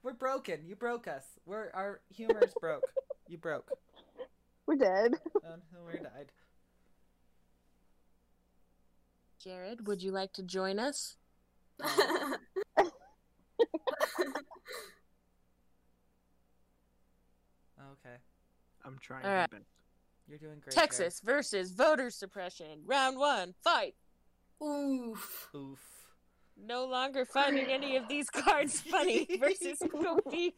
[SPEAKER 1] We're broken. You broke us. We're our humor is broke. You broke.
[SPEAKER 5] We're dead.
[SPEAKER 1] And we died.
[SPEAKER 4] Jared, would you like to join us?
[SPEAKER 1] Okay.
[SPEAKER 2] I'm trying
[SPEAKER 4] All right.
[SPEAKER 2] my best.
[SPEAKER 1] You're doing great. Jared.
[SPEAKER 4] Texas versus voter suppression. Round one. Fight.
[SPEAKER 3] Oof.
[SPEAKER 1] Oof.
[SPEAKER 4] No longer finding any of these cards funny versus goofy.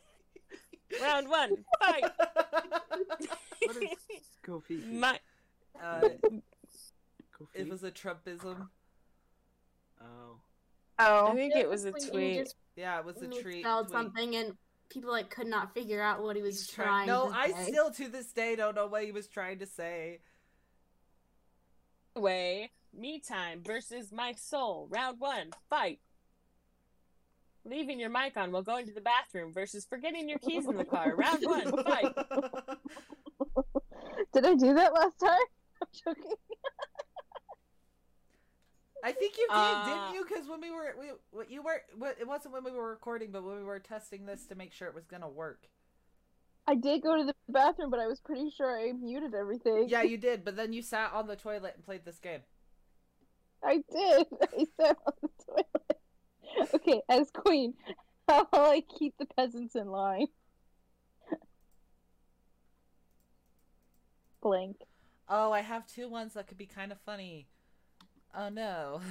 [SPEAKER 4] Round one. Fight.
[SPEAKER 2] What is Kofi?
[SPEAKER 4] My-
[SPEAKER 1] uh,
[SPEAKER 2] Kofi?
[SPEAKER 1] it was a Trumpism.
[SPEAKER 2] Oh.
[SPEAKER 4] I
[SPEAKER 5] Oh.
[SPEAKER 4] think it was a
[SPEAKER 3] When you
[SPEAKER 4] tweet.
[SPEAKER 3] just
[SPEAKER 1] Yeah, it was a treat.
[SPEAKER 3] misspelled
[SPEAKER 1] tweet.
[SPEAKER 3] something and people like could not figure out what he was
[SPEAKER 1] He's try-
[SPEAKER 3] trying.
[SPEAKER 1] No,
[SPEAKER 3] to
[SPEAKER 1] I
[SPEAKER 3] say.
[SPEAKER 1] still to this day don't know what he was trying to say.
[SPEAKER 4] Anyway, me time versus my soul. Round one, fight. Leaving your mic on while going to the bathroom versus forgetting your keys in the car. Round one, fight.
[SPEAKER 5] Did I do that last time? I'm joking.
[SPEAKER 1] I think you did,
[SPEAKER 4] Uh,
[SPEAKER 1] didn't you? Because when we were, we, what you were, what, it wasn't when we were recording, but when we were testing this to make sure it was gonna work.
[SPEAKER 5] I did go to the bathroom, but I was pretty sure I muted everything.
[SPEAKER 1] Yeah, you did. But then you sat on the toilet and played this game.
[SPEAKER 5] I did. I sat on the toilet. Okay, as queen, how will I keep the peasants in line? Blank.
[SPEAKER 1] Oh, I have two ones that could be kind of funny. Oh no.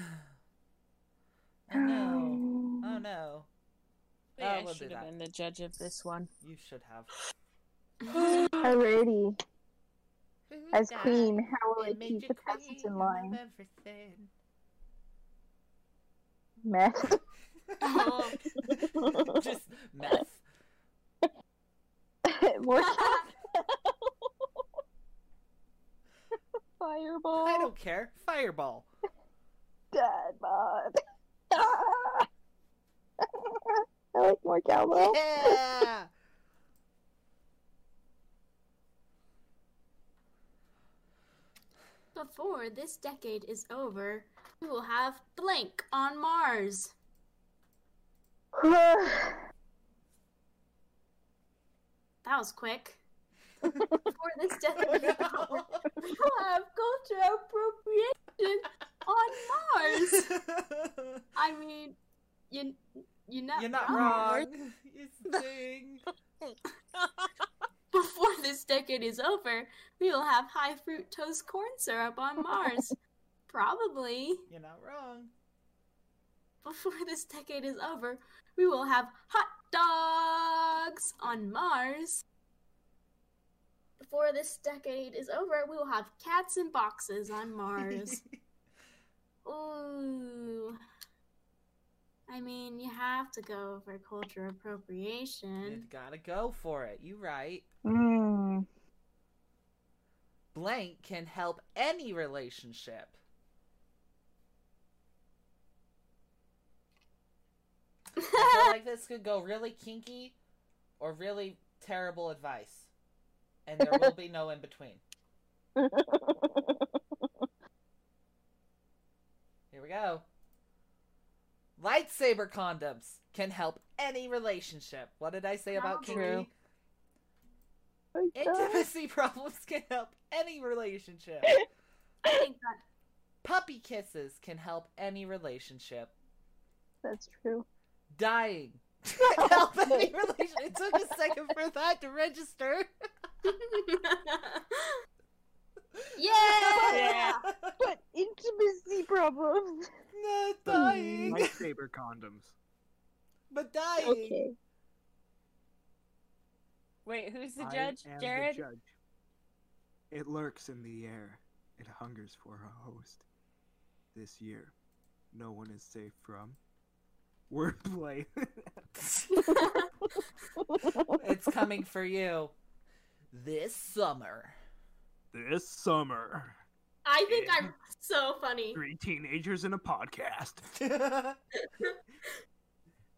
[SPEAKER 1] Oh no. Oh no.
[SPEAKER 4] Yeah,
[SPEAKER 1] we'll
[SPEAKER 4] I
[SPEAKER 1] do
[SPEAKER 4] should have
[SPEAKER 1] that.
[SPEAKER 4] been the judge of this one.
[SPEAKER 1] You should have.
[SPEAKER 5] Alrighty. As queen, how will I keep the peasants in line? Meth.
[SPEAKER 3] Oh.
[SPEAKER 1] Just meth.
[SPEAKER 5] More fireball.
[SPEAKER 1] I don't care. Fireball.
[SPEAKER 5] Dad bod. I like more cowbell.
[SPEAKER 1] Yeah.
[SPEAKER 3] Before this decade is over, we will have blank on Mars.
[SPEAKER 5] Hmm.
[SPEAKER 3] That was quick. Before this decade is over, we will have culture appropriation on Mars. I mean, you you're not
[SPEAKER 1] You're not
[SPEAKER 3] wrong.
[SPEAKER 1] wrong. You sting.
[SPEAKER 3] Before this decade is over, we will have high fructose corn syrup on Mars. Probably.
[SPEAKER 1] You're not wrong.
[SPEAKER 3] Before this decade is over, we will have hot dogs on Mars. Before this decade is over, we will have cats in boxes on Mars. Ooh. I mean, you have to go for culture
[SPEAKER 1] you
[SPEAKER 3] appropriation.
[SPEAKER 1] gotta go for it. You right.
[SPEAKER 5] Mm.
[SPEAKER 1] Blank can help any relationship. I feel like this could go really kinky or really terrible advice. And there will be no in between.
[SPEAKER 5] Oh
[SPEAKER 1] Here we go. Lightsaber condoms can help any relationship. What did I say about
[SPEAKER 4] True.
[SPEAKER 1] kinky?
[SPEAKER 5] My God.
[SPEAKER 1] Intimacy problems can help any relationship.
[SPEAKER 3] I think that
[SPEAKER 1] Puppy kisses can help any relationship.
[SPEAKER 5] That's true.
[SPEAKER 1] Dying can help any relationship. It took a second for that to register.
[SPEAKER 3] yeah!
[SPEAKER 5] But intimacy problems.
[SPEAKER 1] no,
[SPEAKER 2] Mm.
[SPEAKER 1] dying.
[SPEAKER 2] Lightsaber condoms.
[SPEAKER 1] But dying.
[SPEAKER 5] Okay.
[SPEAKER 4] Wait, who's the
[SPEAKER 2] I
[SPEAKER 4] judge?
[SPEAKER 2] am the
[SPEAKER 4] Jared?
[SPEAKER 2] judge. It lurks in the air. It hungers for a host. This year, no one is safe from wordplay.
[SPEAKER 1] It's coming for you. This summer.
[SPEAKER 2] this summer,
[SPEAKER 3] I think I'm so funny.
[SPEAKER 2] three teenagers in a podcast.
[SPEAKER 1] and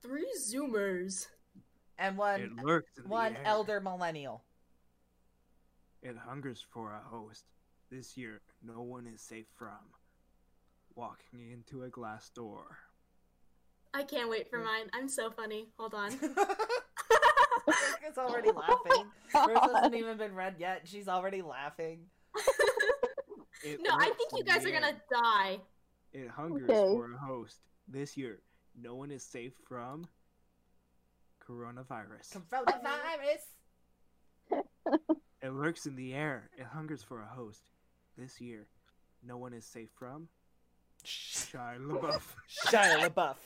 [SPEAKER 3] Three Zoomers.
[SPEAKER 2] It
[SPEAKER 1] one
[SPEAKER 2] lurks in
[SPEAKER 1] one
[SPEAKER 2] the air.
[SPEAKER 1] elder millennial.
[SPEAKER 2] It hungers for a host. This year, no one is safe from walking into a glass door.
[SPEAKER 3] I can't wait for mine. I'm so funny. Hold on.
[SPEAKER 1] It's already laughing. Rose hasn't even been read yet. She's already laughing.
[SPEAKER 2] It
[SPEAKER 3] no, I
[SPEAKER 2] lurks
[SPEAKER 3] think you
[SPEAKER 2] in the
[SPEAKER 3] guys are
[SPEAKER 2] air.
[SPEAKER 3] gonna die.
[SPEAKER 2] It hungers
[SPEAKER 5] Okay.
[SPEAKER 2] for a host. This year, no one is safe from coronavirus.
[SPEAKER 1] Coronavirus.
[SPEAKER 2] It lurks in the air. It hungers for a host. This year, no one is safe from Shia LaBeouf.
[SPEAKER 1] Shia LaBeouf.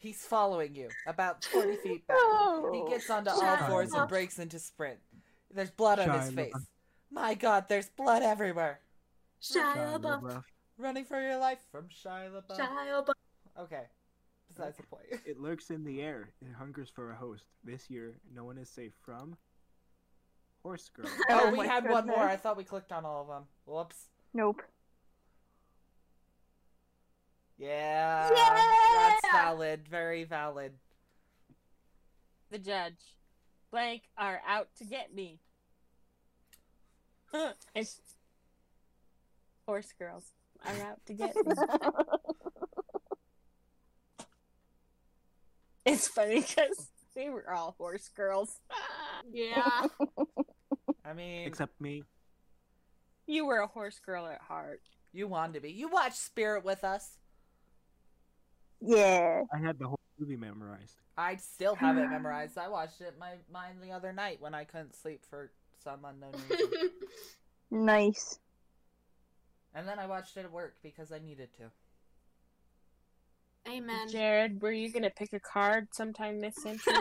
[SPEAKER 1] He's following you about 40 feet back. He
[SPEAKER 5] Oh.
[SPEAKER 1] gets onto all
[SPEAKER 2] Shia
[SPEAKER 1] fours and
[SPEAKER 3] LaBeouf.
[SPEAKER 1] breaks into sprint. There's blood on his
[SPEAKER 2] Shia
[SPEAKER 1] face.
[SPEAKER 2] LaBeouf.
[SPEAKER 1] My god, there's blood everywhere.
[SPEAKER 3] Shia
[SPEAKER 2] Shia
[SPEAKER 3] LaBeouf.
[SPEAKER 2] LaBeouf.
[SPEAKER 1] Running for your life from Shia LaBeouf.
[SPEAKER 3] Shia LaBeouf.
[SPEAKER 1] Okay. Besides the point.
[SPEAKER 2] It lurks in the air. It hungers for a host. This year, no one is safe from Horse Girl.
[SPEAKER 1] Oh,
[SPEAKER 5] Oh
[SPEAKER 1] we
[SPEAKER 5] my
[SPEAKER 1] had one more. I
[SPEAKER 5] goodness.
[SPEAKER 1] thought we clicked on all of them. Whoops.
[SPEAKER 5] Nope.
[SPEAKER 1] Yeah. That's
[SPEAKER 3] Yeah!
[SPEAKER 1] valid. Very valid.
[SPEAKER 4] The judge. Blank are out to get me. it's horse girls are out to get me. It's funny because they were all horse girls.
[SPEAKER 3] Yeah.
[SPEAKER 1] I mean,
[SPEAKER 2] Except me.
[SPEAKER 4] You were a horse girl at heart.
[SPEAKER 1] you wanted to be. You watched Spirit with us.
[SPEAKER 5] yeah.
[SPEAKER 2] I had the whole movie memorized.
[SPEAKER 1] I still have it memorized. I watched it my mine the other night when I couldn't sleep for some unknown reason.
[SPEAKER 5] Nice.
[SPEAKER 1] and then I watched it at work because I needed to.
[SPEAKER 3] Amen.
[SPEAKER 4] Jared, were you gonna pick a card sometime this century?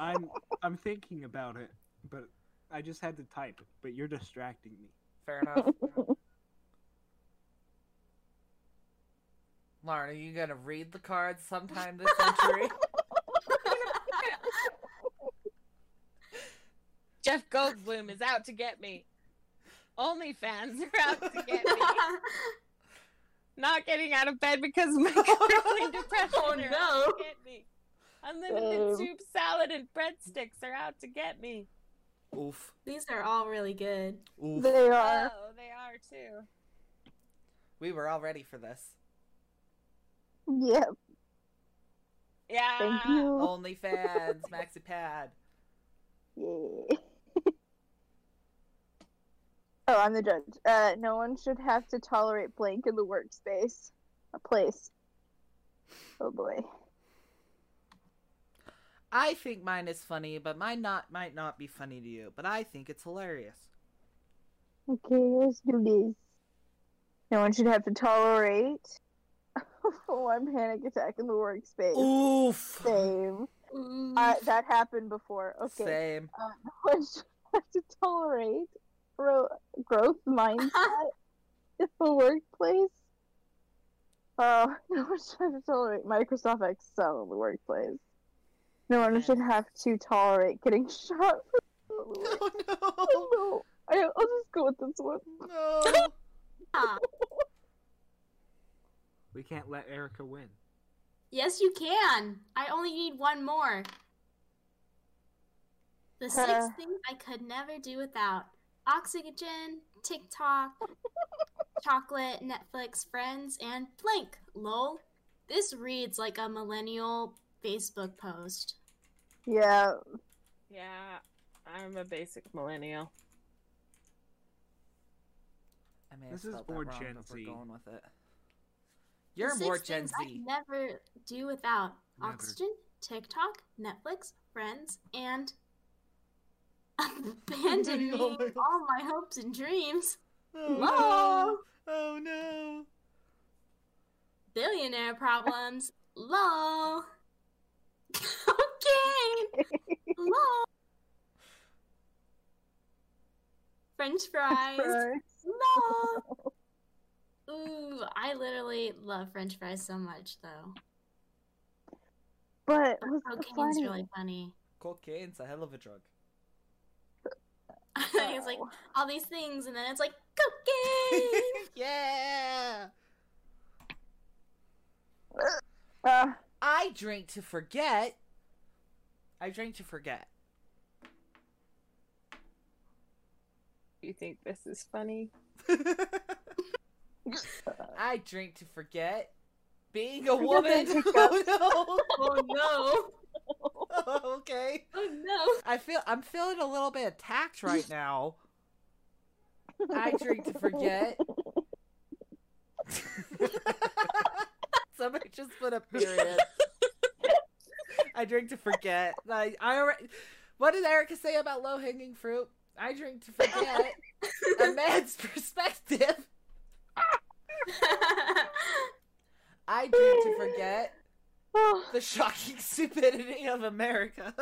[SPEAKER 2] I'm I'm thinking about it, but I just had to type. But you're distracting me.
[SPEAKER 1] Fair enough. Lauren, are you gonna read the cards sometime this century?
[SPEAKER 4] Jeff Goldblum is out to get me. OnlyFans are out to get me. Not getting out of bed because of my crippling depression
[SPEAKER 3] Oh,
[SPEAKER 4] are
[SPEAKER 3] no.
[SPEAKER 4] out to get me. Unlimited
[SPEAKER 5] Um.
[SPEAKER 4] soup, salad, and breadsticks are out to get me.
[SPEAKER 1] Oof.
[SPEAKER 3] These are all really good.
[SPEAKER 1] Oof.
[SPEAKER 5] They
[SPEAKER 4] Oh,
[SPEAKER 5] are.
[SPEAKER 4] they are too.
[SPEAKER 1] We were all ready for this.
[SPEAKER 5] Yep.
[SPEAKER 4] Yeah.
[SPEAKER 5] Thank
[SPEAKER 1] Ah. Oh.
[SPEAKER 5] you.
[SPEAKER 1] OnlyFans, MaxiPad.
[SPEAKER 5] Yeah. oh, I'm the judge. Uh, no one should have to tolerate blank in the workspace. A place. Oh boy.
[SPEAKER 1] I think mine is funny, but mine not might not be funny to you. But I think it's hilarious.
[SPEAKER 5] Okay, let's do this. No one should have to tolerate one panic attack in the workspace.
[SPEAKER 1] Oof.
[SPEAKER 5] Same. Uh, that happened before. Okay.
[SPEAKER 1] Same.
[SPEAKER 5] one should have to tolerate gro- growth mindset in the workplace. Oh, no one should have to tolerate Microsoft Excel in the workplace. No one should have to tolerate getting shot. in the work-
[SPEAKER 1] Oh
[SPEAKER 5] No, I, I'll just go with this one.
[SPEAKER 1] no. No.
[SPEAKER 2] We can't let Erica win.
[SPEAKER 3] yes, you can. I only need one more. The six
[SPEAKER 5] Uh.
[SPEAKER 3] things I could never do without oxygen, TikTok, chocolate, Netflix, friends, and blank. Lol. This reads like a millennial Facebook post.
[SPEAKER 5] Yeah,
[SPEAKER 4] Yeah. I'm a basic millennial.
[SPEAKER 1] I may have
[SPEAKER 2] This is
[SPEAKER 1] spelled that
[SPEAKER 2] more
[SPEAKER 1] wrong,
[SPEAKER 2] Gen
[SPEAKER 1] but
[SPEAKER 2] Z.
[SPEAKER 1] We're going with it.
[SPEAKER 3] The
[SPEAKER 1] You're
[SPEAKER 3] six
[SPEAKER 1] more Gen
[SPEAKER 3] things I
[SPEAKER 1] Z.
[SPEAKER 3] never do without
[SPEAKER 2] Never.
[SPEAKER 3] oxygen, TikTok, Netflix, friends, and abandoning
[SPEAKER 1] Oh my God.
[SPEAKER 3] all my hopes and dreams.
[SPEAKER 1] Oh,
[SPEAKER 3] Lol.
[SPEAKER 1] Oh no.
[SPEAKER 3] Billionaire problems. Lol. okay. Lol. French fries. Lol. Ooh, I literally love French fries so much, though.
[SPEAKER 5] but what's the
[SPEAKER 3] Cocaine's
[SPEAKER 5] funny?
[SPEAKER 3] really funny.
[SPEAKER 1] Cocaine's a hell of a drug.
[SPEAKER 3] it's
[SPEAKER 5] Oh.
[SPEAKER 3] like all these things, and then it's like cocaine.
[SPEAKER 1] yeah.
[SPEAKER 5] Uh,
[SPEAKER 1] I drink to forget. I drink to forget.
[SPEAKER 4] You think this is funny?
[SPEAKER 1] I drink to forget being a woman. oh
[SPEAKER 3] oh no!
[SPEAKER 1] no. okay.
[SPEAKER 3] Oh no!
[SPEAKER 1] I feel I'm feeling a little bit attacked right now. I drink to forget. Somebody just put a period. I drink to forget. I, I already, what did Erica say about low hanging fruit? I drink to forget a man's perspective. I drink to forget
[SPEAKER 5] oh,
[SPEAKER 1] the shocking stupidity of America.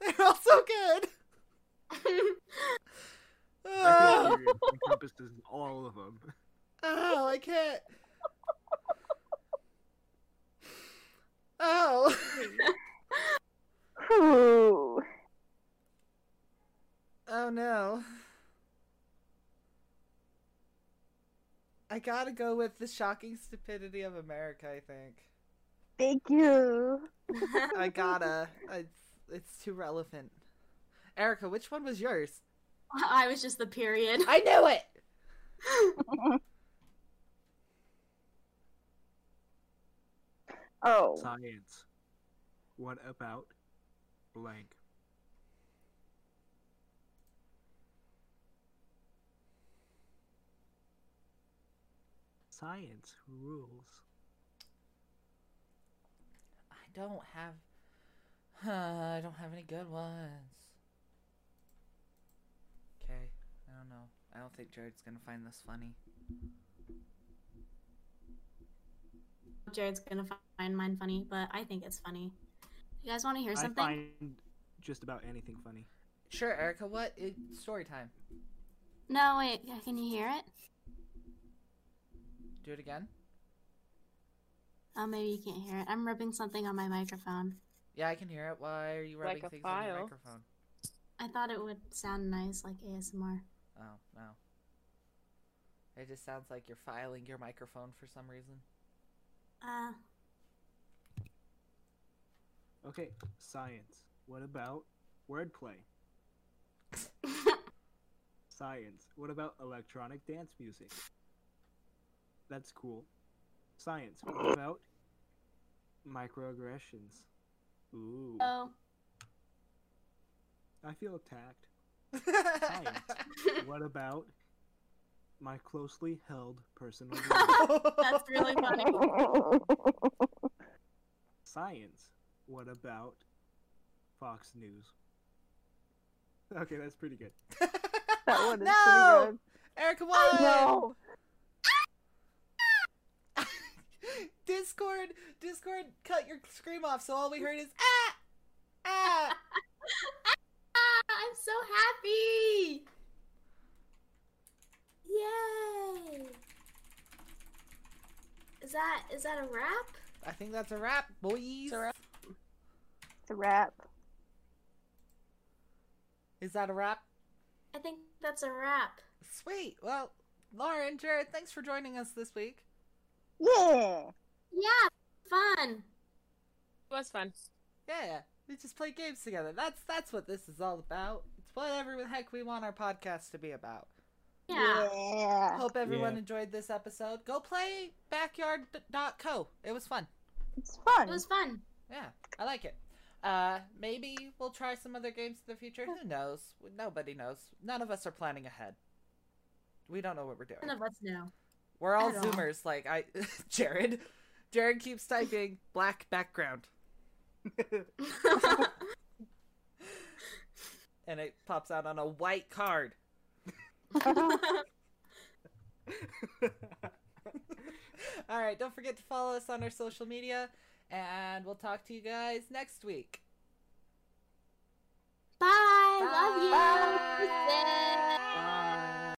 [SPEAKER 1] They're all so good.
[SPEAKER 2] I
[SPEAKER 1] Oh,
[SPEAKER 2] think period encompasses all of them.
[SPEAKER 1] Oh, I can't. Oh.
[SPEAKER 5] Ooh.
[SPEAKER 1] Oh no. I gotta go with the shocking stupidity of America, I think.
[SPEAKER 5] Thank you.
[SPEAKER 1] I gotta. I, it's too relevant. Erica, which one was yours?
[SPEAKER 3] I was just the period.
[SPEAKER 1] I knew it!
[SPEAKER 5] Oh.
[SPEAKER 2] Science. What about blank? Science rules.
[SPEAKER 1] I don't have. Huh, I don't have any good ones. Okay, I don't know. I don't think Jared's gonna find this funny.
[SPEAKER 3] Jared's gonna find mine funny, but I think it's funny. You guys want to hear
[SPEAKER 2] I
[SPEAKER 3] something?
[SPEAKER 2] find just about anything funny.
[SPEAKER 1] Sure, Erica, what? It's story time.
[SPEAKER 3] No, wait. yeah, Can you hear it?
[SPEAKER 1] Do it again?
[SPEAKER 3] Oh, maybe you can't hear it. I'm rubbing something on my microphone.
[SPEAKER 1] Yeah, I can hear it. Why are you
[SPEAKER 4] Like
[SPEAKER 1] rubbing
[SPEAKER 4] a
[SPEAKER 1] things on your
[SPEAKER 4] file.
[SPEAKER 1] microphone?
[SPEAKER 3] I thought it would sound nice, like ASMR.
[SPEAKER 1] Oh, no. It just sounds like you're filing your microphone for some reason.
[SPEAKER 3] Uh,
[SPEAKER 2] Okay, science. What about wordplay? Science. What about electronic dance music? That's cool. Science. What about microaggressions? Ooh.
[SPEAKER 3] oh,
[SPEAKER 2] I feel attacked.
[SPEAKER 1] Science.
[SPEAKER 2] What about my closely held personal beliefs?
[SPEAKER 3] that's really funny.
[SPEAKER 2] Science. What about Fox News? Okay, that's pretty good.
[SPEAKER 5] that one is
[SPEAKER 1] no! Uh,
[SPEAKER 5] pretty
[SPEAKER 1] Erica
[SPEAKER 5] good.
[SPEAKER 1] won!
[SPEAKER 5] No.
[SPEAKER 1] Discord, Discord, cut your scream off, so all we heard is ah, ah.
[SPEAKER 3] Ah, I'm so happy! Yay! Is that is that a wrap?
[SPEAKER 1] I think that's a wrap, boys.
[SPEAKER 4] It's a wrap.
[SPEAKER 5] It's a wrap.
[SPEAKER 1] Is that a wrap?
[SPEAKER 3] I think that's a wrap.
[SPEAKER 1] Sweet. Well, Lauren, Jared, thanks for joining us this week.
[SPEAKER 5] Yeah.
[SPEAKER 3] Yeah, fun.
[SPEAKER 4] It was fun.
[SPEAKER 1] Yeah, we just play games together. That's that's what this is all about. It's whatever the heck we want our podcast to be about.
[SPEAKER 3] Yeah.
[SPEAKER 5] Yeah.
[SPEAKER 1] Hope everyone
[SPEAKER 2] Yeah.
[SPEAKER 1] enjoyed this episode. Go play backyard.co. It was fun.
[SPEAKER 5] It's fun.
[SPEAKER 3] It was fun.
[SPEAKER 1] Yeah, I like it. Uh, maybe we'll try some other games in the future. Who knows? Nobody knows. None of us are planning ahead. We don't know what we're
[SPEAKER 3] None
[SPEAKER 1] doing.
[SPEAKER 3] of us know.
[SPEAKER 1] We're all
[SPEAKER 3] at all.
[SPEAKER 1] Zoomers. Like I, Jared. Jared keeps typing black background, and it pops out on a white card. all right. Don't forget to follow us on our social media, and we'll talk to you guys next week.
[SPEAKER 3] Bye. Love you.
[SPEAKER 1] Bye.